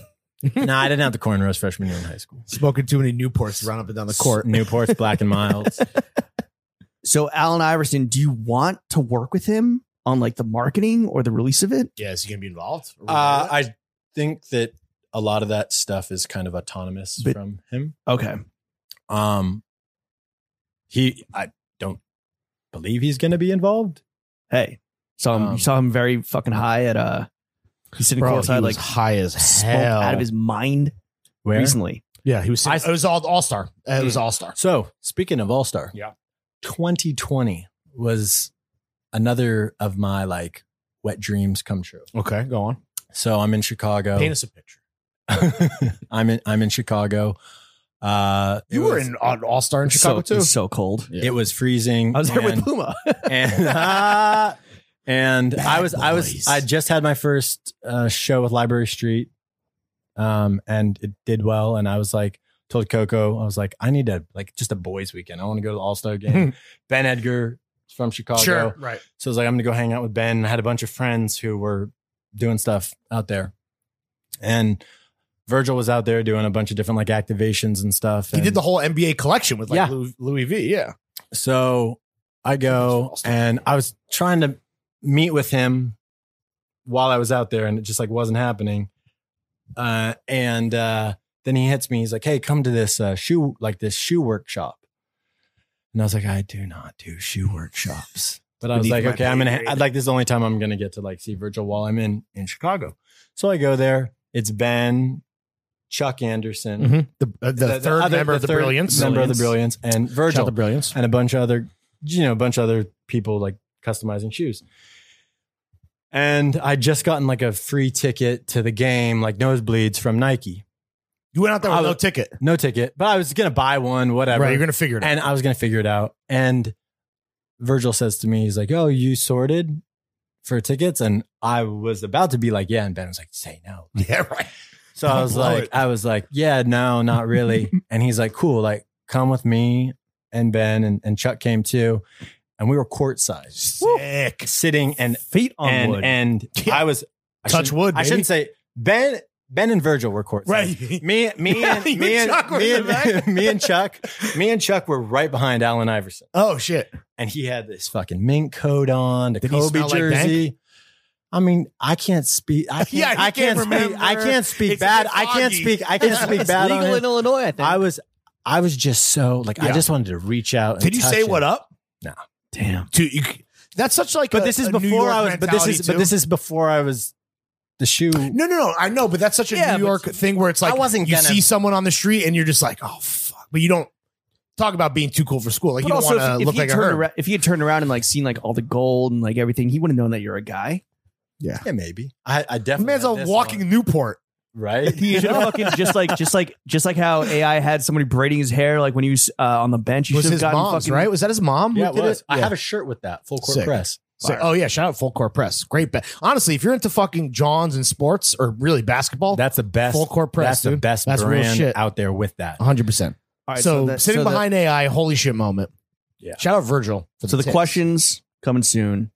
[SPEAKER 2] no, I didn't have the cornrows freshman year in high school.
[SPEAKER 3] Smoking too many Newports, run up and down (laughs) the court.
[SPEAKER 2] Newport's Black and Uh, Miles.
[SPEAKER 1] So Alan Iverson, do you want to work with him on like the marketing or the release of it?
[SPEAKER 3] Yeah, is he gonna be involved?
[SPEAKER 2] Uh, I think that a lot of that stuff is kind of autonomous
[SPEAKER 1] But-
[SPEAKER 2] from him.
[SPEAKER 1] Okay.
[SPEAKER 2] Um, he, I don't believe he's going to be involved.
[SPEAKER 1] Hey, saw him.
[SPEAKER 2] Um,
[SPEAKER 1] you saw him very fucking high at uh. He's sitting
[SPEAKER 3] Bro, he
[SPEAKER 1] courtside,
[SPEAKER 3] was
[SPEAKER 1] like
[SPEAKER 3] high as
[SPEAKER 1] smoked
[SPEAKER 3] hell.
[SPEAKER 1] out of his mind
[SPEAKER 2] Where?
[SPEAKER 1] recently.
[SPEAKER 3] yeah, he was. Sitting,
[SPEAKER 2] I-
[SPEAKER 3] it was all all star. It was
[SPEAKER 2] Mm.
[SPEAKER 3] all star.
[SPEAKER 2] So speaking of All Star,
[SPEAKER 3] Yeah.
[SPEAKER 2] 2020 was another of my like wet dreams come true.
[SPEAKER 3] Okay, go on.
[SPEAKER 2] So I'm in Chicago. (laughs)
[SPEAKER 3] Paint us a picture.
[SPEAKER 2] I'm in I'm in Chicago. Uh, it
[SPEAKER 3] You were
[SPEAKER 2] was-
[SPEAKER 3] in on All Star in Chicago
[SPEAKER 1] so,
[SPEAKER 3] too.
[SPEAKER 1] It's so cold.
[SPEAKER 2] It was freezing.
[SPEAKER 1] I was there
[SPEAKER 2] and-
[SPEAKER 1] with Puma.
[SPEAKER 2] and (laughs) ah, and
[SPEAKER 3] Bad
[SPEAKER 2] I was I
[SPEAKER 3] boys.
[SPEAKER 2] was I just had my first uh, show with Library Street, um, and it did well. And I was like, told Coco, I was like, I need to like just a boys' weekend. I want to go to the
[SPEAKER 3] (laughs)
[SPEAKER 2] All Star game. ben Edgar is from Chicago,
[SPEAKER 3] Sure, right.
[SPEAKER 2] so I was like, I'm gonna go hang out with Ben. I had a bunch of friends who were doing stuff out there, and Virgil was out there doing a bunch of different like activations and stuff.
[SPEAKER 3] He
[SPEAKER 2] and
[SPEAKER 3] did the whole NBA collection with like
[SPEAKER 2] Yeah.
[SPEAKER 3] Louis, Louis V. Yeah,
[SPEAKER 2] So I go and I was trying to meet with him while I was out there and it just like wasn't happening. Uh, and uh, then he hits me. He's like, hey, come to this uh, shoe, like this shoe workshop. And I was like, I do not do shoe workshops. But I was
[SPEAKER 3] Beneath
[SPEAKER 2] like,
[SPEAKER 3] my
[SPEAKER 2] okay, I'm gonna.
[SPEAKER 3] pay grade.
[SPEAKER 2] I'd like this is the only time I'm gonna get to like see Virgil while I'm in in Chicago. So I go there. It's Ben, Chuck Anderson,
[SPEAKER 3] the, uh, the, third
[SPEAKER 2] other-
[SPEAKER 3] member of the
[SPEAKER 2] third
[SPEAKER 3] Brilliance,
[SPEAKER 2] member of the Brilliance, and
[SPEAKER 3] Shout out
[SPEAKER 2] Virgil
[SPEAKER 3] the Brilliance.
[SPEAKER 2] and a bunch of other you know a bunch of other people like customizing shoes and i just gotten like a free ticket to the game like nosebleeds from nike
[SPEAKER 3] You went out there with
[SPEAKER 2] I
[SPEAKER 3] no
[SPEAKER 2] was-
[SPEAKER 3] ticket,
[SPEAKER 2] no ticket but i was gonna buy one whatever
[SPEAKER 3] right? You're gonna figure it out.
[SPEAKER 2] and i was gonna figure it out and virgil says to me he's like oh you sorted for tickets and i was about to be like yeah and ben was like say no
[SPEAKER 3] (laughs) yeah, right.
[SPEAKER 2] so I
[SPEAKER 3] Don't
[SPEAKER 2] was
[SPEAKER 3] blow
[SPEAKER 2] like,
[SPEAKER 3] it.
[SPEAKER 2] I was like, yeah, no,
[SPEAKER 3] (laughs)
[SPEAKER 2] not really. and he's like, cool, like come with me and Ben and, and Chuck came too. And we were courtside
[SPEAKER 3] Sick.
[SPEAKER 2] sitting and
[SPEAKER 1] Feet on
[SPEAKER 2] and
[SPEAKER 1] wood.
[SPEAKER 2] and
[SPEAKER 3] (laughs) Yeah.
[SPEAKER 2] I was I
[SPEAKER 3] Touch
[SPEAKER 2] shouldn't-
[SPEAKER 3] wood,
[SPEAKER 2] I
[SPEAKER 3] baby.
[SPEAKER 2] shouldn't say Ben Ben and Virgil were courtside.
[SPEAKER 3] Right.
[SPEAKER 2] Me
[SPEAKER 3] (laughs)
[SPEAKER 2] me
[SPEAKER 3] Yeah,
[SPEAKER 2] and
[SPEAKER 3] you
[SPEAKER 2] me
[SPEAKER 3] and
[SPEAKER 2] and,
[SPEAKER 3] Chuck were
[SPEAKER 2] me,
[SPEAKER 3] in the back.
[SPEAKER 2] and (laughs) me and Chuck me and Chuck were right behind Allen Iverson.
[SPEAKER 3] Oh shit.
[SPEAKER 2] And he had this fucking mink coat on, the
[SPEAKER 3] Did he
[SPEAKER 2] Kobe
[SPEAKER 3] smell like
[SPEAKER 2] jersey. I mean, I can't speak. I
[SPEAKER 3] (laughs)
[SPEAKER 2] can't.
[SPEAKER 3] Yeah, he
[SPEAKER 2] I
[SPEAKER 3] can't
[SPEAKER 2] can't,
[SPEAKER 3] remember.
[SPEAKER 2] speak. I can't speak
[SPEAKER 3] It's a
[SPEAKER 2] bad.
[SPEAKER 3] bit
[SPEAKER 2] I can't
[SPEAKER 3] foggy.
[SPEAKER 2] speak. I can't
[SPEAKER 3] (laughs)
[SPEAKER 1] (laughs)
[SPEAKER 2] speak
[SPEAKER 1] it's
[SPEAKER 2] bad on
[SPEAKER 1] legal
[SPEAKER 2] him.
[SPEAKER 1] in Illinois, I think.
[SPEAKER 2] I was I was just so like I
[SPEAKER 3] Yeah.
[SPEAKER 2] just wanted to reach out. And
[SPEAKER 3] Did you say what up?
[SPEAKER 1] Damn.
[SPEAKER 3] To you, that's such like.
[SPEAKER 2] But
[SPEAKER 3] a-
[SPEAKER 2] this is
[SPEAKER 3] a New
[SPEAKER 2] before
[SPEAKER 3] York
[SPEAKER 2] I was. But this
[SPEAKER 3] mentality,
[SPEAKER 2] is. But
[SPEAKER 3] too.
[SPEAKER 2] this is before I was. The shoe.
[SPEAKER 3] No, no, no. I know, but that's such a
[SPEAKER 1] Yeah,
[SPEAKER 3] New
[SPEAKER 1] but-
[SPEAKER 3] York thing where it's like
[SPEAKER 2] I wasn't
[SPEAKER 3] you
[SPEAKER 2] gonna-
[SPEAKER 3] see someone on the street and you're just like, oh fuck. But you don't talk about being too cool for school. Like
[SPEAKER 1] But
[SPEAKER 3] you don't
[SPEAKER 1] also,
[SPEAKER 3] want to
[SPEAKER 1] if, if,
[SPEAKER 3] look
[SPEAKER 1] he
[SPEAKER 3] like a
[SPEAKER 1] turned
[SPEAKER 3] herb.
[SPEAKER 1] around, if he had turned around and like seen like all the gold and like everything, he wouldn't have known that you're a guy.
[SPEAKER 2] Yeah, maybe. I, I definitely.
[SPEAKER 3] Man's a
[SPEAKER 2] had this
[SPEAKER 3] walking
[SPEAKER 2] on.
[SPEAKER 3] Newport. (laughs)
[SPEAKER 2] right.
[SPEAKER 1] You (laughs) should have fucking just like just like just like how AI had somebody braiding his hair like when he was uh, on the bench. You
[SPEAKER 3] was
[SPEAKER 1] should
[SPEAKER 3] his
[SPEAKER 1] have gotten
[SPEAKER 3] mom's
[SPEAKER 1] fucking
[SPEAKER 3] right? Was that his mom?
[SPEAKER 2] Yeah,
[SPEAKER 3] who
[SPEAKER 2] it
[SPEAKER 3] did
[SPEAKER 2] was. I
[SPEAKER 3] Yeah.
[SPEAKER 2] have a shirt with that full court
[SPEAKER 3] Sick.
[SPEAKER 2] press.
[SPEAKER 3] So, oh yeah, shout out full court press. Great bet. Honestly, if you're into fucking Johns and sports or really basketball,
[SPEAKER 2] That's the best
[SPEAKER 3] Oh, Full court press,
[SPEAKER 2] That's the
[SPEAKER 3] dude.
[SPEAKER 2] best
[SPEAKER 3] That's real
[SPEAKER 2] brand
[SPEAKER 3] shit.
[SPEAKER 2] out there with
[SPEAKER 3] (laughs)
[SPEAKER 2] that.
[SPEAKER 3] 100. percent
[SPEAKER 1] All right,
[SPEAKER 3] So,
[SPEAKER 1] that-
[SPEAKER 3] sitting
[SPEAKER 1] so the-
[SPEAKER 3] behind AI, holy shit moment.
[SPEAKER 2] Yeah.
[SPEAKER 3] Shout out Virgil. for
[SPEAKER 1] so the
[SPEAKER 3] tips.
[SPEAKER 1] questions coming soon.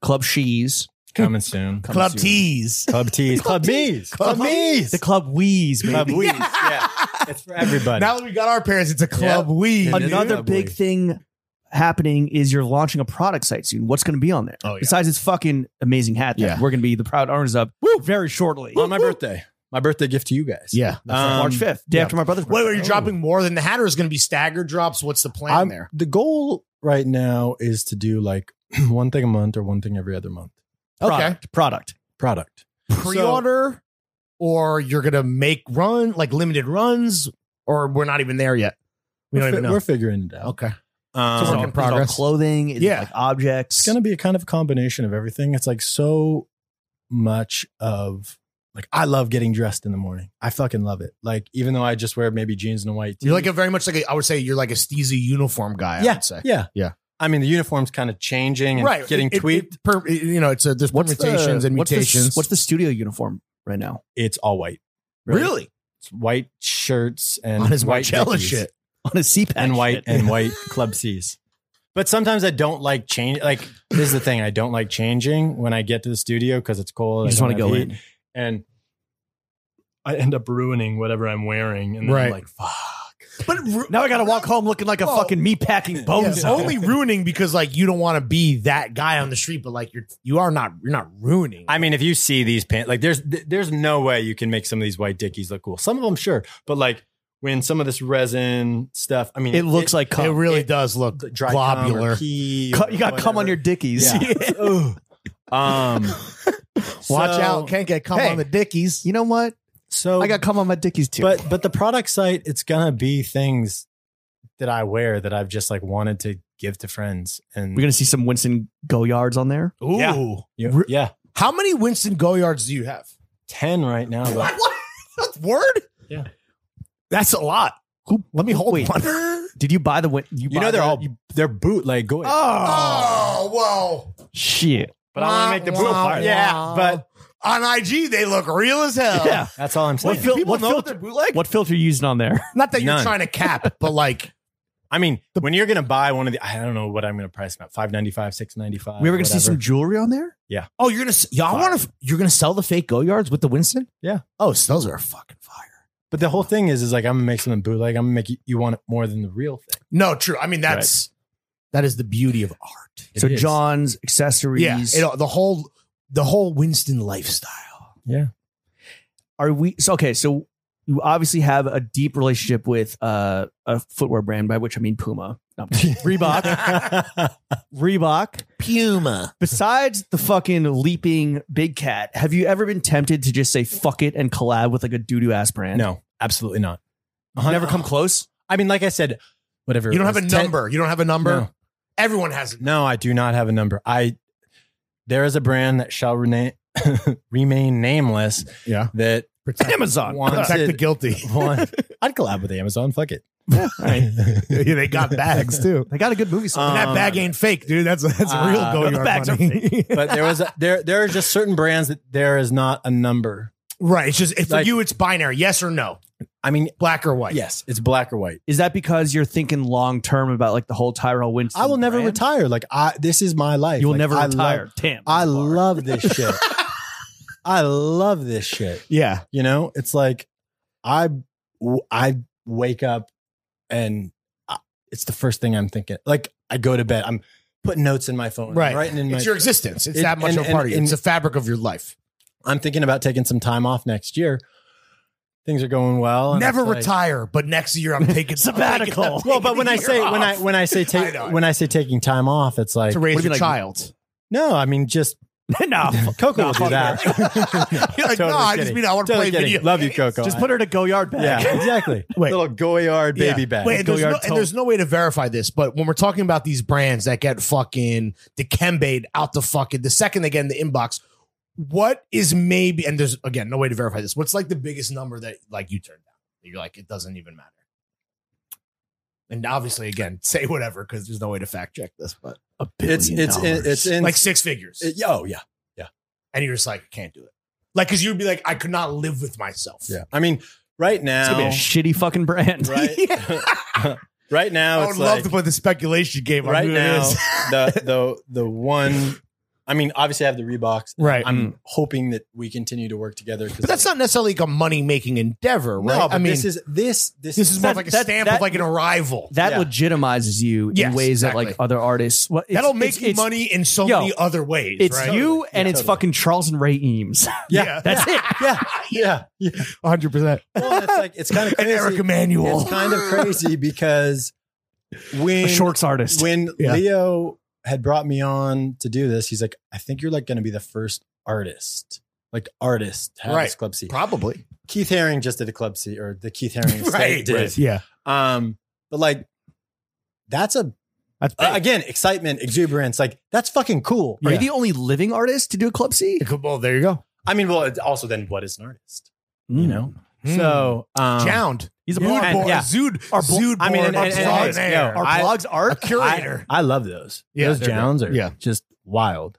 [SPEAKER 1] Club Shees.
[SPEAKER 2] Coming soon.
[SPEAKER 3] Club tees.
[SPEAKER 2] Club tees. Club me's. Club me's.
[SPEAKER 1] The club wheeze,
[SPEAKER 2] Club
[SPEAKER 1] baby.
[SPEAKER 2] Wheeze. Yeah.
[SPEAKER 3] (laughs)
[SPEAKER 2] It's for everybody.
[SPEAKER 3] Now that we got our parents, it's a club
[SPEAKER 2] Yeah.
[SPEAKER 3] weed.
[SPEAKER 2] It is
[SPEAKER 1] Another
[SPEAKER 2] Club
[SPEAKER 1] big
[SPEAKER 2] Wheeze.
[SPEAKER 1] thing happening is you're launching a product site soon. What's going to be on there?
[SPEAKER 3] Oh, yeah.
[SPEAKER 1] Besides this fucking amazing hat that
[SPEAKER 3] Yeah.
[SPEAKER 1] we're going to be the proud owners of very shortly.
[SPEAKER 2] on my birthday. My birthday gift to you guys.
[SPEAKER 3] Yeah.
[SPEAKER 1] That's right,
[SPEAKER 2] Um,
[SPEAKER 1] March 5th, day
[SPEAKER 3] yeah.
[SPEAKER 1] after my brother's birthday.
[SPEAKER 3] Wait, are you dropping more than the Hatter is going to be staggered drops? What's the plan
[SPEAKER 2] I'm,
[SPEAKER 3] there?
[SPEAKER 2] The goal right now is to do like (clears throat) one thing a month or one thing every other month.
[SPEAKER 3] Okay.
[SPEAKER 1] Product, Product.
[SPEAKER 2] Product.
[SPEAKER 3] Pre-order or you're going to make run like limited runs or we're not even there yet. We
[SPEAKER 2] We're,
[SPEAKER 3] don't
[SPEAKER 2] fi-
[SPEAKER 3] even know.
[SPEAKER 2] we're figuring it out.
[SPEAKER 3] Okay.
[SPEAKER 2] Um,
[SPEAKER 3] It's
[SPEAKER 1] Is
[SPEAKER 3] a work in
[SPEAKER 1] it all
[SPEAKER 3] progress.
[SPEAKER 1] Clothing, is it
[SPEAKER 3] Yeah.
[SPEAKER 1] like objects.
[SPEAKER 2] it's going to be a kind of combination of everything. It's like so much of like I love getting dressed in the morning. I fucking love it. Like even though I just wear maybe jeans and a white tee.
[SPEAKER 3] You're like a very much like a, I would say you're like a steezy uniform guy. I
[SPEAKER 2] yeah,
[SPEAKER 3] would say.
[SPEAKER 2] yeah,
[SPEAKER 3] Yeah.
[SPEAKER 2] I mean the uniform's kind of changing and
[SPEAKER 3] right.
[SPEAKER 2] getting
[SPEAKER 3] It- it-
[SPEAKER 2] tweaked.
[SPEAKER 3] it per- you know, it's a there's
[SPEAKER 1] What's the-
[SPEAKER 3] permutations and
[SPEAKER 1] what's the-
[SPEAKER 3] mutations.
[SPEAKER 1] What's the studio uniform right now? (laughs)
[SPEAKER 2] it's all white.
[SPEAKER 3] really?
[SPEAKER 2] It's white shirts and
[SPEAKER 3] On his
[SPEAKER 2] white
[SPEAKER 3] Margiela
[SPEAKER 2] Dickies.
[SPEAKER 3] shit.
[SPEAKER 1] On a CPAC.
[SPEAKER 2] and white
[SPEAKER 1] shit.
[SPEAKER 3] (laughs)
[SPEAKER 2] and white club C's. But sometimes I don't like change. Like this is the thing I don't like changing when I get to the studio because it's cold.
[SPEAKER 1] You
[SPEAKER 2] I
[SPEAKER 1] just
[SPEAKER 2] don't
[SPEAKER 1] want to
[SPEAKER 2] have
[SPEAKER 1] go
[SPEAKER 2] heat,
[SPEAKER 1] in.
[SPEAKER 2] and I end up ruining whatever I'm wearing, and then
[SPEAKER 3] Right.
[SPEAKER 2] I'm like, fuck.
[SPEAKER 3] But ru-
[SPEAKER 1] Now I got to walk home looking like a
[SPEAKER 3] Well,
[SPEAKER 1] fucking meat packing bones.
[SPEAKER 3] It's only ruining because like you don't want to be that guy on the street, but like you're you are not you're not ruining.
[SPEAKER 2] I mean, if you see these pants, like there's th- there's no way you can make some of these white dickies look cool. Some of them, sure, but like when some of this resin stuff, I mean,
[SPEAKER 1] It looks like cum.
[SPEAKER 3] it really does look
[SPEAKER 2] the dry cum or
[SPEAKER 3] globular. (laughs)
[SPEAKER 2] pee
[SPEAKER 1] Cu- (laughs)
[SPEAKER 2] or
[SPEAKER 1] you got cum on
[SPEAKER 2] whatever.
[SPEAKER 1] your dickies.
[SPEAKER 2] Yeah. Ugh. um, (laughs)
[SPEAKER 3] Watch
[SPEAKER 2] so-
[SPEAKER 3] out, can't get cum
[SPEAKER 1] Hey.
[SPEAKER 3] on the
[SPEAKER 1] (laughs)
[SPEAKER 3] dickies.
[SPEAKER 1] You know what?
[SPEAKER 2] So
[SPEAKER 1] I got cum on my dickies too.
[SPEAKER 2] But but the product site, it's gonna be things that I wear that I've just like wanted to give to friends. And
[SPEAKER 1] we're gonna see some Winston Goyards on there.
[SPEAKER 3] Ooh,
[SPEAKER 2] yeah,
[SPEAKER 3] Re-
[SPEAKER 2] yeah,
[SPEAKER 3] how many Winston Goyards do you
[SPEAKER 2] (laughs)
[SPEAKER 3] have?
[SPEAKER 2] ten right now. But
[SPEAKER 3] That's word.
[SPEAKER 2] Yeah.
[SPEAKER 3] that's a lot.
[SPEAKER 1] Who?
[SPEAKER 3] Let me hold
[SPEAKER 1] Wait.
[SPEAKER 2] (laughs)
[SPEAKER 3] one. Oh.
[SPEAKER 1] Did you buy the win?
[SPEAKER 2] you know
[SPEAKER 1] buy
[SPEAKER 2] they're
[SPEAKER 1] the-
[SPEAKER 2] all
[SPEAKER 1] you-
[SPEAKER 2] they're bootleg going.
[SPEAKER 1] oh,
[SPEAKER 3] whoa!
[SPEAKER 1] shit!
[SPEAKER 2] but I want to make the cool part.
[SPEAKER 3] Yeah,
[SPEAKER 2] but
[SPEAKER 3] On IG, they look real as
[SPEAKER 2] Oh.
[SPEAKER 3] hell.
[SPEAKER 1] Yeah.
[SPEAKER 2] that's all I'm
[SPEAKER 1] What,
[SPEAKER 2] saying.
[SPEAKER 1] fil-
[SPEAKER 3] People
[SPEAKER 1] what
[SPEAKER 3] know
[SPEAKER 1] filter?
[SPEAKER 3] they're bootleg.
[SPEAKER 1] What filter you using on there?
[SPEAKER 3] Not that you're
[SPEAKER 2] None.
[SPEAKER 3] trying to cap, (laughs) but like
[SPEAKER 2] I mean, when you're gonna buy one of the, I don't know what I'm gonna price them at five ninety five, six ninety five.
[SPEAKER 1] we were gonna see some jewelry on there.
[SPEAKER 3] Oh, you're gonna s- y'all want to you're gonna sell the fake go yards with the Winston?
[SPEAKER 2] Yeah.
[SPEAKER 3] Oh, so those are fucking fire.
[SPEAKER 2] But the whole thing is, is like I'm gonna make something bootleg. I'm gonna make you, you want it more than the real thing.
[SPEAKER 3] No, true. I mean, that's that is the beauty of art.
[SPEAKER 2] It
[SPEAKER 1] so
[SPEAKER 2] is.
[SPEAKER 1] John's accessories.
[SPEAKER 3] Yeah. It, all- the whole the whole Winston lifestyle.
[SPEAKER 1] are we so okay so you obviously have a deep relationship with uh, a footwear brand by which i mean puma No,
[SPEAKER 2] (laughs)
[SPEAKER 1] I'm kidding. reebok reebok
[SPEAKER 3] Puma.
[SPEAKER 1] besides the fucking leaping big cat have you ever been tempted to just say fuck it and collab with like a doo-doo ass brand
[SPEAKER 2] no, absolutely not.
[SPEAKER 1] never come close
[SPEAKER 2] I mean, like I said, whatever.
[SPEAKER 3] You don't
[SPEAKER 2] it
[SPEAKER 3] have a
[SPEAKER 2] was, 10
[SPEAKER 3] number. You don't have a number.
[SPEAKER 2] No.
[SPEAKER 3] Everyone has a number.
[SPEAKER 2] No, I do not have a number. I there is a brand that shall rena- (laughs) remain nameless.
[SPEAKER 3] Yeah.
[SPEAKER 2] That
[SPEAKER 3] Protect,
[SPEAKER 1] amazon
[SPEAKER 2] Wants
[SPEAKER 3] protect
[SPEAKER 2] it.
[SPEAKER 3] the guilty.
[SPEAKER 2] one, I'd collab with Amazon. Fuck it. (laughs)
[SPEAKER 1] right.
[SPEAKER 3] Yeah, they got bags too.
[SPEAKER 1] they got a good movie song.
[SPEAKER 3] and that
[SPEAKER 2] Um,
[SPEAKER 3] bag ain't fake, dude. That's that's a real
[SPEAKER 2] uh,
[SPEAKER 3] go
[SPEAKER 1] the
[SPEAKER 3] yard
[SPEAKER 1] bags are
[SPEAKER 3] money.
[SPEAKER 1] fake.
[SPEAKER 2] But there was a, there there are just certain brands that there is not a number.
[SPEAKER 3] (laughs) right. It's just for
[SPEAKER 2] Like-
[SPEAKER 3] you, it's binary, yes or no,
[SPEAKER 2] I mean,
[SPEAKER 3] black or white.
[SPEAKER 2] yes, it's black or white.
[SPEAKER 1] is that because you're thinking long term about like the whole tyrell winston
[SPEAKER 2] I will never
[SPEAKER 1] brand?
[SPEAKER 2] retire. Like I, this is my life.
[SPEAKER 1] you will
[SPEAKER 2] Like,
[SPEAKER 1] never
[SPEAKER 2] I
[SPEAKER 1] retire
[SPEAKER 2] Love,
[SPEAKER 1] Damn.
[SPEAKER 2] I love this
[SPEAKER 3] (laughs)
[SPEAKER 2] shit. I love this shit.
[SPEAKER 3] Yeah.
[SPEAKER 2] You know, it's like I I wake up and I, it's the first thing I'm thinking. Like I go to bed, I'm putting notes in my phone,
[SPEAKER 3] Right.
[SPEAKER 2] I'm writing in my.
[SPEAKER 3] It's your existence. It's
[SPEAKER 2] It-
[SPEAKER 3] that much
[SPEAKER 2] and-
[SPEAKER 3] of a
[SPEAKER 2] and-
[SPEAKER 3] part of you.
[SPEAKER 2] and-
[SPEAKER 3] It's the fabric of your life.
[SPEAKER 2] I'm thinking about taking some time off next year. Things are going well. and
[SPEAKER 3] Never
[SPEAKER 2] it's like-
[SPEAKER 3] retire, but next year
[SPEAKER 2] (laughs)
[SPEAKER 3] I'm taking
[SPEAKER 1] Sabbatical.
[SPEAKER 3] I'm taking-
[SPEAKER 2] Well, but when I
[SPEAKER 3] taking a
[SPEAKER 2] say
[SPEAKER 3] year
[SPEAKER 2] when I
[SPEAKER 3] off
[SPEAKER 2] when I
[SPEAKER 3] (laughs)
[SPEAKER 2] say
[SPEAKER 3] I
[SPEAKER 2] take
[SPEAKER 3] know.
[SPEAKER 2] when I say taking time off, it's like
[SPEAKER 3] to raise
[SPEAKER 1] What do you
[SPEAKER 3] a
[SPEAKER 1] mean, like-
[SPEAKER 3] child, (laughs)
[SPEAKER 2] no, I mean just
[SPEAKER 1] (laughs) no
[SPEAKER 2] Coco
[SPEAKER 1] No,
[SPEAKER 2] will do
[SPEAKER 1] fuck
[SPEAKER 2] that.
[SPEAKER 3] You're like,
[SPEAKER 2] Totally
[SPEAKER 3] no, I
[SPEAKER 2] kidding.
[SPEAKER 3] just mean I want to
[SPEAKER 2] Totally
[SPEAKER 3] play
[SPEAKER 2] kidding.
[SPEAKER 3] video.
[SPEAKER 2] Love you, Coco.
[SPEAKER 1] just put her in a go yard bag
[SPEAKER 2] (laughs) Yeah, exactly.
[SPEAKER 3] Wait.
[SPEAKER 2] little Goyard baby
[SPEAKER 3] Yeah.
[SPEAKER 2] bag.
[SPEAKER 3] Wait, and there's,
[SPEAKER 1] Goyard
[SPEAKER 3] no, and
[SPEAKER 1] tote.
[SPEAKER 3] there's no way to verify this, but when we're talking about these brands that get fucking dikembe'd out the fucking the second they get in the inbox, what is maybe and there's again no way to verify this. What's like the biggest number that like you turned down? You're like it doesn't even matter. And obviously, again, (laughs) say whatever because there's no way to fact check this, but
[SPEAKER 1] a
[SPEAKER 2] it's
[SPEAKER 1] billion
[SPEAKER 2] it's in,
[SPEAKER 1] dollars.
[SPEAKER 2] it's in
[SPEAKER 3] like six figures.
[SPEAKER 2] it- oh yeah.
[SPEAKER 3] and you're just like, can't do it. Like, cause you'd be like, I could not live with myself. (laughs)
[SPEAKER 2] Yeah. I mean, right
[SPEAKER 1] It's
[SPEAKER 2] now,
[SPEAKER 1] gonna be a shitty fucking brand.
[SPEAKER 2] (laughs) right, right now,
[SPEAKER 3] I
[SPEAKER 2] it's
[SPEAKER 3] would love
[SPEAKER 2] like,
[SPEAKER 3] to put the speculation game on
[SPEAKER 2] right
[SPEAKER 3] who
[SPEAKER 2] now,
[SPEAKER 3] it is.
[SPEAKER 2] the, the, the one I mean, obviously, I have the Reeboks.
[SPEAKER 4] Right.
[SPEAKER 2] I'm hoping that we continue to work together.
[SPEAKER 3] Mm. But that's not necessarily like a money making endeavor, right?
[SPEAKER 2] No,
[SPEAKER 3] I mean,
[SPEAKER 2] this is this this,
[SPEAKER 3] this is more of
[SPEAKER 1] that-
[SPEAKER 3] like a
[SPEAKER 1] that-
[SPEAKER 3] stamp
[SPEAKER 1] that-
[SPEAKER 3] of like an arrival.
[SPEAKER 1] That
[SPEAKER 2] Yeah.
[SPEAKER 1] legitimizes you in
[SPEAKER 3] Yes,
[SPEAKER 1] ways that like
[SPEAKER 3] exactly.
[SPEAKER 1] other artists. Well, it's-
[SPEAKER 3] That'll make
[SPEAKER 1] it's-
[SPEAKER 3] you
[SPEAKER 1] it's-
[SPEAKER 3] money in so
[SPEAKER 1] Yo,
[SPEAKER 3] many other ways.
[SPEAKER 1] It's
[SPEAKER 3] (laughs) right?
[SPEAKER 1] you
[SPEAKER 2] Totally.
[SPEAKER 1] and
[SPEAKER 2] Yeah,
[SPEAKER 1] it's
[SPEAKER 2] totally.
[SPEAKER 1] fucking Charles and Ray Eames. (laughs)
[SPEAKER 3] Yeah,
[SPEAKER 1] That's it.
[SPEAKER 2] yeah, yeah, yeah.
[SPEAKER 3] hundred percent.
[SPEAKER 2] Well, it's like it's kind of
[SPEAKER 3] And
[SPEAKER 2] crazy.
[SPEAKER 3] (laughs) Eric Emanuel, (laughs)
[SPEAKER 2] It's kind of crazy because
[SPEAKER 1] A
[SPEAKER 2] when
[SPEAKER 1] shorts artist.
[SPEAKER 2] when
[SPEAKER 3] Yeah.
[SPEAKER 2] Leo had brought me on to do this, he's like, I think you're like going to be the first artist, like artist, to have this
[SPEAKER 3] Right.
[SPEAKER 2] club seat.
[SPEAKER 3] probably.
[SPEAKER 2] Keith Haring just did a club seat, or the
[SPEAKER 3] (laughs)
[SPEAKER 2] Keith Haring estate
[SPEAKER 3] Right,
[SPEAKER 2] did.
[SPEAKER 3] right, yeah.
[SPEAKER 2] Um, but like, that's a
[SPEAKER 3] That's
[SPEAKER 2] uh, again excitement, exuberance. Like that's fucking cool.
[SPEAKER 1] Are
[SPEAKER 3] Yeah.
[SPEAKER 1] you the only living artist to do a club C?
[SPEAKER 3] Well, there you go.
[SPEAKER 2] I mean, well, it's also then what is an artist?
[SPEAKER 1] Mm.
[SPEAKER 2] You know.
[SPEAKER 3] Hmm.
[SPEAKER 2] So um,
[SPEAKER 3] Jound.
[SPEAKER 1] He's a
[SPEAKER 3] Mood
[SPEAKER 1] blogger.
[SPEAKER 2] and-
[SPEAKER 3] board.
[SPEAKER 2] yeah.
[SPEAKER 3] Zood.
[SPEAKER 1] Our bl-
[SPEAKER 3] Zood.
[SPEAKER 2] I mean,
[SPEAKER 3] board,
[SPEAKER 2] and-
[SPEAKER 3] our
[SPEAKER 2] and- and-
[SPEAKER 3] blog's there.
[SPEAKER 2] and- yo,
[SPEAKER 3] Our
[SPEAKER 2] I-
[SPEAKER 3] blog's art. A
[SPEAKER 2] I,
[SPEAKER 3] curator.
[SPEAKER 2] I love those.
[SPEAKER 3] Yeah,
[SPEAKER 2] those
[SPEAKER 3] they're good.
[SPEAKER 2] Downs are
[SPEAKER 3] Yeah.
[SPEAKER 2] just wild.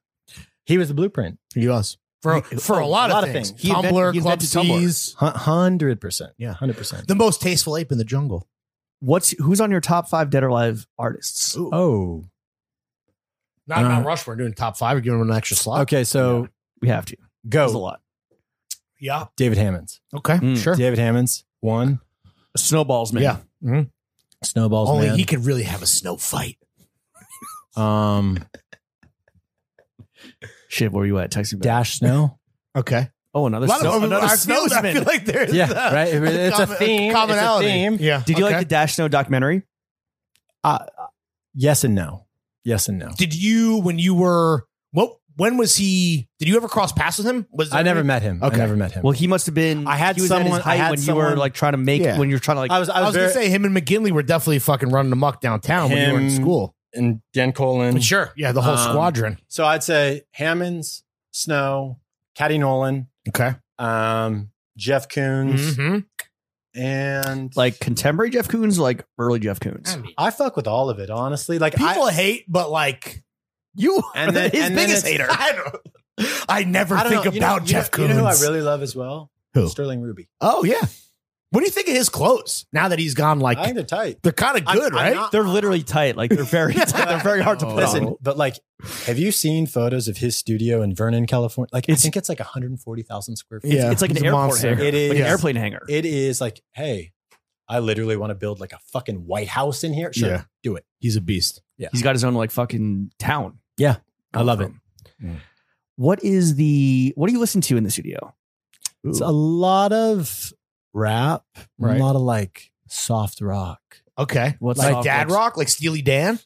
[SPEAKER 2] He was the blueprint,
[SPEAKER 3] He was. For, for a lot, of things.
[SPEAKER 1] He invented-
[SPEAKER 3] Tumblr,
[SPEAKER 1] he
[SPEAKER 3] Club
[SPEAKER 1] invented Tumblr.
[SPEAKER 3] C's.
[SPEAKER 2] hundred percent.
[SPEAKER 3] Yeah.
[SPEAKER 2] hundred percent.
[SPEAKER 3] The most tasteful ape in the jungle.
[SPEAKER 1] What's who's on your top five dead or alive artists?
[SPEAKER 2] Oh,
[SPEAKER 3] Not,
[SPEAKER 2] Uh,
[SPEAKER 3] not Rush. We're doing top five. We're giving him an extra slot.
[SPEAKER 2] okay. So
[SPEAKER 1] We have to. That's a
[SPEAKER 2] go,
[SPEAKER 1] lot.
[SPEAKER 3] Yeah.
[SPEAKER 2] David Hammonds.
[SPEAKER 3] Okay.
[SPEAKER 1] Mm.
[SPEAKER 3] Sure.
[SPEAKER 2] David Hammonds one.
[SPEAKER 1] Snowballs, man.
[SPEAKER 3] Yeah.
[SPEAKER 2] Snowballs.
[SPEAKER 3] Only
[SPEAKER 2] man.
[SPEAKER 3] he could really have a snow fight.
[SPEAKER 2] um
[SPEAKER 3] (laughs)
[SPEAKER 1] Shit, where you at? Text me back.
[SPEAKER 2] dash snow.
[SPEAKER 3] Okay.
[SPEAKER 1] Oh, another, snow, another
[SPEAKER 3] I feel- I
[SPEAKER 1] snowsman.
[SPEAKER 3] feel like there's
[SPEAKER 2] yeah,
[SPEAKER 3] a,
[SPEAKER 2] (laughs) right. It- It's a
[SPEAKER 3] common-
[SPEAKER 2] theme.
[SPEAKER 3] Commonality.
[SPEAKER 2] It's a theme.
[SPEAKER 3] Yeah.
[SPEAKER 1] Did you
[SPEAKER 3] Okay.
[SPEAKER 1] like the Dash Snow documentary?
[SPEAKER 2] Yes and no. Yes and no.
[SPEAKER 3] Did you when you were what? When was he? Did you ever cross paths with him? Was
[SPEAKER 2] I never met him.
[SPEAKER 3] Okay.
[SPEAKER 2] I never met him.
[SPEAKER 1] Well, he must have been.
[SPEAKER 2] I had
[SPEAKER 1] he was at his
[SPEAKER 2] someone- I
[SPEAKER 1] height
[SPEAKER 2] had
[SPEAKER 1] when you were
[SPEAKER 2] someone-
[SPEAKER 1] like trying to make
[SPEAKER 3] Yeah.
[SPEAKER 1] when you're trying to like.
[SPEAKER 2] I was. I
[SPEAKER 3] I
[SPEAKER 2] was,
[SPEAKER 3] was
[SPEAKER 2] very,
[SPEAKER 3] gonna say him and McGinley were definitely fucking running amok downtown when you were in
[SPEAKER 2] Him-
[SPEAKER 3] school.
[SPEAKER 2] and Dan Colin.
[SPEAKER 3] Sure, yeah, the whole
[SPEAKER 2] Um,
[SPEAKER 3] squadron.
[SPEAKER 2] So I'd say Hammonds, Snow, Caddy Nolan,
[SPEAKER 3] Okay,
[SPEAKER 2] um, Jeff Koons,
[SPEAKER 3] Mm-hmm.
[SPEAKER 2] and
[SPEAKER 1] like contemporary Jeff Koons, or, like early Jeff Koons.
[SPEAKER 2] I fuck with all of it, honestly. Like
[SPEAKER 3] people
[SPEAKER 2] I,
[SPEAKER 3] hate, but like
[SPEAKER 1] You
[SPEAKER 3] (laughs)
[SPEAKER 2] And then-
[SPEAKER 1] his
[SPEAKER 2] and then
[SPEAKER 1] biggest
[SPEAKER 2] it's-
[SPEAKER 1] hater.
[SPEAKER 3] I don't. I never
[SPEAKER 2] I don't
[SPEAKER 3] think
[SPEAKER 2] know, you know-
[SPEAKER 3] about
[SPEAKER 2] you
[SPEAKER 3] Jeff
[SPEAKER 2] know,
[SPEAKER 3] Koons.
[SPEAKER 2] You know who I really love as well?
[SPEAKER 3] Who?
[SPEAKER 2] Sterling Ruby.
[SPEAKER 3] oh yeah. What do you think of his clothes now that he's gone? Like
[SPEAKER 2] I think they're tight.
[SPEAKER 3] they're kind of
[SPEAKER 2] I'm-
[SPEAKER 3] good,
[SPEAKER 2] I'm
[SPEAKER 3] right?
[SPEAKER 2] not-
[SPEAKER 1] They're literally tight. Like they're
[SPEAKER 2] (laughs)
[SPEAKER 1] very tight. They're very hard to
[SPEAKER 3] oh,
[SPEAKER 1] put
[SPEAKER 2] Listen,
[SPEAKER 1] on.
[SPEAKER 2] but like, have you seen photos of his studio in Vernon, California? Like,
[SPEAKER 1] It's-
[SPEAKER 2] I think it's like 140,000 square feet.
[SPEAKER 3] Yeah.
[SPEAKER 1] It's like an
[SPEAKER 3] He's a
[SPEAKER 1] airport
[SPEAKER 3] monster.
[SPEAKER 1] hanger.
[SPEAKER 2] It is.
[SPEAKER 1] Like an
[SPEAKER 2] Yeah.
[SPEAKER 1] airplane hanger.
[SPEAKER 2] It is like, hey, I literally want to build like a fucking White House in here. Sure,
[SPEAKER 3] Yeah.
[SPEAKER 2] do it.
[SPEAKER 3] He's a beast.
[SPEAKER 1] He's got his own like fucking town.
[SPEAKER 2] Yeah. I love it.
[SPEAKER 3] Mm.
[SPEAKER 1] What is the what do you listen to in the studio?
[SPEAKER 2] It's a lot of rap,
[SPEAKER 3] Right.
[SPEAKER 2] a lot of like soft rock,
[SPEAKER 3] Okay,
[SPEAKER 1] What's
[SPEAKER 3] like
[SPEAKER 1] up?
[SPEAKER 3] Dad
[SPEAKER 1] What's-
[SPEAKER 3] Rock, like Steely Dan.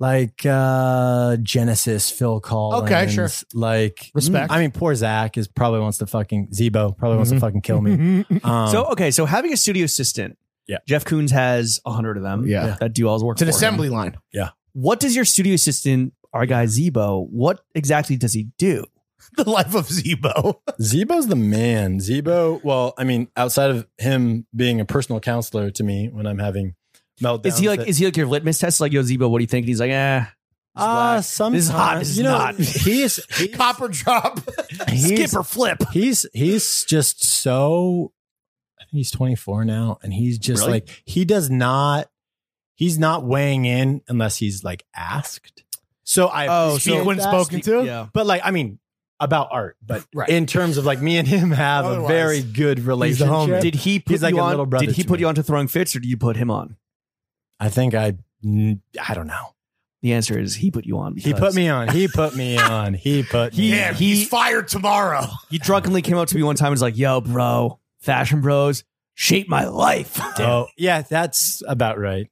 [SPEAKER 2] like uh Genesis, Phil Collins.
[SPEAKER 3] Okay, sure.
[SPEAKER 2] Like
[SPEAKER 3] Respect.
[SPEAKER 1] Mm,
[SPEAKER 2] I mean, poor Zach is probably wants to fucking Zebo probably wants to
[SPEAKER 3] Mhm.
[SPEAKER 2] fucking kill me. Um,
[SPEAKER 1] Mm-hmm. (laughs) so uh, okay, so having a studio assistant.
[SPEAKER 2] Yeah.
[SPEAKER 1] Jeff Koons has a hundred of them.
[SPEAKER 3] Yeah.
[SPEAKER 1] That do all his work.
[SPEAKER 3] It's an
[SPEAKER 1] for him.
[SPEAKER 3] assembly line. (laughs)
[SPEAKER 1] What does your studio assistant, our guy Zebo, what exactly does he do?
[SPEAKER 3] The life of Zebo.
[SPEAKER 2] Zebo's the man. Zebo. Well, I mean, outside of him being a personal counselor to me when I'm having meltdowns,
[SPEAKER 1] Is he like
[SPEAKER 2] that-
[SPEAKER 1] is he like your litmus test? Like, yo, Zebo, what do you think? And he's like, eh. this is
[SPEAKER 2] Ah,
[SPEAKER 1] whack.
[SPEAKER 2] sometimes
[SPEAKER 1] This is hot. This is
[SPEAKER 2] you know,
[SPEAKER 1] not. (laughs)
[SPEAKER 2] He's, he's
[SPEAKER 3] Copper drop.
[SPEAKER 2] he's-
[SPEAKER 3] Skip or flip.
[SPEAKER 2] he's he's just so i think he's 24 now and he's just
[SPEAKER 1] Really?
[SPEAKER 2] like he does not he's not weighing in unless he's like asked so i
[SPEAKER 1] Oh,
[SPEAKER 2] appreciate
[SPEAKER 3] so- when
[SPEAKER 2] that.
[SPEAKER 3] spoken to?
[SPEAKER 1] Yeah.
[SPEAKER 2] but like i mean about art but
[SPEAKER 3] Right.
[SPEAKER 2] in terms of like me and him have
[SPEAKER 3] Otherwise,
[SPEAKER 2] a very good
[SPEAKER 3] the homie.
[SPEAKER 2] relationship
[SPEAKER 1] Did he put
[SPEAKER 2] He's like
[SPEAKER 1] you
[SPEAKER 2] a
[SPEAKER 1] on?
[SPEAKER 2] little brother
[SPEAKER 1] did he
[SPEAKER 2] to
[SPEAKER 1] put
[SPEAKER 2] me.
[SPEAKER 1] you onto throwing fits, or did you put him on?
[SPEAKER 2] i think i i don't know
[SPEAKER 1] The answer is he put you on.
[SPEAKER 2] he put
[SPEAKER 1] because
[SPEAKER 2] me on he put me on he put
[SPEAKER 1] He-
[SPEAKER 2] me
[SPEAKER 3] Damn,
[SPEAKER 2] on.
[SPEAKER 3] he's fired tomorrow. (laughs)
[SPEAKER 1] He drunkenly came up to me one time and was like, "Yo, bro, fashion bros shape my
[SPEAKER 2] (laughs)
[SPEAKER 1] life."
[SPEAKER 2] oh yeah that's about right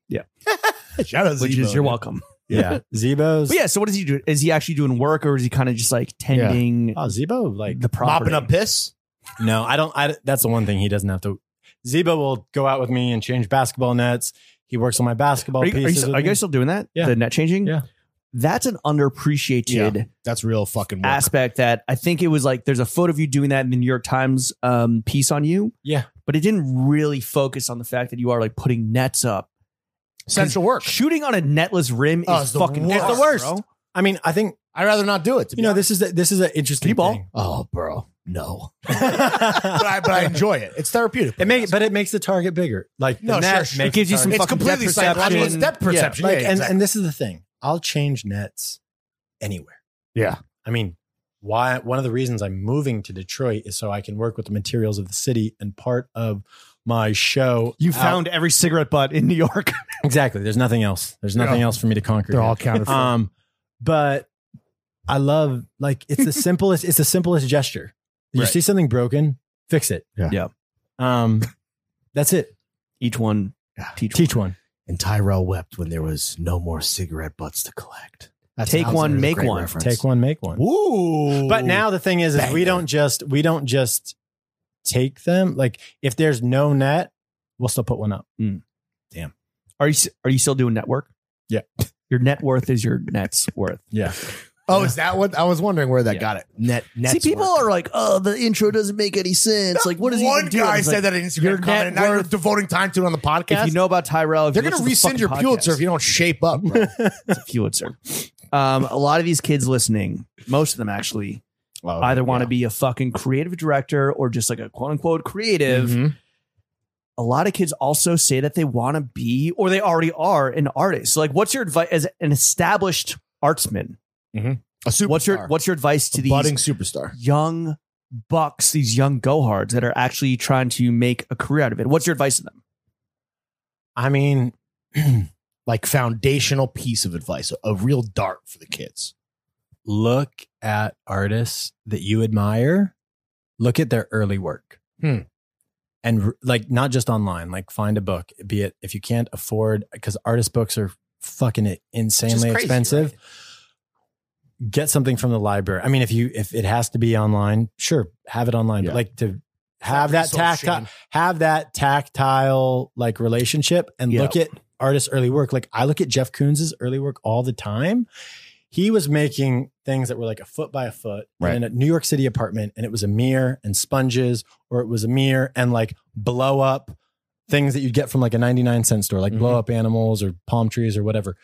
[SPEAKER 3] Shout out
[SPEAKER 1] Which is you're welcome.
[SPEAKER 2] yeah zebo's
[SPEAKER 1] But yeah, so what is he doing? Is he actually doing work, or is he kind of just like tending
[SPEAKER 2] oh zebo like
[SPEAKER 1] the property?
[SPEAKER 3] Mopping up piss.
[SPEAKER 2] No, I don't. I, that's the one thing he doesn't have to. Zeba will go out with me and change basketball nets. He works on my basketball
[SPEAKER 1] Are you, are,
[SPEAKER 2] pieces.
[SPEAKER 1] you,
[SPEAKER 2] with
[SPEAKER 1] are you
[SPEAKER 2] me.
[SPEAKER 1] guys still doing that?
[SPEAKER 2] Yeah.
[SPEAKER 1] The net changing.
[SPEAKER 2] Yeah.
[SPEAKER 1] That's an underappreciated
[SPEAKER 3] That's real fucking work.
[SPEAKER 1] aspect that I think it was like there's a photo of you doing that in the New York Times um, piece on you,
[SPEAKER 2] yeah,
[SPEAKER 1] but it didn't really focus on the fact that you are like putting nets up
[SPEAKER 3] Central work.
[SPEAKER 1] Shooting on a netless rim
[SPEAKER 3] Oh,
[SPEAKER 1] is
[SPEAKER 3] it's the
[SPEAKER 1] fucking
[SPEAKER 3] worst,
[SPEAKER 1] it's the worst.
[SPEAKER 3] bro.
[SPEAKER 2] I mean, I think
[SPEAKER 3] I'd rather not do it. To
[SPEAKER 2] you know this is a, this is an interesting
[SPEAKER 1] T-ball.
[SPEAKER 2] thing.
[SPEAKER 3] Oh, bro, no. but,
[SPEAKER 2] it
[SPEAKER 3] I, but I enjoy it. It's therapeutic.
[SPEAKER 2] makes, but (laughs) it makes the target bigger. Like the
[SPEAKER 3] No,
[SPEAKER 2] net
[SPEAKER 3] sure, sure.
[SPEAKER 1] It
[SPEAKER 2] makes
[SPEAKER 1] gives
[SPEAKER 2] the
[SPEAKER 1] you some
[SPEAKER 2] target-
[SPEAKER 3] It's
[SPEAKER 1] fucking
[SPEAKER 3] completely
[SPEAKER 1] depth perception.
[SPEAKER 3] psychological. It's depth
[SPEAKER 1] Yeah.
[SPEAKER 3] perception.
[SPEAKER 2] like,
[SPEAKER 3] Yeah,
[SPEAKER 2] and
[SPEAKER 3] exactly.
[SPEAKER 2] and this is the thing. I'll change nets anywhere.
[SPEAKER 3] Yeah.
[SPEAKER 2] I mean, why one of the reasons I'm moving to Detroit is so I can work with the materials of the city and part of my show.
[SPEAKER 1] You
[SPEAKER 2] out-
[SPEAKER 1] found every cigarette butt in New York. (laughs)
[SPEAKER 2] exactly. There's nothing else. There's nothing
[SPEAKER 3] Yeah.
[SPEAKER 2] else for me to conquer.
[SPEAKER 3] They're
[SPEAKER 2] here.
[SPEAKER 3] all counted for.
[SPEAKER 2] um, but I love like it's the simplest. It's the simplest gesture. You
[SPEAKER 3] Right.
[SPEAKER 2] see something broken, fix it.
[SPEAKER 3] Yeah.
[SPEAKER 1] Yeah.
[SPEAKER 2] Um, that's it.
[SPEAKER 1] Each one.
[SPEAKER 3] Yeah.
[SPEAKER 1] Teach,
[SPEAKER 2] Teach one.
[SPEAKER 3] and Tyrell wept when there was no more cigarette butts to collect. That's
[SPEAKER 1] Take
[SPEAKER 3] an
[SPEAKER 1] one,
[SPEAKER 3] Alexander's
[SPEAKER 1] make
[SPEAKER 3] great
[SPEAKER 1] one.
[SPEAKER 3] reference.
[SPEAKER 2] Take one, make one.
[SPEAKER 3] Ooh.
[SPEAKER 2] But now the thing is, is we
[SPEAKER 3] Banger.
[SPEAKER 2] don't just we don't just take them. Like if there's no net, we'll still put one up.
[SPEAKER 1] Are you are you still doing network?
[SPEAKER 2] Yeah.
[SPEAKER 1] (laughs) Your net worth is your net's worth.
[SPEAKER 2] Yeah.
[SPEAKER 3] Oh, is that what I was wondering where that
[SPEAKER 1] Yeah.
[SPEAKER 3] got it? Net net.
[SPEAKER 1] See, people are like, "Oh, the intro doesn't make any sense." Like, what is
[SPEAKER 3] one
[SPEAKER 1] he
[SPEAKER 3] guy said that in
[SPEAKER 1] your
[SPEAKER 3] Instagram
[SPEAKER 1] net
[SPEAKER 3] comment? And now you're
[SPEAKER 1] worth-
[SPEAKER 3] devoting time to it on the podcast.
[SPEAKER 1] If you know about Tyrell, if
[SPEAKER 3] They're
[SPEAKER 1] you
[SPEAKER 3] going to
[SPEAKER 1] listen
[SPEAKER 3] rescind
[SPEAKER 1] the
[SPEAKER 3] your
[SPEAKER 1] fucking
[SPEAKER 3] Pulitzer
[SPEAKER 1] podcast-
[SPEAKER 3] if you don't
[SPEAKER 1] (laughs)
[SPEAKER 3] shape up. Bro.
[SPEAKER 1] It's a Pulitzer. Um, a lot of these kids listening, most of them actually, either want to be a fucking creative director or just like a quote unquote creative.
[SPEAKER 3] Mhm.
[SPEAKER 1] A lot of kids also say that they want to be or they already are an artist. So, like, what's your advice as an established artsman?
[SPEAKER 3] a superstar.
[SPEAKER 1] What's your what's your advice to
[SPEAKER 3] a
[SPEAKER 1] these
[SPEAKER 3] budding superstar?
[SPEAKER 1] young bucks, these young gohards that are actually trying to make a career out of it? What's your advice to them?
[SPEAKER 2] I mean, (clears throat)
[SPEAKER 3] Like foundational piece of advice, a real dart for the kids.
[SPEAKER 2] look at artists that you admire, look at their early work.
[SPEAKER 3] Hmm.
[SPEAKER 2] And r- like, not just online, like, find a book, be it if you can't afford, because artist books are fucking
[SPEAKER 3] Which is
[SPEAKER 2] insanely
[SPEAKER 3] crazy,
[SPEAKER 2] expensive.
[SPEAKER 3] right?
[SPEAKER 2] Get something from the library. I mean, if you, if it has to be online, sure, have it online,
[SPEAKER 3] Yeah.
[SPEAKER 2] but like to have that
[SPEAKER 3] Soul
[SPEAKER 2] tactile,
[SPEAKER 3] shame.
[SPEAKER 2] have that tactile like relationship and
[SPEAKER 1] Yeah.
[SPEAKER 2] look at artists' early work. Like I look at Jeff Koons' early work all the time. He was making things that were like a foot by a foot
[SPEAKER 3] Right.
[SPEAKER 2] in a New York City apartment, and it was a mirror and sponges, or it was a mirror and like blow up things that you'd get from like a 99 cent store, like
[SPEAKER 3] Mm-hmm.
[SPEAKER 2] blow up animals or palm trees or whatever.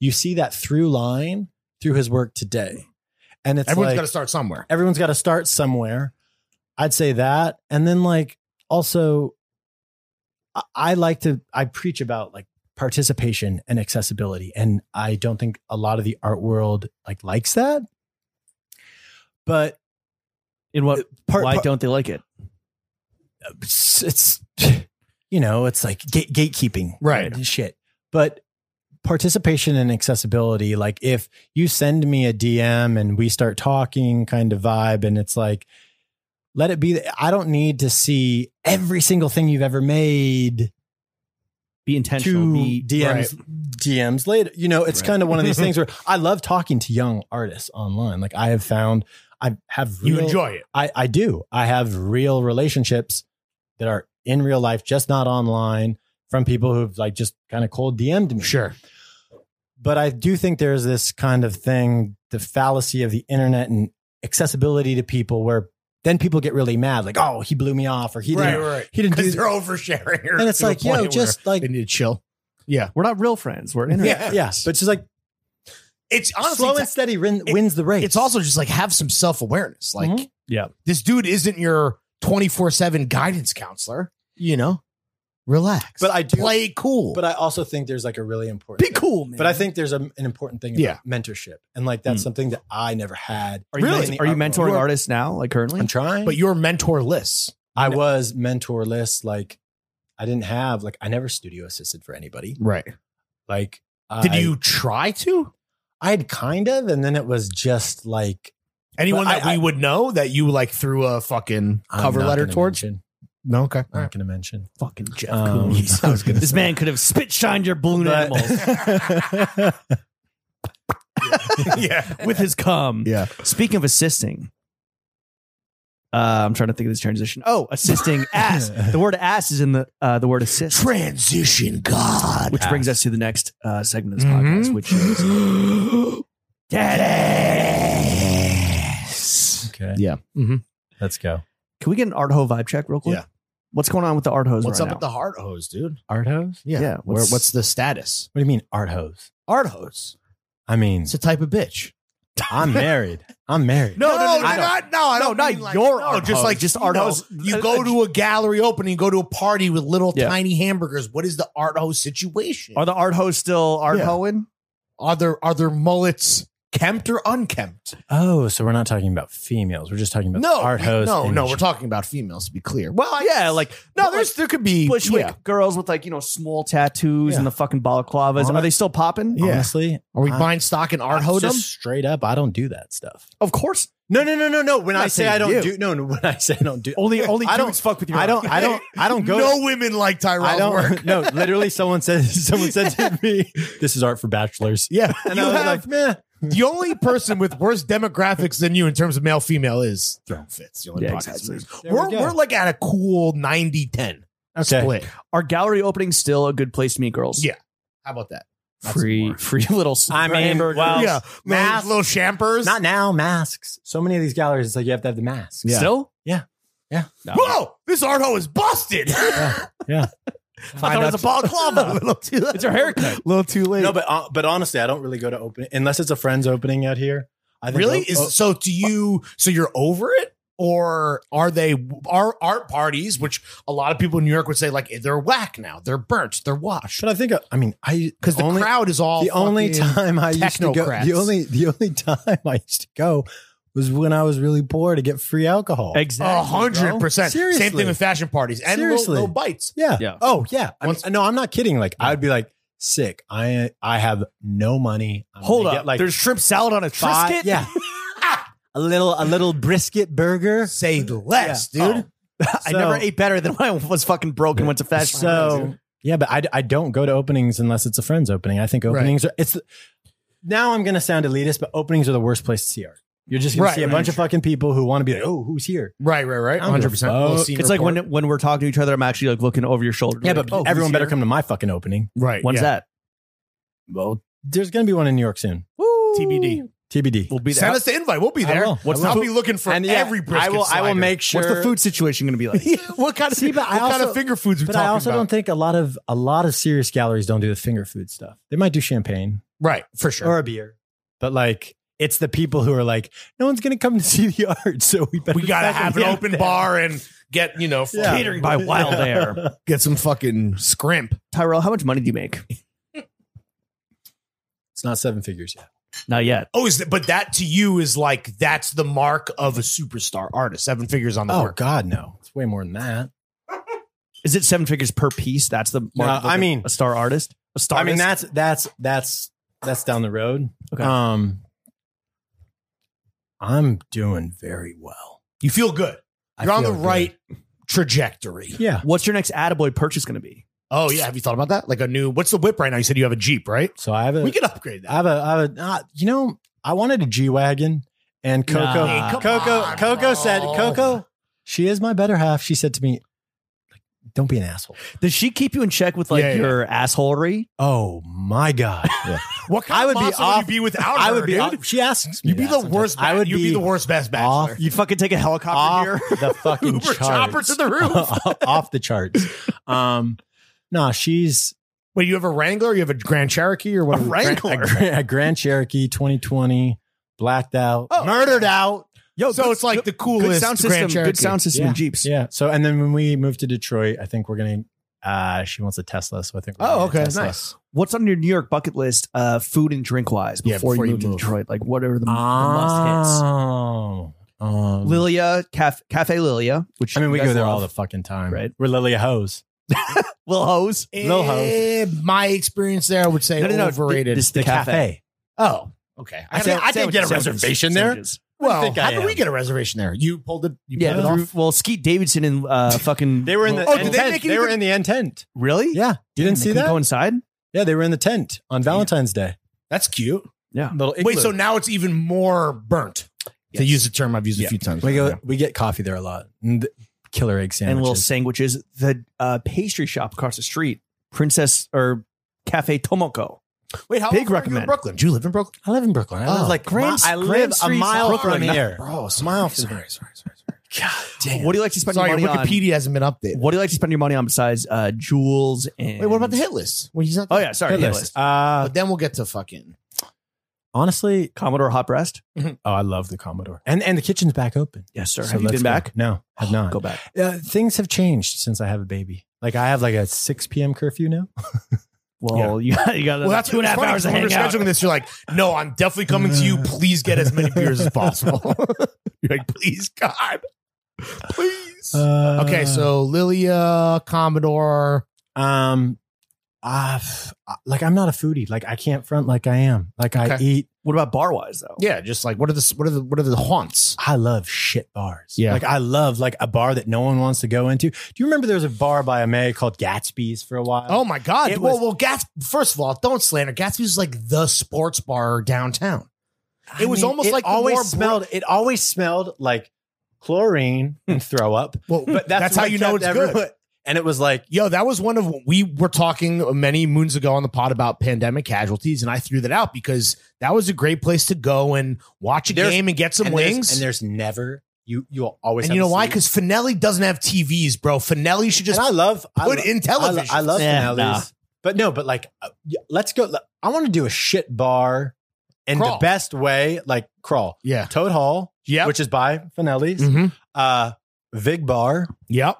[SPEAKER 2] You see that through line through his work today. And it's
[SPEAKER 3] Everyone's
[SPEAKER 2] like,
[SPEAKER 3] got to start somewhere.
[SPEAKER 2] everyone's got to start somewhere. I'd say that. And then like also I, I like to I preach about like participation and accessibility and I don't think a lot of the art world like likes that. But
[SPEAKER 1] In what?
[SPEAKER 2] part,
[SPEAKER 1] why
[SPEAKER 2] part-
[SPEAKER 1] don't they like it?
[SPEAKER 2] it's, it's you know, it's like gate, gatekeeping
[SPEAKER 3] Right.
[SPEAKER 2] and shit. But participation and accessibility like if you send me a DM and we start talking kind of vibe and it's like let it be I don't need to see every single thing you've ever made
[SPEAKER 1] Be intentional.
[SPEAKER 2] to
[SPEAKER 1] Be
[SPEAKER 2] DMs DMs later. You know, it's
[SPEAKER 3] Right.
[SPEAKER 2] kind of one of
[SPEAKER 3] (laughs)
[SPEAKER 2] these things where I love talking to young artists online. Like I have found I have
[SPEAKER 3] You
[SPEAKER 2] real-
[SPEAKER 3] enjoy it.
[SPEAKER 2] I, I do. I have real relationships that are in real life, just not online, from people who've like just kind of cold DM'd me.
[SPEAKER 3] Sure.
[SPEAKER 2] But I do think there's this kind of thing, the fallacy of the internet and accessibility to people where then people get really mad, like, oh, he blew me off or he
[SPEAKER 3] right,
[SPEAKER 2] didn't
[SPEAKER 3] right.
[SPEAKER 2] he didn't do
[SPEAKER 3] Because they're oversharing. or
[SPEAKER 2] And it's
[SPEAKER 3] to the
[SPEAKER 2] like, yo,
[SPEAKER 3] point
[SPEAKER 2] just
[SPEAKER 3] where
[SPEAKER 2] like
[SPEAKER 3] they need to chill.
[SPEAKER 1] We're not real friends. We're internet.
[SPEAKER 3] Yeah.
[SPEAKER 2] yeah. But it's just like
[SPEAKER 3] It's honestly,
[SPEAKER 2] slow
[SPEAKER 3] it's,
[SPEAKER 2] and steady win,
[SPEAKER 3] it-
[SPEAKER 2] wins the race.
[SPEAKER 3] it's also just like have some self awareness. Like,
[SPEAKER 2] Mhm.
[SPEAKER 1] Yeah.
[SPEAKER 3] this dude isn't your 24 7 guidance counselor. You know, relax.
[SPEAKER 2] But I do-
[SPEAKER 3] play cool.
[SPEAKER 2] but I also think there's like a really important
[SPEAKER 3] be cool, man.
[SPEAKER 2] (laughs) But I think there's a, an important thing about
[SPEAKER 3] Yeah.
[SPEAKER 2] mentorship. And like that's
[SPEAKER 1] Mm.
[SPEAKER 2] something that I never had.
[SPEAKER 1] Are you,
[SPEAKER 3] Really?
[SPEAKER 1] ment-
[SPEAKER 2] In the
[SPEAKER 1] are you
[SPEAKER 2] art world.
[SPEAKER 1] mentoring artists now, like currently?
[SPEAKER 2] I'm trying.
[SPEAKER 3] but you're mentorless.
[SPEAKER 2] I was mentorless. Like I didn't have like I never studio assisted for anybody.
[SPEAKER 3] Right.
[SPEAKER 2] Like
[SPEAKER 3] Did
[SPEAKER 2] I,
[SPEAKER 3] you try to?
[SPEAKER 2] I had kind of, and then it was just like
[SPEAKER 3] Anyone
[SPEAKER 2] But I-
[SPEAKER 3] that we
[SPEAKER 2] I-
[SPEAKER 3] would know that you like threw a fucking
[SPEAKER 2] I'm
[SPEAKER 3] cover
[SPEAKER 2] not
[SPEAKER 3] letter
[SPEAKER 2] gonna
[SPEAKER 3] towards?
[SPEAKER 2] mention.
[SPEAKER 3] No, okay.
[SPEAKER 2] I'm not going
[SPEAKER 3] (laughs)
[SPEAKER 2] to mention.
[SPEAKER 1] fucking Jeff
[SPEAKER 2] Um,
[SPEAKER 1] Koons.
[SPEAKER 3] I was
[SPEAKER 2] (laughs)
[SPEAKER 3] gonna
[SPEAKER 1] this
[SPEAKER 3] say.
[SPEAKER 1] man could have spit shined your balloon animals
[SPEAKER 2] But-
[SPEAKER 3] yeah.
[SPEAKER 1] with his (laughs) cum.
[SPEAKER 3] Yeah.
[SPEAKER 1] Speaking of assisting, uh, I'm trying to think of this transition. Oh, (laughs) assisting ass. The word ass is in the uh, the word assist,
[SPEAKER 3] Transition God.
[SPEAKER 1] which brings us to the next uh, segment of this
[SPEAKER 3] Mm-hmm.
[SPEAKER 1] podcast, which is
[SPEAKER 3] (gasps) is dead
[SPEAKER 2] (laughs) okay.
[SPEAKER 3] Yeah. Mhm.
[SPEAKER 2] Let's go.
[SPEAKER 1] Can we get an Art Ho vibe check real quick?
[SPEAKER 3] Yeah.
[SPEAKER 1] What's going on with the Art Hos?
[SPEAKER 3] What's
[SPEAKER 1] right
[SPEAKER 3] up with
[SPEAKER 1] now?
[SPEAKER 3] the heart hose, dude?
[SPEAKER 2] Art hose?
[SPEAKER 3] Yeah.
[SPEAKER 1] Yeah,
[SPEAKER 3] Where,
[SPEAKER 1] what's-
[SPEAKER 3] what's the status?
[SPEAKER 2] What do you mean art hose?
[SPEAKER 3] Art hose.
[SPEAKER 2] I mean,
[SPEAKER 3] It's a type of bitch. (laughs)
[SPEAKER 2] I'm married. I'm married.
[SPEAKER 3] No, no, no,
[SPEAKER 1] no, no.
[SPEAKER 3] not, no, I
[SPEAKER 1] No,
[SPEAKER 3] don't
[SPEAKER 1] not
[SPEAKER 3] mean like,
[SPEAKER 1] your
[SPEAKER 3] no,
[SPEAKER 1] art
[SPEAKER 3] just
[SPEAKER 1] hose,
[SPEAKER 3] like
[SPEAKER 1] just
[SPEAKER 3] you
[SPEAKER 1] art
[SPEAKER 3] know, uh,
[SPEAKER 1] hose.
[SPEAKER 3] You go to a gallery opening, you go to a party with little
[SPEAKER 1] Yeah.
[SPEAKER 3] tiny hamburgers. What is the art hose situation?
[SPEAKER 1] Are the Art Hos still Art
[SPEAKER 3] Yeah.
[SPEAKER 1] Hoing?
[SPEAKER 3] Are there are there mullets Kempt or unkempt?
[SPEAKER 2] Oh, so we're not talking about females. We're just talking about
[SPEAKER 3] No,
[SPEAKER 2] art
[SPEAKER 3] we-
[SPEAKER 2] host.
[SPEAKER 3] no,
[SPEAKER 2] and
[SPEAKER 3] no. We're talking about females to be clear. Well, I,
[SPEAKER 1] Uh, yeah, like
[SPEAKER 3] no,
[SPEAKER 1] but,
[SPEAKER 3] there's there could be
[SPEAKER 1] like, Bushwick
[SPEAKER 3] yeah.
[SPEAKER 1] girls with like you know small tattoos
[SPEAKER 2] Yeah.
[SPEAKER 1] and the fucking balaclavas.
[SPEAKER 2] Hon-
[SPEAKER 1] Are they still popping?
[SPEAKER 3] Yeah.
[SPEAKER 2] Honestly,
[SPEAKER 3] Are we
[SPEAKER 2] I-
[SPEAKER 3] buying stock in art
[SPEAKER 2] I'm
[SPEAKER 3] hodom?
[SPEAKER 2] just straight up, I don't do that stuff.
[SPEAKER 1] Of course.
[SPEAKER 2] No, no, no, no, no. When
[SPEAKER 1] Not
[SPEAKER 2] I say
[SPEAKER 1] saying
[SPEAKER 2] I don't
[SPEAKER 1] you.
[SPEAKER 2] do, no, no. When I say I don't do,
[SPEAKER 1] Only only
[SPEAKER 2] I don't-
[SPEAKER 1] dudes fuck with your.
[SPEAKER 2] I don't, I don't, I don't (laughs) go.
[SPEAKER 3] no women like
[SPEAKER 2] I
[SPEAKER 3] Tyrell's
[SPEAKER 2] don't.
[SPEAKER 3] work.
[SPEAKER 2] (laughs) No, literally, someone said, (laughs) someone said to me, "This is art for bachelors."
[SPEAKER 3] (laughs) Yeah,
[SPEAKER 2] And
[SPEAKER 3] you
[SPEAKER 2] I was
[SPEAKER 3] have
[SPEAKER 2] like, meh.
[SPEAKER 3] the only person with worse demographics than you in terms of male female is Throne Fitz. The only
[SPEAKER 1] Yeah,
[SPEAKER 3] podcast
[SPEAKER 1] exactly.
[SPEAKER 3] is-
[SPEAKER 2] There
[SPEAKER 3] We're,
[SPEAKER 2] we
[SPEAKER 3] we
[SPEAKER 2] go.
[SPEAKER 3] are like at a cool 90 10
[SPEAKER 2] Okay.
[SPEAKER 3] split.
[SPEAKER 1] Are gallery openings still a good place to meet girls?
[SPEAKER 3] Yeah. How about that? That's
[SPEAKER 1] Free
[SPEAKER 3] more.
[SPEAKER 1] free (laughs) little. s-
[SPEAKER 2] I mean,
[SPEAKER 1] hamburger.
[SPEAKER 2] well,
[SPEAKER 3] yeah,
[SPEAKER 2] Mask.
[SPEAKER 3] little, little champers.
[SPEAKER 2] Not now, masks. So many of these galleries, it's like you have to have the masks.
[SPEAKER 3] Yeah.
[SPEAKER 1] still.
[SPEAKER 3] Whoa, this art hoe is (laughs) busted.
[SPEAKER 2] Yeah, yeah.
[SPEAKER 3] I thought it was a balaclava. (laughs) little too,
[SPEAKER 1] (laughs) It's her haircut.
[SPEAKER 3] little too late.
[SPEAKER 2] No, but uh, but honestly, I don't really go to open unless it's a friend's opening out here. I think
[SPEAKER 3] really?
[SPEAKER 2] oh,
[SPEAKER 3] Is
[SPEAKER 2] oh,
[SPEAKER 3] so? Do you? So you're over it, or are they are art parties, which a lot of people in New York would say like they're whack now, they're burnt, they're washed
[SPEAKER 2] should I think? of- I mean, I
[SPEAKER 3] because the
[SPEAKER 2] only-
[SPEAKER 3] crowd is all
[SPEAKER 2] the only
[SPEAKER 3] fucking-
[SPEAKER 2] time I used to go,
[SPEAKER 3] technocrats.
[SPEAKER 2] the only the only (laughs) time I used to go was when I was really poor to get free alcohol.
[SPEAKER 1] Exactly.
[SPEAKER 3] A hundred
[SPEAKER 1] bro.
[SPEAKER 3] percent. Same
[SPEAKER 2] Seriously.
[SPEAKER 3] thing with fashion parties and little,
[SPEAKER 2] Seriously.
[SPEAKER 3] little bites.
[SPEAKER 2] Yeah.
[SPEAKER 1] Yeah.
[SPEAKER 2] Oh yeah. I mean,
[SPEAKER 3] Once-
[SPEAKER 2] no, I'm not kidding. Like I'd be like sick. I I have no money. I'm
[SPEAKER 1] Hold
[SPEAKER 2] gonna
[SPEAKER 1] up.
[SPEAKER 2] get, Like
[SPEAKER 1] There's shrimp salad on a
[SPEAKER 2] five-
[SPEAKER 1] Trisket.
[SPEAKER 3] (laughs)
[SPEAKER 2] Yeah. a little a little brisket (laughs) burger.
[SPEAKER 3] Say less,
[SPEAKER 2] Yeah.
[SPEAKER 3] dude.
[SPEAKER 1] I never
[SPEAKER 2] So-
[SPEAKER 1] ate better than when I was fucking broke and went to fashion.
[SPEAKER 2] So yeah, but I, I don't go to openings unless it's a friend's opening. I think openings are it's now I'm gonna sound elitist, but openings are the worst place to see art. You're just gonna
[SPEAKER 3] Right,
[SPEAKER 2] see a
[SPEAKER 3] right,
[SPEAKER 2] bunch of fucking people who want to be like, oh, who's here?
[SPEAKER 3] Right, right, right.
[SPEAKER 2] I don't give a
[SPEAKER 3] 100%.
[SPEAKER 2] fuck.
[SPEAKER 3] Little scene
[SPEAKER 1] it's like
[SPEAKER 3] report.
[SPEAKER 1] when when we're talking to each other, I'm actually like looking over your shoulder.
[SPEAKER 2] Yeah,
[SPEAKER 1] like,
[SPEAKER 2] but
[SPEAKER 1] oh, who's
[SPEAKER 2] everyone better
[SPEAKER 1] here?
[SPEAKER 2] come to my fucking opening.
[SPEAKER 3] right.
[SPEAKER 1] When's
[SPEAKER 3] yeah.
[SPEAKER 1] that?
[SPEAKER 2] Well, there's gonna be one in New York soon.
[SPEAKER 1] TBD.
[SPEAKER 2] TBD.
[SPEAKER 1] We'll be
[SPEAKER 3] Send
[SPEAKER 1] there.
[SPEAKER 3] us the invite. We'll be
[SPEAKER 2] I
[SPEAKER 3] there.
[SPEAKER 2] will.
[SPEAKER 3] What's
[SPEAKER 2] I
[SPEAKER 3] I'll
[SPEAKER 2] will.
[SPEAKER 3] be looking for
[SPEAKER 2] And yeah,
[SPEAKER 3] every brisket.
[SPEAKER 2] I will. I will
[SPEAKER 3] slider.
[SPEAKER 2] make sure.
[SPEAKER 1] What's the food situation going to be
[SPEAKER 2] (laughs)
[SPEAKER 1] like?
[SPEAKER 3] (laughs) what kind of
[SPEAKER 2] See, but I
[SPEAKER 3] what kind of
[SPEAKER 2] also-
[SPEAKER 3] finger foods we
[SPEAKER 2] But
[SPEAKER 3] talking
[SPEAKER 2] I also
[SPEAKER 3] about?
[SPEAKER 2] don't think a lot of a lot of serious galleries don't do the finger food stuff. They might do champagne
[SPEAKER 3] right for sure.
[SPEAKER 2] or a beer, but like it's the people who are like, no one's gonna come to (laughs) see the art, so we better
[SPEAKER 3] we gotta
[SPEAKER 2] fucking
[SPEAKER 3] have an
[SPEAKER 2] get
[SPEAKER 3] open
[SPEAKER 2] there.
[SPEAKER 3] bar and get you know
[SPEAKER 2] Yeah.
[SPEAKER 3] fucking-
[SPEAKER 1] Catering by Wild Air.
[SPEAKER 3] Get some fucking scrimp.
[SPEAKER 1] Tyrell, how much money do you make?
[SPEAKER 2] (laughs) It's not seven figures yet.
[SPEAKER 1] Not yet.
[SPEAKER 3] Oh, is that, but that to you is like that's the mark of a superstar artist. Seven figures on the
[SPEAKER 2] Oh
[SPEAKER 3] work.
[SPEAKER 2] God, no! It's way more than that.
[SPEAKER 1] Is it seven figures per piece? That's the mark.
[SPEAKER 2] No,
[SPEAKER 1] of, like,
[SPEAKER 2] I mean-
[SPEAKER 1] a star artist. A star.
[SPEAKER 2] I mean,
[SPEAKER 1] artist?
[SPEAKER 2] that's that's that's that's down the road.
[SPEAKER 1] Okay.
[SPEAKER 2] Um, I'm doing very well.
[SPEAKER 3] You feel good.
[SPEAKER 2] I
[SPEAKER 3] You're on the
[SPEAKER 2] feel good.
[SPEAKER 3] right trajectory.
[SPEAKER 2] Yeah.
[SPEAKER 1] What's your next Attaboy purchase going to be?
[SPEAKER 3] Oh yeah, have you thought about that? Like a new what's the whip right now? You said you have a Jeep, right?
[SPEAKER 2] So I have a
[SPEAKER 3] We can upgrade
[SPEAKER 2] I
[SPEAKER 3] that.
[SPEAKER 2] have a, I have a uh, you know, I wanted a G wagon, and Coco,
[SPEAKER 1] Nah. Hey, come
[SPEAKER 2] Coco,
[SPEAKER 3] on,
[SPEAKER 2] Coco
[SPEAKER 3] bro.
[SPEAKER 2] said, Coco, she is my better half. She said to me, like, "Don't be an asshole."
[SPEAKER 1] Does she keep you in check with like
[SPEAKER 3] Yeah, yeah.
[SPEAKER 1] your assholery?
[SPEAKER 2] Oh my (laughs) god,
[SPEAKER 3] What kind
[SPEAKER 2] I would
[SPEAKER 3] of
[SPEAKER 2] be
[SPEAKER 3] monster
[SPEAKER 2] off-
[SPEAKER 3] would you be without
[SPEAKER 2] I
[SPEAKER 3] her,
[SPEAKER 2] would be.
[SPEAKER 3] dude?
[SPEAKER 2] off- She asks me.
[SPEAKER 3] You'd be
[SPEAKER 2] that
[SPEAKER 3] the
[SPEAKER 2] sometimes.
[SPEAKER 3] worst.
[SPEAKER 2] I would
[SPEAKER 3] You'd be,
[SPEAKER 2] be
[SPEAKER 3] the worst best
[SPEAKER 2] off
[SPEAKER 3] bachelor.
[SPEAKER 1] You'd fucking take a helicopter here.
[SPEAKER 2] off
[SPEAKER 3] (laughs)
[SPEAKER 2] the fucking
[SPEAKER 3] Uber
[SPEAKER 2] charts.
[SPEAKER 3] chopper to the roof.
[SPEAKER 2] (laughs) off the charts. Um, no, she's
[SPEAKER 3] Wait, you have a Wrangler? You have a Grand Cherokee or what?
[SPEAKER 2] a Grand, a Grand- a Grand Cherokee 2020, blacked out,
[SPEAKER 1] Oh.
[SPEAKER 2] murdered out.
[SPEAKER 1] Yo,
[SPEAKER 3] So
[SPEAKER 1] good-
[SPEAKER 3] it's like
[SPEAKER 1] good-
[SPEAKER 3] the coolest
[SPEAKER 1] good sound
[SPEAKER 3] Grand
[SPEAKER 1] system. Good
[SPEAKER 3] Cherokee.
[SPEAKER 1] sound system in
[SPEAKER 2] Yeah.
[SPEAKER 1] Jeeps.
[SPEAKER 2] Yeah. So, and then when we move to Detroit, I think we're gonna. Uh, she wants a Tesla, so I think. we're
[SPEAKER 3] Oh,
[SPEAKER 2] gonna get a
[SPEAKER 3] okay,
[SPEAKER 2] Tesla.
[SPEAKER 3] nice.
[SPEAKER 1] What's on your New York bucket list, uh, food and drink wise,
[SPEAKER 3] Yeah,
[SPEAKER 1] before,
[SPEAKER 3] before
[SPEAKER 1] you
[SPEAKER 3] you
[SPEAKER 1] move to
[SPEAKER 3] move.
[SPEAKER 1] Detroit? Like, what are the, the must hits?
[SPEAKER 2] Oh, um,
[SPEAKER 1] Lilia Cafe, Cafe Lilia, which
[SPEAKER 2] I mean, we
[SPEAKER 1] you guys
[SPEAKER 2] go there
[SPEAKER 1] love.
[SPEAKER 2] all the fucking time,
[SPEAKER 1] Right.
[SPEAKER 2] We're Lilia hoes.
[SPEAKER 1] Lil Hose.
[SPEAKER 2] Lil Hoes.
[SPEAKER 3] Eh, my experience there, I would say
[SPEAKER 1] No, no, no,
[SPEAKER 3] overrated.
[SPEAKER 1] this- The cafe.
[SPEAKER 3] oh, okay. I,
[SPEAKER 1] Sa-
[SPEAKER 3] did, I did
[SPEAKER 1] sandwiches,
[SPEAKER 3] get a
[SPEAKER 1] sandwiches,
[SPEAKER 3] reservation there.
[SPEAKER 1] sandwiches.
[SPEAKER 3] Well,
[SPEAKER 2] think I
[SPEAKER 3] how did
[SPEAKER 2] am.
[SPEAKER 3] we get a reservation there? You pulled it. You
[SPEAKER 1] Yeah,
[SPEAKER 3] pulled it
[SPEAKER 1] through-
[SPEAKER 3] off.
[SPEAKER 1] well, Skeet Davidson and
[SPEAKER 2] (laughs)
[SPEAKER 1] uh, fucking
[SPEAKER 2] They were in the
[SPEAKER 3] Oh,
[SPEAKER 2] end
[SPEAKER 3] did they
[SPEAKER 2] tent.
[SPEAKER 3] make it
[SPEAKER 2] They were
[SPEAKER 3] even-
[SPEAKER 2] in the end tent.
[SPEAKER 1] really.
[SPEAKER 2] Yeah, you
[SPEAKER 1] Damn, they
[SPEAKER 2] didn't see
[SPEAKER 1] couldn't
[SPEAKER 2] that?
[SPEAKER 1] Go inside.
[SPEAKER 2] Yeah, they were in the tent on Valentine's Day.
[SPEAKER 3] That's cute.
[SPEAKER 2] Little
[SPEAKER 3] Wait,
[SPEAKER 2] igloo.
[SPEAKER 3] so now it's even more burnt. To
[SPEAKER 1] Yes.
[SPEAKER 3] use a term I've used
[SPEAKER 1] Yeah.
[SPEAKER 3] a few times.
[SPEAKER 2] we go. We get coffee there a lot. And th- killer egg
[SPEAKER 1] and little
[SPEAKER 2] sandwiches.
[SPEAKER 1] sandwiches. The uh, pastry shop across the street, Princess or Cafe Tomoko.
[SPEAKER 3] Wait, how
[SPEAKER 1] Big
[SPEAKER 3] big recommend
[SPEAKER 1] recommend.
[SPEAKER 3] in Brooklyn? Do you live in Brooklyn?
[SPEAKER 2] I live in Brooklyn. I live
[SPEAKER 3] Oh,
[SPEAKER 2] like
[SPEAKER 1] Grand-
[SPEAKER 2] mi- I
[SPEAKER 1] Grand
[SPEAKER 2] live a
[SPEAKER 1] Street's
[SPEAKER 2] mile
[SPEAKER 1] Brooklyn.
[SPEAKER 2] from here.
[SPEAKER 3] Bro,
[SPEAKER 2] a mile from
[SPEAKER 3] sorry,
[SPEAKER 2] here. God damn.
[SPEAKER 1] What do you like to spend
[SPEAKER 3] Sorry,
[SPEAKER 1] your money
[SPEAKER 3] your Wikipedia hasn't been updated.
[SPEAKER 1] on? What do you like to spend your money on besides uh, jewels and?
[SPEAKER 3] Wait, what about the hit list? Well, he's not
[SPEAKER 1] Oh yeah, sorry,
[SPEAKER 2] Hit list. Uh,
[SPEAKER 3] But then we'll get to fucking.
[SPEAKER 2] honestly,
[SPEAKER 1] Commodore Hot Breast.
[SPEAKER 2] oh, I love the Commodore, and and the kitchen's back open.
[SPEAKER 1] Yes, sir.
[SPEAKER 2] So
[SPEAKER 1] Have you
[SPEAKER 2] let's
[SPEAKER 1] been
[SPEAKER 2] go.
[SPEAKER 1] back?
[SPEAKER 3] (gasps)
[SPEAKER 2] No, have not.
[SPEAKER 1] Go back.
[SPEAKER 3] (laughs)
[SPEAKER 2] Uh, things have changed since I have a baby. Like I have like a 6 p.m. curfew now.
[SPEAKER 1] Well, you got you got
[SPEAKER 3] Well, that's
[SPEAKER 1] two and a half
[SPEAKER 3] funny,
[SPEAKER 1] hours to
[SPEAKER 3] when
[SPEAKER 1] hang
[SPEAKER 3] we're
[SPEAKER 1] out.
[SPEAKER 3] scheduling this. You're like, no, I'm definitely coming to (laughs) you. Please get as many beers as possible. (laughs) you're like, please, God, please. Uh, okay, so Lilia, Commodore.
[SPEAKER 2] um, uh, like I'm not a foodie. Like I can't front like I am. Like I
[SPEAKER 3] Okay.
[SPEAKER 2] eat.
[SPEAKER 1] What about bar wise though?
[SPEAKER 3] Yeah, just like what are the what are the what are the haunts?
[SPEAKER 2] I love shit bars.
[SPEAKER 3] Yeah.
[SPEAKER 2] like I love like a bar that no one wants to go into. Do you remember there was a bar by a mayor called Gatsby's for a while?
[SPEAKER 3] Oh my God!
[SPEAKER 2] It
[SPEAKER 3] well,
[SPEAKER 2] was-
[SPEAKER 3] well, Gats. First of all, don't slander. Gatsby's like the sports bar downtown.
[SPEAKER 2] I
[SPEAKER 3] it was almost
[SPEAKER 2] it
[SPEAKER 3] like the
[SPEAKER 2] always
[SPEAKER 3] more bro-
[SPEAKER 2] smelled. it always smelled like chlorine
[SPEAKER 3] (laughs)
[SPEAKER 2] and throw up.
[SPEAKER 3] Well,
[SPEAKER 2] But that's,
[SPEAKER 3] how
[SPEAKER 2] what
[SPEAKER 3] you know
[SPEAKER 2] kept
[SPEAKER 3] it's
[SPEAKER 2] everyone-
[SPEAKER 3] good.
[SPEAKER 2] (laughs) And it was like
[SPEAKER 3] Yo, that was one of we were talking many moons ago on the pod about pandemic casualties, and I threw that out because that was a great place to go and watch a
[SPEAKER 2] There's-
[SPEAKER 3] game and get some
[SPEAKER 2] and there's-
[SPEAKER 3] wings.
[SPEAKER 2] and there's never you. You'll always.
[SPEAKER 3] And
[SPEAKER 2] have
[SPEAKER 3] you know
[SPEAKER 2] to
[SPEAKER 3] why?
[SPEAKER 2] sleep.
[SPEAKER 3] Because Finelli doesn't have TVs, bro. Finelli should just
[SPEAKER 2] and I love I
[SPEAKER 3] put
[SPEAKER 2] lo-
[SPEAKER 3] in television.
[SPEAKER 2] I, lo- I love
[SPEAKER 1] Yeah,
[SPEAKER 2] finales,
[SPEAKER 1] nah.
[SPEAKER 2] but no, but like, uh, yeah, let's go. le- I want to do a shit bar, and
[SPEAKER 3] Crawl.
[SPEAKER 2] the best way, like, crawl
[SPEAKER 3] yeah,
[SPEAKER 2] Toad Hall,
[SPEAKER 3] yeah,
[SPEAKER 2] which is by Finelli's,
[SPEAKER 1] Mm.
[SPEAKER 3] Mhm.
[SPEAKER 2] uh, Vig Bar.
[SPEAKER 3] yep.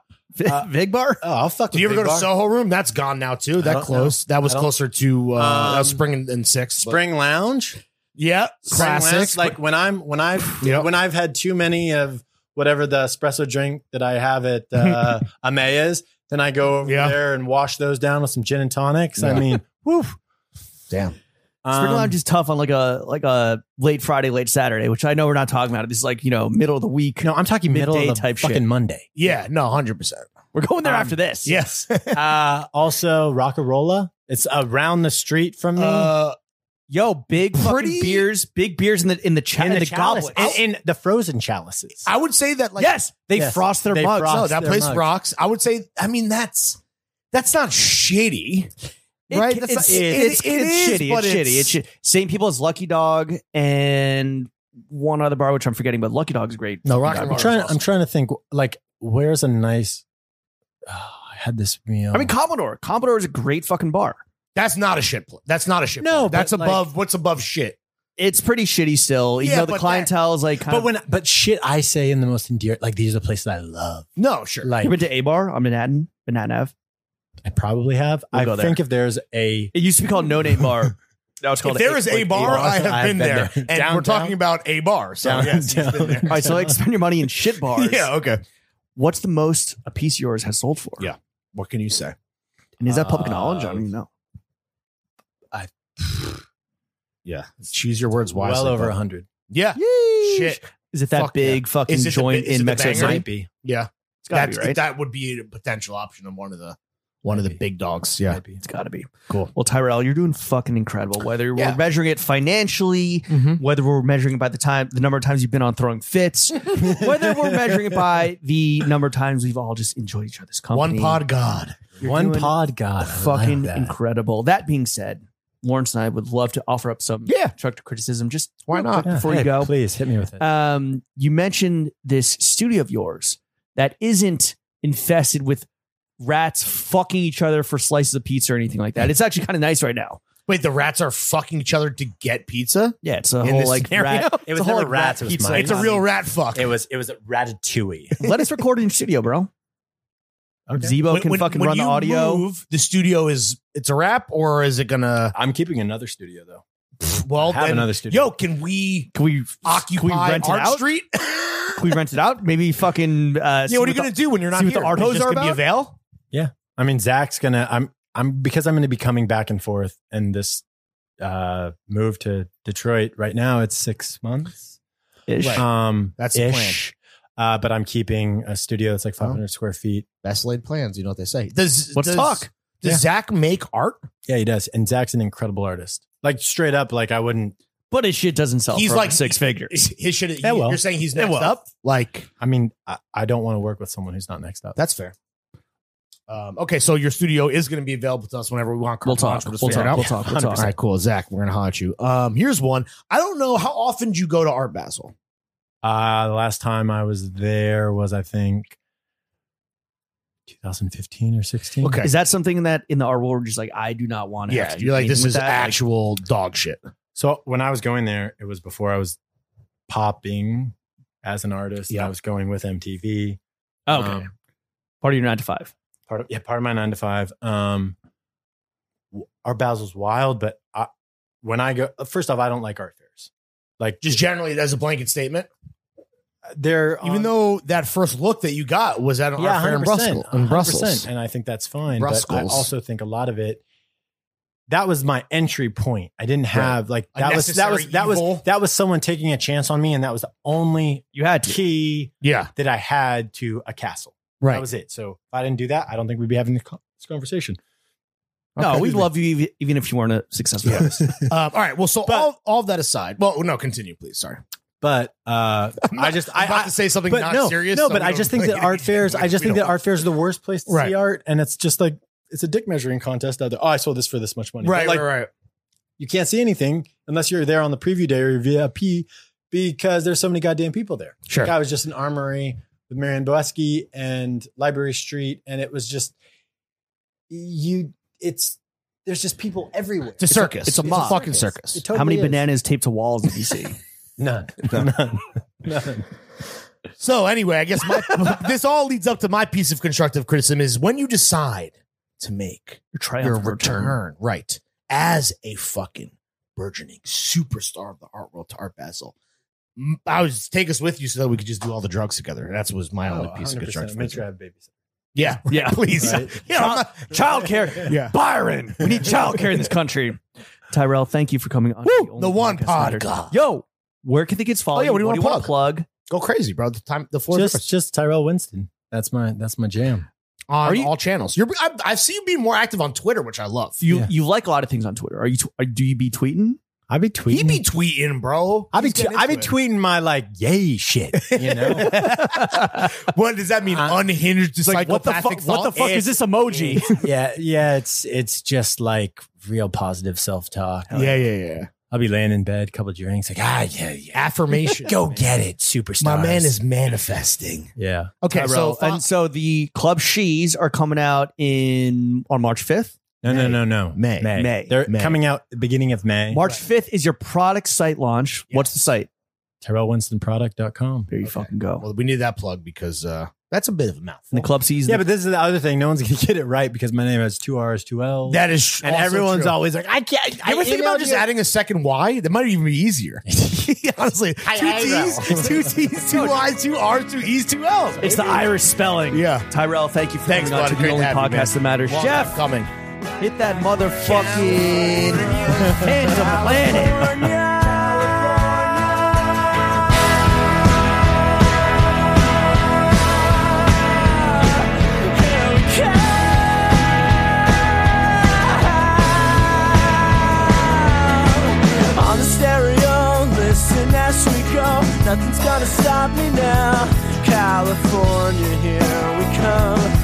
[SPEAKER 2] Uh,
[SPEAKER 1] Vig bar?
[SPEAKER 2] Oh, I'll fuck.
[SPEAKER 3] Do you ever go
[SPEAKER 2] Vig
[SPEAKER 3] to
[SPEAKER 2] bar.
[SPEAKER 3] Soho Room? That's gone now too.
[SPEAKER 2] I
[SPEAKER 3] That
[SPEAKER 2] don't
[SPEAKER 3] close. That was
[SPEAKER 2] I don't-
[SPEAKER 3] closer to uh, that was
[SPEAKER 2] Um,
[SPEAKER 3] spring and, and six. but-
[SPEAKER 2] Spring Lounge?
[SPEAKER 3] yeah,
[SPEAKER 2] Spring Lounge,
[SPEAKER 3] classics.
[SPEAKER 2] Like when I'm when I have
[SPEAKER 3] Yep.
[SPEAKER 2] when I've had too many of whatever the espresso drink that I have at uh, Amea's, then I go over
[SPEAKER 3] Yeah.
[SPEAKER 2] there and wash those down with some gin and tonics. I
[SPEAKER 3] Yeah.
[SPEAKER 2] mean, woof.
[SPEAKER 3] Damn.
[SPEAKER 1] Spring
[SPEAKER 2] Um,
[SPEAKER 1] Lounge is tough on like a like a late Friday, late Saturday, which I know we're not talking about. This is like you know middle of the week.
[SPEAKER 2] No, I'm talking middle of
[SPEAKER 1] Midday
[SPEAKER 2] the
[SPEAKER 1] type shit.
[SPEAKER 2] fucking Monday.
[SPEAKER 3] yeah, no, hundred percent.
[SPEAKER 1] We're going there
[SPEAKER 2] Um,
[SPEAKER 1] after this.
[SPEAKER 2] (laughs)
[SPEAKER 3] Yes.
[SPEAKER 2] Uh, also, Rockarola. It's around the street from me.
[SPEAKER 3] uh,
[SPEAKER 1] yo, big
[SPEAKER 3] Pretty-
[SPEAKER 1] fucking beers, big beers in the in the cha- in the,
[SPEAKER 2] chalice-
[SPEAKER 1] goblets.
[SPEAKER 2] in, in the frozen chalices.
[SPEAKER 3] I would say that like
[SPEAKER 1] yes, they
[SPEAKER 2] Yes,
[SPEAKER 1] frost their
[SPEAKER 2] they
[SPEAKER 1] mugs.
[SPEAKER 2] frost
[SPEAKER 3] no, that
[SPEAKER 2] their
[SPEAKER 3] place
[SPEAKER 2] mugs.
[SPEAKER 3] rocks. I would say. I mean, that's that's not shitty,
[SPEAKER 1] It-
[SPEAKER 3] right?
[SPEAKER 1] It's,
[SPEAKER 3] That's
[SPEAKER 1] it's,
[SPEAKER 3] not- it-
[SPEAKER 1] it's,
[SPEAKER 3] it is,
[SPEAKER 1] shitty.
[SPEAKER 3] but
[SPEAKER 1] It's shitty. It's shitty. Same people as Lucky Dog and one other bar, which I'm forgetting, but Lucky Dog's great.
[SPEAKER 3] No, rock
[SPEAKER 2] I'm
[SPEAKER 3] and roll.
[SPEAKER 2] trying.
[SPEAKER 3] is
[SPEAKER 2] I'm
[SPEAKER 3] awesome.
[SPEAKER 2] trying to think. Like, where's a nice? Oh, I had this meal.
[SPEAKER 1] I mean, Commodore. Commodore is a great fucking bar.
[SPEAKER 3] That's not a shit. Pl- that's not a shit.
[SPEAKER 2] No,
[SPEAKER 3] pl- that's
[SPEAKER 2] but, like-
[SPEAKER 3] above. what's above shit?
[SPEAKER 1] It's pretty shitty still, even
[SPEAKER 3] Yeah,
[SPEAKER 1] though the
[SPEAKER 3] but that-
[SPEAKER 1] clientele is like. Kind
[SPEAKER 2] but
[SPEAKER 1] of,
[SPEAKER 2] when but shit, I say in the most endearing. Like, these are the places I love.
[SPEAKER 3] No, sure.
[SPEAKER 2] Like,
[SPEAKER 1] you been to A Bar on Manhattan, Manhattan Ave.
[SPEAKER 2] I probably have.
[SPEAKER 1] We'll
[SPEAKER 2] I
[SPEAKER 1] go there.
[SPEAKER 2] think if there's a
[SPEAKER 1] It used to be called No Name
[SPEAKER 3] (laughs)
[SPEAKER 1] Bar. Now it's
[SPEAKER 3] if
[SPEAKER 1] called
[SPEAKER 3] there is a
[SPEAKER 1] like,
[SPEAKER 3] bar, I have
[SPEAKER 2] I've
[SPEAKER 3] been,
[SPEAKER 2] been
[SPEAKER 3] there,
[SPEAKER 2] there.
[SPEAKER 3] and we're
[SPEAKER 2] Downtown.
[SPEAKER 3] talking about a bar. So yes, he's been
[SPEAKER 2] (laughs)
[SPEAKER 3] there.
[SPEAKER 1] All right, so like spend your money in
[SPEAKER 3] (laughs)
[SPEAKER 1] shit bars.
[SPEAKER 3] yeah, okay.
[SPEAKER 1] What's the most a piece of yours has sold for?
[SPEAKER 3] Yeah. What can you say?
[SPEAKER 1] And is that public knowledge? I
[SPEAKER 2] Uh,
[SPEAKER 1] don't even know.
[SPEAKER 3] Yeah, choose your words wisely.
[SPEAKER 2] well over
[SPEAKER 3] bud.
[SPEAKER 2] a hundred.
[SPEAKER 3] Yeah,
[SPEAKER 1] Yeesh.
[SPEAKER 3] shit.
[SPEAKER 1] Is it that
[SPEAKER 3] Fuck
[SPEAKER 1] big fucking
[SPEAKER 3] Is it the
[SPEAKER 1] joint
[SPEAKER 3] bi- is it
[SPEAKER 1] in
[SPEAKER 3] the
[SPEAKER 1] Mexico
[SPEAKER 3] banger?
[SPEAKER 1] City?
[SPEAKER 3] Right.
[SPEAKER 2] Might be.
[SPEAKER 3] Yeah,
[SPEAKER 1] It's gotta
[SPEAKER 3] That's-
[SPEAKER 1] be right.
[SPEAKER 3] That would be a potential option of one of the one of the
[SPEAKER 2] Maybe.
[SPEAKER 3] big dogs. Yeah,
[SPEAKER 2] Might be.
[SPEAKER 1] It's gotta be
[SPEAKER 3] Cool.
[SPEAKER 1] Well, Tyrell, you're doing fucking incredible. Whether
[SPEAKER 3] Yeah.
[SPEAKER 1] we're measuring it financially, whether we're measuring it by the time the number of times you've been on throwing fits,
[SPEAKER 3] (laughs)
[SPEAKER 1] Mm-hmm.
[SPEAKER 2] (laughs)
[SPEAKER 1] whether we're measuring it by the number of times we've all just enjoyed each other's company.
[SPEAKER 3] one pod god.
[SPEAKER 1] You're
[SPEAKER 2] One
[SPEAKER 1] doing
[SPEAKER 2] pod, God, I like
[SPEAKER 1] fucking
[SPEAKER 2] that.
[SPEAKER 1] incredible. That being said, Lawrence and I would love to offer up some
[SPEAKER 3] Yeah.
[SPEAKER 1] constructive criticism. Just
[SPEAKER 3] Why
[SPEAKER 1] real
[SPEAKER 3] not?
[SPEAKER 1] quick before you
[SPEAKER 2] Hey,
[SPEAKER 1] go?
[SPEAKER 2] please hit me with it.
[SPEAKER 1] Um, you mentioned this studio of yours that isn't infested with rats fucking each other for slices of pizza or anything like that. It's actually kind of nice right now.
[SPEAKER 3] Wait, the rats are fucking each other to get pizza.
[SPEAKER 1] Yeah, it's a
[SPEAKER 3] In
[SPEAKER 1] whole
[SPEAKER 3] this
[SPEAKER 1] like
[SPEAKER 3] scenario?
[SPEAKER 1] rat.
[SPEAKER 2] It
[SPEAKER 1] (laughs) it's
[SPEAKER 2] was
[SPEAKER 1] a whole
[SPEAKER 2] never
[SPEAKER 1] like
[SPEAKER 2] rats, it was
[SPEAKER 1] pizza.
[SPEAKER 2] mine.
[SPEAKER 3] It's a real
[SPEAKER 2] (laughs)
[SPEAKER 3] rat fuck.
[SPEAKER 2] it was it was ratatouille.
[SPEAKER 1] (laughs) Let us record in studio, bro.
[SPEAKER 2] Okay.
[SPEAKER 1] Zebo can fucking run the
[SPEAKER 3] you
[SPEAKER 1] audio.
[SPEAKER 3] move, the studio is it's a wrap, or is it gonna?
[SPEAKER 2] I'm keeping another studio though.
[SPEAKER 3] Well,
[SPEAKER 2] have
[SPEAKER 3] then-
[SPEAKER 2] another studio.
[SPEAKER 3] Yo, can we
[SPEAKER 1] Can we
[SPEAKER 3] occupy
[SPEAKER 1] Can we rent it
[SPEAKER 3] Art
[SPEAKER 1] out?
[SPEAKER 3] Street?
[SPEAKER 1] Can we rent it out? Maybe fucking. Uh, see
[SPEAKER 3] yeah, what are you
[SPEAKER 1] the-
[SPEAKER 3] gonna do when you're not
[SPEAKER 1] see
[SPEAKER 3] here?
[SPEAKER 1] what the art
[SPEAKER 3] It's
[SPEAKER 1] hoes
[SPEAKER 3] just
[SPEAKER 1] are
[SPEAKER 3] gonna
[SPEAKER 1] about?
[SPEAKER 3] be a veil?
[SPEAKER 2] I mean, Zach's gonna. I'm. I'm because I'm gonna be coming back and forth in this uh move to Detroit. Right now, it's six months.
[SPEAKER 1] Ish.
[SPEAKER 3] Right.
[SPEAKER 2] Um,
[SPEAKER 3] That's the Oh.
[SPEAKER 2] ish. Uh, but I'm keeping a studio that's like 500 square feet.
[SPEAKER 3] Best laid plans. You know what they say. Does
[SPEAKER 1] Let's
[SPEAKER 3] does-
[SPEAKER 1] talk.
[SPEAKER 3] Does
[SPEAKER 2] Yeah.
[SPEAKER 3] Zach make art?
[SPEAKER 2] Yeah, he does. And Zach's an incredible artist. Like straight up, like I wouldn't.
[SPEAKER 1] But his shit doesn't sell.
[SPEAKER 3] He's
[SPEAKER 1] for
[SPEAKER 3] like-
[SPEAKER 1] six figures.
[SPEAKER 3] His shit.
[SPEAKER 2] Yeah, well.
[SPEAKER 3] You're saying he's
[SPEAKER 2] Yeah,
[SPEAKER 3] next
[SPEAKER 2] well.
[SPEAKER 3] up. Like
[SPEAKER 2] I mean, I, I don't want to work with someone who's not next up.
[SPEAKER 3] that's fair. Um, okay, so your studio is going to be available to us whenever we want.
[SPEAKER 1] We'll
[SPEAKER 3] carte
[SPEAKER 1] talk.
[SPEAKER 3] blanche.
[SPEAKER 1] We'll
[SPEAKER 3] just
[SPEAKER 1] talk.
[SPEAKER 3] figure it out.
[SPEAKER 1] We'll talk. We'll
[SPEAKER 3] (laughs) All
[SPEAKER 1] talk.
[SPEAKER 3] right, cool. Zach, we're gonna holler at you. Um, here's one. I don't know how often do you go to art Basel.
[SPEAKER 2] Uh, the last time I was there was I think 2015 or 16.
[SPEAKER 3] Okay.
[SPEAKER 1] Is that something that in the art world, we're just like I do not want to?
[SPEAKER 3] Yeah,
[SPEAKER 1] have to
[SPEAKER 3] you're like this is
[SPEAKER 1] actually.
[SPEAKER 3] actual dog shit.
[SPEAKER 2] So when I was going there, it was before I was popping as an artist.
[SPEAKER 3] Yeah.
[SPEAKER 2] I was going with MTV.
[SPEAKER 1] okay,
[SPEAKER 2] Um,
[SPEAKER 1] part of your nine to five.
[SPEAKER 2] part of yeah, part of my nine to five. Um, w- Art Basil's wild, but I, when I go, first off, I don't like art fairs. Like
[SPEAKER 3] Just generally as a blanket statement,
[SPEAKER 2] Uh, they're
[SPEAKER 3] even
[SPEAKER 2] on-
[SPEAKER 3] though that first look that you got was at an
[SPEAKER 2] Um, yeah,
[SPEAKER 3] art fair in
[SPEAKER 2] 100%,
[SPEAKER 3] Brussels. In
[SPEAKER 2] 100%,
[SPEAKER 3] Brussels.
[SPEAKER 2] and I think that's fine. But I
[SPEAKER 3] Brussels.
[SPEAKER 2] also think a lot of it. That was my entry point. I didn't have like that was that was
[SPEAKER 3] Unnecessary
[SPEAKER 2] that was
[SPEAKER 3] evil.
[SPEAKER 2] that was someone taking a chance on me, and that was the only
[SPEAKER 1] You had to.
[SPEAKER 2] key
[SPEAKER 3] Yeah,
[SPEAKER 2] that I had to a castle.
[SPEAKER 3] right.
[SPEAKER 2] That was it. So if I didn't do that, I don't think we'd be having this con- this conversation.
[SPEAKER 1] No,
[SPEAKER 3] Okay.
[SPEAKER 1] we love you even- even if you weren't a successful artist.
[SPEAKER 3] um, all right. Well, so
[SPEAKER 2] But-
[SPEAKER 3] all, all that aside, well, no, continue, please. Sorry.
[SPEAKER 2] But uh, (laughs) I just
[SPEAKER 3] I'm about
[SPEAKER 2] I, I
[SPEAKER 3] to say something
[SPEAKER 2] but
[SPEAKER 3] not
[SPEAKER 2] no,
[SPEAKER 3] serious.
[SPEAKER 2] no.
[SPEAKER 3] so
[SPEAKER 2] but
[SPEAKER 3] (laughs) we
[SPEAKER 2] I
[SPEAKER 3] don't
[SPEAKER 2] just think
[SPEAKER 3] play
[SPEAKER 2] that art
[SPEAKER 3] anything
[SPEAKER 2] fairs.
[SPEAKER 3] which
[SPEAKER 2] I just
[SPEAKER 3] we
[SPEAKER 2] think that
[SPEAKER 3] don't-
[SPEAKER 2] art fairs are the worst place to
[SPEAKER 3] Right.
[SPEAKER 2] see art, and it's just like it's a dick measuring contest. Out there. Oh, I sold this for this much money. But,
[SPEAKER 3] Right,
[SPEAKER 2] like,
[SPEAKER 3] right, right.
[SPEAKER 2] you can't see anything unless you're there on the preview day or your VIP because there's so many goddamn people there.
[SPEAKER 3] Sure.
[SPEAKER 2] Like I was just in Armory with Marianne Boeski and Library Street, and it was just you. It's there's just people everywhere.
[SPEAKER 3] It's a circus.
[SPEAKER 1] it's a mob.
[SPEAKER 3] fucking circus.
[SPEAKER 2] It totally
[SPEAKER 1] How many
[SPEAKER 2] is.
[SPEAKER 1] bananas taped to walls (laughs) did you see?
[SPEAKER 2] None. None. None.
[SPEAKER 3] (laughs) So anyway, I guess my,
[SPEAKER 1] (laughs)
[SPEAKER 3] this all leads up to my piece of constructive criticism is when you decide to make
[SPEAKER 1] Your triumph
[SPEAKER 3] your
[SPEAKER 1] of
[SPEAKER 3] return, right, as a fucking burgeoning superstar of the art world to Art Basel. M- I was take us with you so that we could just do all the drugs together. That's was my only
[SPEAKER 2] Oh,
[SPEAKER 3] piece of
[SPEAKER 2] 100%.
[SPEAKER 3] constructive
[SPEAKER 2] Make sure I
[SPEAKER 3] criticism.
[SPEAKER 2] have babies.
[SPEAKER 3] Yeah, (laughs) yeah, please.
[SPEAKER 2] Right.
[SPEAKER 3] Yeah, I'm not-
[SPEAKER 1] (laughs) Childcare.
[SPEAKER 3] yeah.
[SPEAKER 1] Byron. We need childcare in this country. Tyrell, thank you for coming on.
[SPEAKER 3] Woo,
[SPEAKER 1] only
[SPEAKER 3] the
[SPEAKER 1] podcast
[SPEAKER 3] one
[SPEAKER 1] that matters.
[SPEAKER 3] podcast.
[SPEAKER 1] Yo, where can the kids follow
[SPEAKER 3] Oh, yeah,
[SPEAKER 1] you?
[SPEAKER 3] what do you wanna
[SPEAKER 1] wanna plug?
[SPEAKER 3] Go crazy, bro. The time, the floor is yours.
[SPEAKER 2] Just, just Tyrell Winston. That's my that's my jam.
[SPEAKER 3] on
[SPEAKER 1] are you-
[SPEAKER 3] all channels. You're, I, I see you being more active on Twitter, which I love.
[SPEAKER 1] You
[SPEAKER 2] Yeah.
[SPEAKER 1] you like a lot of things on Twitter. Are you tw- are, do you be (laughs) tweeting?
[SPEAKER 2] I be tweeting.
[SPEAKER 3] he be tweeting, bro.
[SPEAKER 2] I be
[SPEAKER 3] He's getting
[SPEAKER 2] I be
[SPEAKER 3] into it.
[SPEAKER 2] tweeting my like yay shit. You (laughs) know.
[SPEAKER 3] What does that mean?
[SPEAKER 2] Uh,
[SPEAKER 3] Unhinged,
[SPEAKER 1] It's like what the
[SPEAKER 3] psychopathic
[SPEAKER 1] fuck? What the
[SPEAKER 3] thought?
[SPEAKER 1] fuck is this (laughs) emoji?
[SPEAKER 2] yeah, yeah, it's it's just like real positive self talk.
[SPEAKER 3] Yeah, yeah, yeah.
[SPEAKER 2] I'll be laying in bed, couple drinks, like ah yeah, yeah.
[SPEAKER 3] (laughs) Affirmation.
[SPEAKER 2] Go get it, superstar.
[SPEAKER 3] manifesting.
[SPEAKER 2] yeah.
[SPEAKER 3] Okay,
[SPEAKER 1] Tyrell. uh,
[SPEAKER 3] so fo-
[SPEAKER 1] and so the club she's are coming out in on March fifth.
[SPEAKER 2] No, no,
[SPEAKER 3] May.
[SPEAKER 2] no, no.
[SPEAKER 3] May.
[SPEAKER 2] May.
[SPEAKER 1] May.
[SPEAKER 2] They're
[SPEAKER 3] May.
[SPEAKER 2] coming out the beginning of May.
[SPEAKER 1] March fifth is your product site launch.
[SPEAKER 3] Yeah.
[SPEAKER 1] What's the site?
[SPEAKER 2] TyrellWinstonProduct.com.
[SPEAKER 1] There you
[SPEAKER 3] Okay.
[SPEAKER 1] fucking go.
[SPEAKER 3] well, we need that plug because uh, that's a bit of a mouthful.
[SPEAKER 1] and the club sees
[SPEAKER 2] Yeah, but this is the other thing. No one's gonna (laughs) get it right because my name has two R's, two L's.
[SPEAKER 3] that is,
[SPEAKER 2] and everyone's always like, I can't.
[SPEAKER 3] You ever think about just adding a second Y? That might even
[SPEAKER 1] (laughs)
[SPEAKER 3] be easier. (laughs) Honestly, two T's, two T's, two Y's, two R's, two E's, two L's.
[SPEAKER 1] it's the Irish spelling.
[SPEAKER 3] Yeah.
[SPEAKER 1] Tyrell, thank you for
[SPEAKER 3] Thanks,
[SPEAKER 1] coming on to
[SPEAKER 3] bud. Great
[SPEAKER 1] the only
[SPEAKER 3] to have you,
[SPEAKER 1] podcast
[SPEAKER 3] man.
[SPEAKER 1] that matters.
[SPEAKER 3] Long
[SPEAKER 1] Jeff,
[SPEAKER 3] time coming.
[SPEAKER 1] Hit that motherfucking hands of the planet.
[SPEAKER 4] On the stereo, listen as we go. Nothing's gonna stop me now. California, here we come.